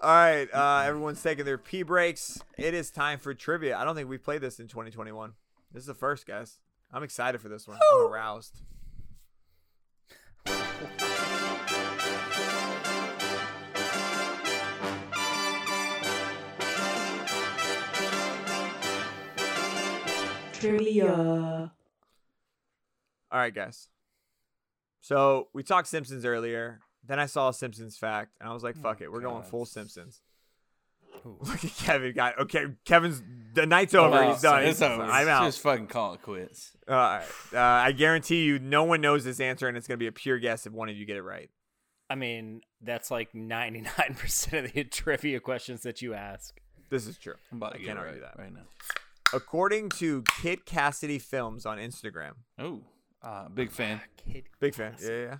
Speaker 1: All right, uh, everyone's taking their pee breaks. It is time for trivia. I don't think we played this in 2021. This is the first, guys. I'm excited for this one. I'm aroused.
Speaker 6: Trivia.
Speaker 1: All right, guys. So we talked Simpsons earlier. Then I saw a Simpsons fact, and I was
Speaker 2: Oh
Speaker 1: like, "Fuck it, we're going full Simpsons." Look at Kevin. Got okay. Kevin's the night's over.
Speaker 2: Oh,
Speaker 1: He's done.
Speaker 2: It's over.
Speaker 1: I'm out.
Speaker 2: Just fucking call it quits.
Speaker 1: All right. Uh, I guarantee you, no one knows this answer, and it's going to be a pure guess if one of you get it right.
Speaker 3: I mean, that's like 99% of the trivia questions that you ask.
Speaker 1: This is true.
Speaker 2: I'm about
Speaker 1: I can't argue that.
Speaker 2: right now.
Speaker 1: According to Kid Cassidy Films on Instagram.
Speaker 2: Oh, uh, big fan.
Speaker 1: Big fan. Yeah, yeah. yeah.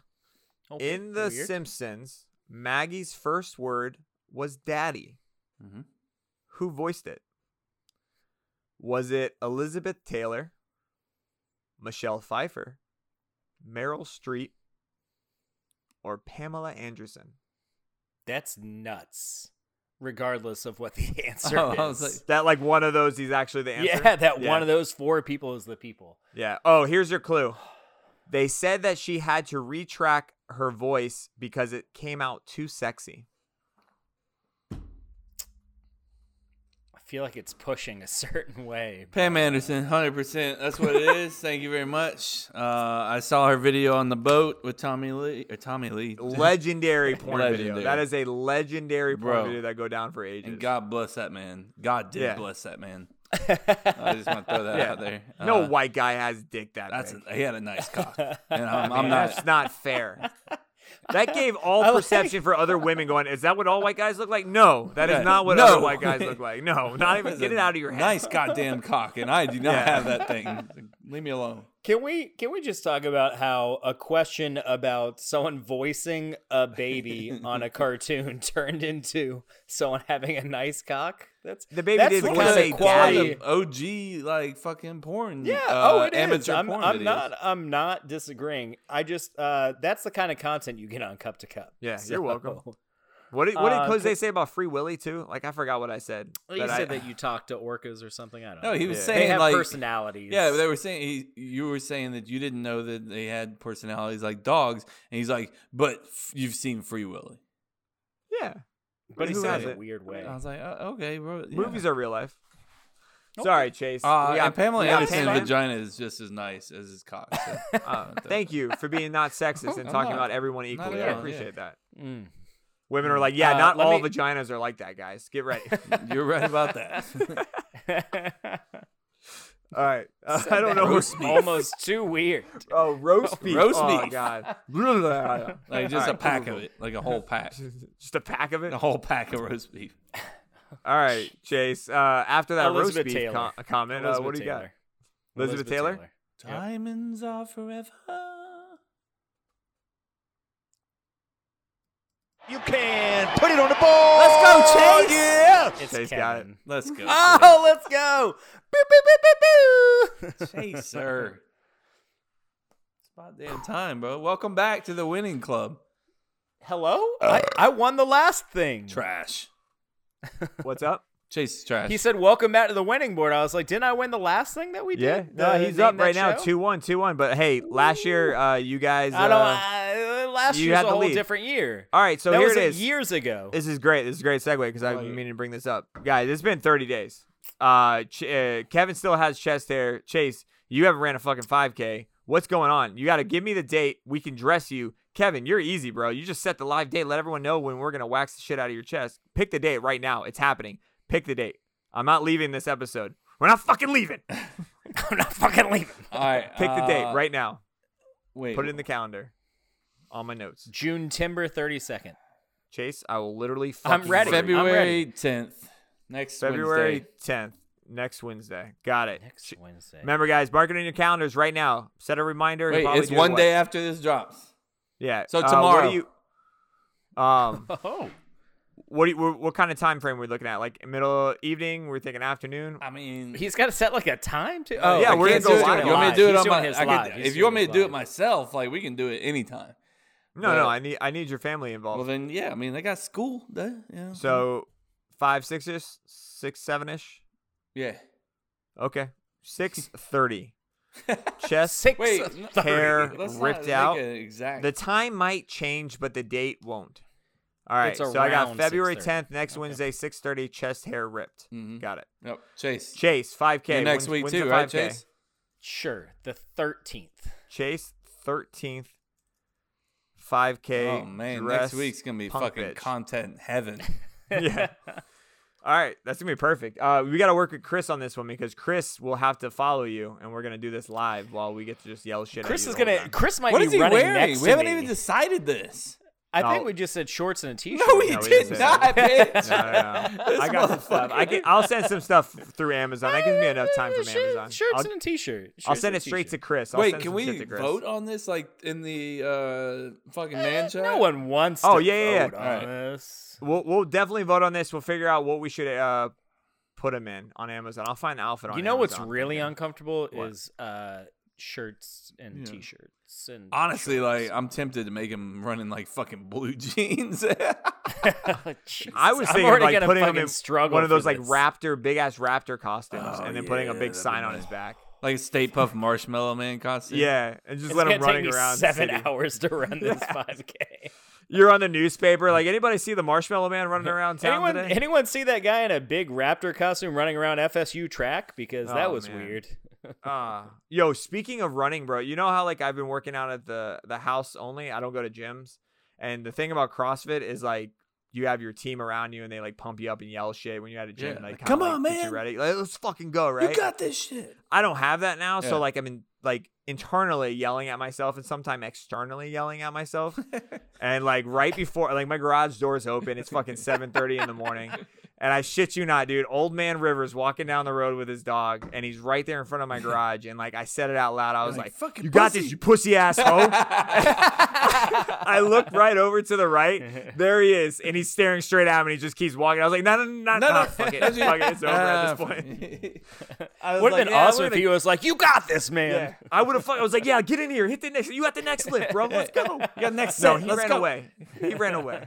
Speaker 3: Oh,
Speaker 1: In The
Speaker 2: weird.
Speaker 1: Simpsons, Maggie's first word was daddy.
Speaker 2: Mhm.
Speaker 1: Who voiced it? Was it Elizabeth Taylor, Michelle Pfeiffer, Meryl Streep, or Pamela Anderson?
Speaker 3: That's nuts, regardless of what the answer
Speaker 1: Oh,
Speaker 3: is.
Speaker 1: I was like- that like one of those is actually the answer.
Speaker 3: Yeah, that one of those four people is the people.
Speaker 1: Yeah. Oh, here's your clue. They said that she had to retrack her voice because it came out too sexy.
Speaker 3: I feel like it's pushing a certain way.
Speaker 2: Pam Anderson, hundred percent. That's what it is. Thank you very much. Uh, I saw her video on the boat with Tommy Lee. Or Tommy Lee,
Speaker 1: Legendary porn video.
Speaker 2: Legendary.
Speaker 1: That is a legendary porn
Speaker 2: Bro.
Speaker 1: video that go down for ages.
Speaker 2: And God bless that man. God did
Speaker 1: Yeah.
Speaker 2: bless that man. I just want to throw that
Speaker 1: Yeah.
Speaker 2: out there.
Speaker 1: No
Speaker 2: Uh,
Speaker 1: white guy has dick that
Speaker 2: that's
Speaker 1: big.
Speaker 2: a- he had a nice cock, and
Speaker 1: I
Speaker 2: I'm,
Speaker 1: mean,
Speaker 2: I'm not.
Speaker 1: That's not fair. That gave all perception for other women going, is that what all white guys look like? No, that is
Speaker 2: Yeah.
Speaker 1: not what
Speaker 2: No.
Speaker 1: all white guys look like. No, not
Speaker 2: That
Speaker 1: even.
Speaker 2: is
Speaker 1: Get
Speaker 2: a
Speaker 1: it out of your head.
Speaker 2: Nice goddamn cock, and I do not
Speaker 1: Yeah.
Speaker 2: have that thing. Leave me alone.
Speaker 3: Can we can we just talk about how a question about someone voicing a baby on a cartoon turned into someone having a nice cock?
Speaker 1: That's the baby did
Speaker 2: the
Speaker 1: want to say daddy.
Speaker 2: quality of OG like fucking porn.
Speaker 1: Yeah,
Speaker 2: uh,
Speaker 3: oh, it is.
Speaker 2: amateur
Speaker 3: I'm,
Speaker 2: porn.
Speaker 3: I'm
Speaker 2: it is.
Speaker 3: not. I'm not disagreeing. I just uh, that's the kind of content you get on Cup to Cup.
Speaker 1: Yeah,
Speaker 3: So-
Speaker 1: you're welcome. What did, what did
Speaker 3: Uh,
Speaker 1: Jose
Speaker 3: could-
Speaker 1: say about Free Willy too? Like I forgot what I said.
Speaker 15: Well, you
Speaker 1: I-
Speaker 15: said that you talked to orcas or something. I don't know.
Speaker 2: No, he was
Speaker 15: They
Speaker 2: saying
Speaker 15: have
Speaker 2: like
Speaker 15: personalities.
Speaker 2: Yeah, but they were saying he, you were saying that you didn't know that they had personalities like dogs, and he's like, but f- you've seen Free Willy.
Speaker 1: yeah.
Speaker 3: But he
Speaker 1: Who
Speaker 3: said
Speaker 1: has
Speaker 3: it in a
Speaker 1: it?
Speaker 3: weird way.
Speaker 2: I was like, uh, okay, bro. yeah.
Speaker 1: Movies are real life. Sorry, Chase.
Speaker 2: Uh,
Speaker 1: We got-
Speaker 2: and Pamela
Speaker 1: we got
Speaker 2: Anderson's
Speaker 1: Pam?
Speaker 2: vagina is just as nice as his cock. so,
Speaker 1: Uh,
Speaker 2: uh,
Speaker 1: thank you for being not sexist and
Speaker 2: I'm
Speaker 1: talking
Speaker 2: not.
Speaker 1: about everyone
Speaker 2: Not at
Speaker 1: equally.
Speaker 2: all,
Speaker 1: I
Speaker 2: yeah.
Speaker 1: appreciate that.
Speaker 2: Mm.
Speaker 1: Women are like, yeah,
Speaker 2: Uh,
Speaker 1: not
Speaker 2: let
Speaker 1: all
Speaker 2: me-
Speaker 1: vaginas are like that, guys. Get ready.
Speaker 2: You're right about that.
Speaker 1: all right. Uh,
Speaker 3: Said
Speaker 1: I don't
Speaker 3: that
Speaker 1: know.
Speaker 3: roast beef. Almost too weird.
Speaker 1: Oh, roast beef.
Speaker 2: Roast
Speaker 1: oh,
Speaker 2: beef.
Speaker 1: God.
Speaker 2: like just
Speaker 1: All
Speaker 2: a
Speaker 1: right,
Speaker 2: pack
Speaker 1: cool.
Speaker 2: of it, like a whole pack,
Speaker 1: Just a pack of it.
Speaker 2: a whole pack of roast beef.
Speaker 1: All right, Chase. Uh, after that
Speaker 3: Elizabeth
Speaker 1: roast beef
Speaker 3: Taylor.
Speaker 1: com- comment, uh,
Speaker 3: Elizabeth
Speaker 1: what do you got?
Speaker 3: Taylor.
Speaker 1: Elizabeth,
Speaker 3: Elizabeth
Speaker 1: Taylor?
Speaker 3: Taylor.
Speaker 2: Diamonds are forever.
Speaker 16: You can put it on the ball.
Speaker 2: Let's go, Chase.
Speaker 16: Yeah.
Speaker 3: It's
Speaker 1: Chase
Speaker 3: Kevin.
Speaker 1: got it.
Speaker 2: Let's go.
Speaker 3: Oh, let's go. Boo, boo, boo, boo, boo.
Speaker 2: Chaser. it's about damn time, bro. Welcome back to the winning club.
Speaker 3: Hello? I, I won the last thing.
Speaker 2: Trash.
Speaker 1: What's up?
Speaker 2: Chase is trash.
Speaker 3: He said, "Welcome back to the winning board." I was like, "Didn't I win the last thing that we
Speaker 1: Yeah,
Speaker 3: did?"
Speaker 1: no,
Speaker 3: The
Speaker 1: he's
Speaker 3: name
Speaker 1: up
Speaker 3: that
Speaker 1: right now,
Speaker 3: show?
Speaker 1: two one, two one. But hey, last year, uh, you guys,
Speaker 3: I don't.
Speaker 1: uh,
Speaker 3: I, last
Speaker 1: you
Speaker 3: year's
Speaker 1: had
Speaker 3: a
Speaker 1: the
Speaker 3: whole
Speaker 1: lead.
Speaker 3: different year.
Speaker 1: All right, so
Speaker 3: that
Speaker 1: here
Speaker 3: was
Speaker 1: it
Speaker 3: like
Speaker 1: is.
Speaker 3: Years ago.
Speaker 1: This is great. This is a great segue because I've been meaning to bring this up, guys. It's been 30 days. Uh, Ch- uh, Kevin still has chest hair. Chase, you haven't ran a fucking 5K. What's going on? You got to give me the date. We can dress you. Kevin, you're easy, bro. You just set the live date. Let everyone know when we're gonna wax the shit out of your chest. Pick the date right now. It's happening. Pick the date. I'm not leaving this episode. We're not fucking leaving.
Speaker 3: I'm not fucking leaving.
Speaker 2: All right,
Speaker 1: Pick the date
Speaker 2: uh,
Speaker 1: right now.
Speaker 2: Wait,
Speaker 1: Put it in the calendar. On my notes.
Speaker 3: June Timber thirty second.
Speaker 1: Chase, I will literally.
Speaker 3: I'm
Speaker 1: fucking
Speaker 3: ready.
Speaker 1: murder you.
Speaker 3: I'm ready.
Speaker 2: February tenth, next
Speaker 1: February
Speaker 2: Wednesday.
Speaker 1: 10th, next Wednesday. Got it.
Speaker 3: Next
Speaker 1: Sh-
Speaker 3: Wednesday.
Speaker 1: Remember, guys, mark it in your calendars right now. Set a reminder. and
Speaker 2: Wait,
Speaker 1: probably
Speaker 2: it's
Speaker 1: do it
Speaker 2: one
Speaker 1: what-
Speaker 2: day after this drops.
Speaker 1: Yeah.
Speaker 2: So
Speaker 1: Uh,
Speaker 2: tomorrow.
Speaker 1: What do you? Um.
Speaker 3: Oh,
Speaker 1: What do you, what, what kind of time frame are we looking at? Like middle evening? We're thinking afternoon.
Speaker 2: I mean,
Speaker 3: he's got to set like a time to. Oh,
Speaker 1: Uh, yeah,
Speaker 3: I
Speaker 1: we're
Speaker 3: can't
Speaker 1: gonna
Speaker 3: do
Speaker 1: go
Speaker 3: it
Speaker 1: live.
Speaker 2: you want me to do it
Speaker 3: He's
Speaker 2: on
Speaker 3: doing
Speaker 2: my?
Speaker 3: his
Speaker 2: I
Speaker 3: live.
Speaker 2: could, if
Speaker 3: He's
Speaker 2: you
Speaker 3: doing
Speaker 2: want me
Speaker 3: his
Speaker 2: to do it
Speaker 3: live.
Speaker 2: myself, like we can do it anytime.
Speaker 1: No, no.
Speaker 2: Well-
Speaker 1: I need I need your family involved.
Speaker 2: Well, then, yeah. I mean, they got school. Duh, yeah.
Speaker 1: so five six ish, six seven ish.
Speaker 2: yeah.
Speaker 1: Okay. Six thirty. Chest
Speaker 3: Six
Speaker 2: Wait,
Speaker 3: thirty.
Speaker 2: no,
Speaker 1: hair
Speaker 2: let's not
Speaker 1: ripped
Speaker 2: make
Speaker 1: out.
Speaker 2: it exact.
Speaker 1: The time might change, but the date won't. All right.
Speaker 3: It's
Speaker 1: So I got
Speaker 3: around
Speaker 1: February
Speaker 3: 6:30.
Speaker 1: 10th, next Wednesday, 6:30. Chest hair ripped.
Speaker 2: Mhm.
Speaker 1: Got it.
Speaker 2: Nope. Chase.
Speaker 1: Chase 5K
Speaker 2: You're next
Speaker 1: When's-
Speaker 2: week
Speaker 1: when's
Speaker 2: too,
Speaker 1: the
Speaker 2: right,
Speaker 1: 5K?
Speaker 2: Chase?
Speaker 3: Sure, the thirteenth.
Speaker 1: Chase 13th. 5K.
Speaker 2: Oh man,
Speaker 1: dress,
Speaker 2: next week's gonna be
Speaker 1: punk
Speaker 2: fucking
Speaker 1: bitch.
Speaker 2: content heaven.
Speaker 1: yeah. All right, that's gonna be perfect. Uh, we gotta work with Chris on this one because Chris will have to follow you, and we're gonna do this live while we get to just yell shit.
Speaker 3: Chris
Speaker 1: at you
Speaker 3: is
Speaker 1: the whole
Speaker 3: gonna.
Speaker 1: time.
Speaker 3: Chris might
Speaker 2: what
Speaker 3: be
Speaker 2: is he
Speaker 3: running
Speaker 2: wearing?
Speaker 3: next
Speaker 2: We
Speaker 3: to
Speaker 2: haven't
Speaker 3: me.
Speaker 2: even decided this.
Speaker 3: I
Speaker 1: No.
Speaker 3: think we just said shorts and a t-shirt.
Speaker 2: No, we
Speaker 1: No, we
Speaker 2: did
Speaker 1: didn't.
Speaker 2: not, bitch.
Speaker 1: No, no, no.
Speaker 2: This
Speaker 1: I got some stuff. I can, I'll send some stuff through Amazon. That gives me enough time from
Speaker 3: Shir-
Speaker 1: Amazon.
Speaker 3: Shirts
Speaker 1: I'll,
Speaker 3: and a t-shirt.
Speaker 1: I'll
Speaker 3: Shirts
Speaker 1: send it
Speaker 3: and a
Speaker 1: straight to
Speaker 3: t-shirt.
Speaker 1: Chris. I'll
Speaker 2: Wait,
Speaker 1: send
Speaker 2: can
Speaker 1: some shit
Speaker 2: we
Speaker 1: to Chris.
Speaker 2: vote on this like in the uh, fucking man chat?
Speaker 3: Eh, No one wants.
Speaker 1: Oh,
Speaker 3: to
Speaker 1: yeah, yeah, yeah.
Speaker 3: vote on
Speaker 2: All right.
Speaker 3: this.
Speaker 1: We'll we'll definitely vote on this. We'll figure out what we should uh put them in on Amazon. I'll find an outfit on.
Speaker 3: You know what's
Speaker 1: Amazon.
Speaker 3: really
Speaker 1: Yeah.
Speaker 3: uncomfortable
Speaker 1: What?
Speaker 3: is uh, shirts and
Speaker 2: Yeah.
Speaker 3: t-shirts and
Speaker 2: Honestly, like
Speaker 3: shorts.
Speaker 2: I'm tempted to make him run in like fucking blue jeans.
Speaker 3: Oh, Jesus,
Speaker 1: I was
Speaker 3: I'm
Speaker 1: thinking of,
Speaker 3: already
Speaker 1: like
Speaker 3: gonna
Speaker 1: putting him
Speaker 3: fucking
Speaker 1: in
Speaker 3: struggle
Speaker 1: one of those
Speaker 3: for
Speaker 1: like
Speaker 3: this.
Speaker 1: raptor, big ass raptor costumes,
Speaker 2: Oh,
Speaker 1: and then putting a
Speaker 2: yeah,
Speaker 1: big
Speaker 2: that'd
Speaker 1: sign
Speaker 2: be
Speaker 1: on
Speaker 2: nice.
Speaker 1: his back.
Speaker 2: like a Stay Puff Marshmallow Man costume.
Speaker 1: Yeah, and just
Speaker 3: It's
Speaker 1: let
Speaker 3: gonna
Speaker 1: him running
Speaker 3: take me
Speaker 1: around. the
Speaker 3: seven
Speaker 1: city.
Speaker 3: hours to run this 5K.
Speaker 1: You're on the newspaper. Like anybody see the Marshmallow Man running around town
Speaker 3: Anyone,
Speaker 1: today?
Speaker 3: anyone see that guy in a big raptor costume running around FSU track? Because that
Speaker 1: Oh,
Speaker 3: was
Speaker 1: man.
Speaker 3: weird.
Speaker 1: Uh, yo, speaking of running, bro, you know how like I've been working out at the the house only. I don't go to gyms. And the thing about CrossFit is like you have your team around you and they like pump you up and yell shit when you're at a gym.
Speaker 2: Yeah,
Speaker 1: Like,
Speaker 2: like,
Speaker 1: kinda,
Speaker 2: "Come
Speaker 1: like,
Speaker 2: on,
Speaker 1: get you
Speaker 2: man."
Speaker 1: ready? Like, let's fucking go, right?
Speaker 2: You got this shit.
Speaker 1: I don't have that now,
Speaker 2: Yeah.
Speaker 1: so like I'm in like internally yelling at myself and sometimes externally yelling at myself. and like right before like my garage door's open, it's fucking 7:30 in the morning. And I shit you not, dude. Old man Rivers walking down the road with his dog, and he's right there in front of my garage. And like I said it out loud, I was
Speaker 5: You're
Speaker 1: like,
Speaker 5: like, "Fucking
Speaker 1: "You got
Speaker 5: pussy."
Speaker 1: this, you pussy asshole." I look right over to the right. There he is, and he's staring straight at me. And he just keeps walking. I was like, "No, no, no, no,
Speaker 17: No, no.
Speaker 1: fuck it, fuck it, it's over at this
Speaker 17: Ah,
Speaker 1: point."
Speaker 17: Would
Speaker 1: I
Speaker 17: have
Speaker 1: was like,
Speaker 17: been
Speaker 1: "Yeah,
Speaker 17: awesome
Speaker 1: we're
Speaker 17: if
Speaker 1: gonna-
Speaker 17: he was like, "You got this, man."
Speaker 1: I would have. I was like, "Yeah, get in here, hit the next. You got the next lift, bro. Let's go. You got next
Speaker 17: set.
Speaker 1: No, he
Speaker 17: Let's
Speaker 1: ran
Speaker 17: go."
Speaker 1: away. He ran away.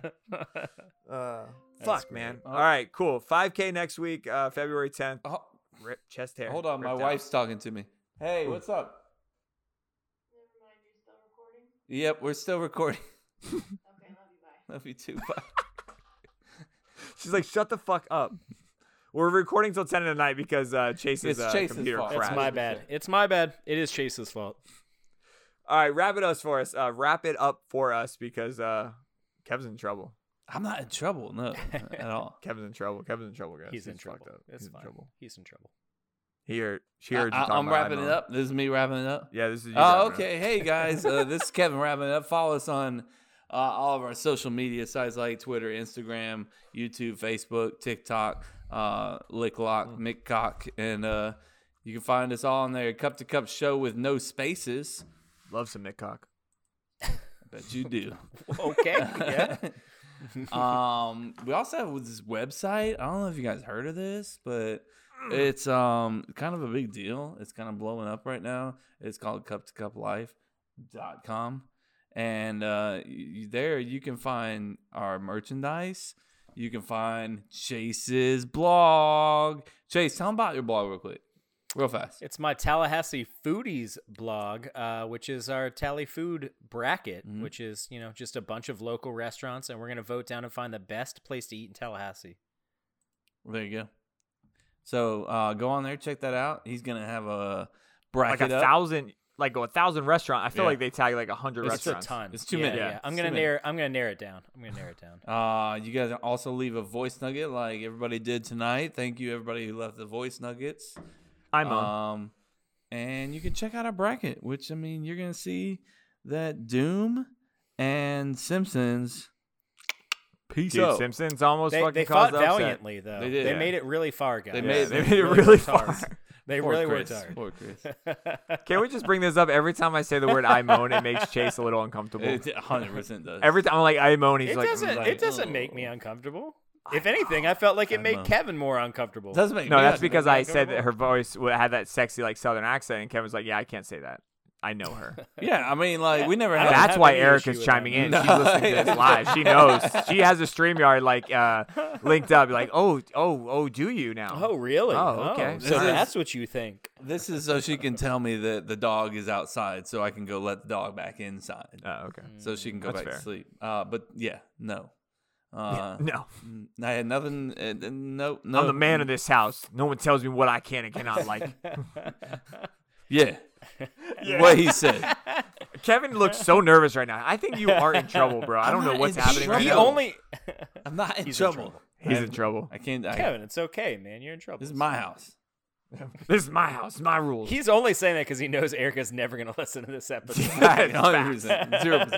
Speaker 1: Uh,
Speaker 2: That's
Speaker 1: fuck,
Speaker 2: great.
Speaker 1: man.
Speaker 2: Oh.
Speaker 1: All right, cool. 5K next week, uh, February 10th. Rip chest hair.
Speaker 2: Oh. Hold on, my
Speaker 1: Ripped out.
Speaker 2: wife's talking to me. Hey, what's up? Yep, we're still recording. Love you too. Bye.
Speaker 1: She's like, "Shut the fuck up." We're recording till 10 tonight because uh, Chase's,
Speaker 17: It's
Speaker 1: uh,
Speaker 17: Chase's
Speaker 1: computer
Speaker 17: fault. It's
Speaker 1: crashed.
Speaker 17: my bad.
Speaker 1: It's my bad. It is Chase's fault. All right, wrap it up for us. Uh, wrap it up for us because uh, Kevin's in trouble.
Speaker 2: I'm not in trouble, no, at all.
Speaker 1: Kevin's in trouble. Kevin's in trouble, guys.
Speaker 2: He's in
Speaker 1: fucked
Speaker 2: trouble.
Speaker 1: up.
Speaker 2: It's
Speaker 1: He's in
Speaker 2: fine.
Speaker 1: trouble.
Speaker 3: He's in trouble.
Speaker 1: He heard, she
Speaker 2: I,
Speaker 1: heard you talking
Speaker 2: am
Speaker 1: about
Speaker 2: wrapping it
Speaker 1: Ivanhoe.
Speaker 2: up. This is me wrapping it up.
Speaker 1: Yeah, this is you
Speaker 2: Oh,
Speaker 1: wrapping it
Speaker 2: okay. Hey guys, uh, this is Kevin wrapping it up. Follow us on uh, all of our social media sites like Twitter, Instagram, YouTube, Facebook, TikTok, uh,
Speaker 1: Mm.
Speaker 2: Licklock, Mickcock, and uh, you can find us all on there. Cup to Cup Show with no spaces.
Speaker 1: Love some Mickcock.
Speaker 2: I bet you do.
Speaker 17: Okay, yeah.
Speaker 2: um, we also have this website. I don't know if you guys heard of this, but it's um kind of a big deal. It's kind of blowing up right now. It's called cup to cup life.com. And uh, you, there you can find our merchandise. You can find Chase's blog. Chase, tell them about your blog real quick, real fast.
Speaker 3: It's my Tallahassee Foodies blog, uh, which is our Tally Food bracket,
Speaker 2: Mhm.
Speaker 3: which is you know just a bunch of local restaurants, and we're gonna vote down and find the best place to eat in Tallahassee.
Speaker 2: Well, there you go. So uh, go on there, check that out. He's gonna have a bracket
Speaker 1: Like a
Speaker 2: up.
Speaker 1: thousand, like a thousand restaurant. I feel
Speaker 2: Yeah.
Speaker 1: like they tag like a hundred
Speaker 2: It's a
Speaker 1: restaurants.
Speaker 2: ton. It's too many.
Speaker 3: Yeah,
Speaker 2: Yeah,
Speaker 3: yeah. I'm
Speaker 2: it's
Speaker 3: gonna
Speaker 2: too many.
Speaker 3: narrow. I'm gonna narrow it down. I'm gonna narrow it down.
Speaker 2: Uh, you guys also leave a voice nugget like everybody did tonight. Thank you, everybody who left the voice nuggets.
Speaker 1: I'm on.
Speaker 2: um, and you can check out our bracket, which I mean, you're gonna see that Doom and Simpsons. Peace
Speaker 1: Dude,
Speaker 2: out.
Speaker 1: Simpsons almost
Speaker 3: They,
Speaker 1: fucking
Speaker 3: they
Speaker 1: caused
Speaker 3: fought
Speaker 1: the upset.
Speaker 3: valiantly, though.
Speaker 2: They did.
Speaker 3: They
Speaker 2: Yeah.
Speaker 3: made it really far, guys.
Speaker 2: They made,
Speaker 1: they made it really
Speaker 3: worked
Speaker 1: far.
Speaker 3: They
Speaker 2: Poor
Speaker 3: really
Speaker 2: Chris.
Speaker 3: worked hard.
Speaker 2: Poor Chris.
Speaker 1: Can we just bring this up every time I say the word I moan? It makes Chase a little uncomfortable.
Speaker 2: It 100% does.
Speaker 1: Every time I'm like I moan, he's
Speaker 3: it
Speaker 1: like,
Speaker 3: doesn't.
Speaker 1: like,
Speaker 3: it doesn't make me uncomfortable. If anything, I felt like it made Kevin more uncomfortable.
Speaker 2: Doesn't make
Speaker 1: No,
Speaker 2: me
Speaker 1: that's
Speaker 2: uncomfortable.
Speaker 1: because I said that her voice w- had that sexy like Southern accent, and Kevin's like, yeah, I can't say that. I know her.
Speaker 2: Yeah, I mean, like we never. had
Speaker 1: That's why Erica's chiming in. She's listening to this live. She knows. She has a StreamYard like uh, linked up. Like, oh, oh, oh, do you now?
Speaker 3: Oh, really?
Speaker 1: Oh, okay.
Speaker 3: so
Speaker 1: Sorry.
Speaker 3: that's what you think.
Speaker 2: This is so she can tell me that the dog is outside, so I can go let the dog back inside.
Speaker 1: Oh, okay.
Speaker 2: So she can go
Speaker 1: That's
Speaker 2: back
Speaker 1: fair.
Speaker 2: to sleep. Uh, but yeah, no. Uh,
Speaker 1: no.
Speaker 2: n- I had nothing. Uh, uh, no, no.
Speaker 1: I'm the man of this house. No one tells me what I can and cannot like.
Speaker 2: Yeah. What he said.
Speaker 1: Kevin looks so nervous right now. I think you are in trouble, bro. I
Speaker 2: I'm
Speaker 1: don't know
Speaker 2: not
Speaker 1: what's
Speaker 2: in
Speaker 1: happening right
Speaker 2: trouble.
Speaker 1: now.
Speaker 2: He
Speaker 3: only-
Speaker 2: I'm not in
Speaker 3: He's in
Speaker 2: trouble.
Speaker 3: trouble.
Speaker 1: He's
Speaker 2: I'm-
Speaker 1: in trouble.
Speaker 2: I can't. I,
Speaker 3: Kevin, it's okay, man. You're in trouble.
Speaker 2: This is my house.
Speaker 1: This is my house, my rules.
Speaker 3: He's only saying that because he knows Erica's never going to listen to this episode.
Speaker 1: That is facts.
Speaker 2: 100%. 0%.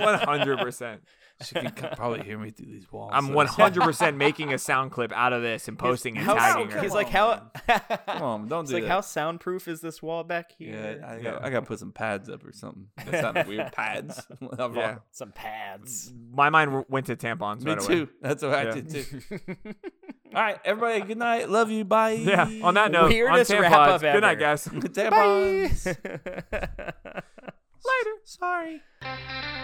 Speaker 1: 100%.
Speaker 2: She can c- probably hear me through these walls.
Speaker 1: I'm
Speaker 2: so-
Speaker 1: 100% making a sound clip out of this and posting and
Speaker 3: How-
Speaker 1: tagging her.
Speaker 3: He's like, how?
Speaker 2: Come on, don't
Speaker 3: It's
Speaker 2: do
Speaker 3: like,
Speaker 2: that.
Speaker 3: how soundproof is this wall back
Speaker 2: Yeah,
Speaker 3: here?
Speaker 2: I got, I got to put some pads up or something. That sounded weird. Pads.
Speaker 1: Yeah.
Speaker 3: Some pads.
Speaker 1: My mind w- went to tampons
Speaker 2: Me
Speaker 1: right away.
Speaker 2: too. That's what
Speaker 1: Yeah.
Speaker 2: I did too. All right, everybody. Good night. Love you. Bye.
Speaker 1: Yeah. On that note,
Speaker 3: Weirdest
Speaker 1: on
Speaker 3: wrap
Speaker 1: tampons.
Speaker 3: up
Speaker 1: Good night,
Speaker 3: ever.
Speaker 1: guys.
Speaker 2: Mm, Tampons.
Speaker 3: Later.
Speaker 2: Sorry.
Speaker 3: Sorry.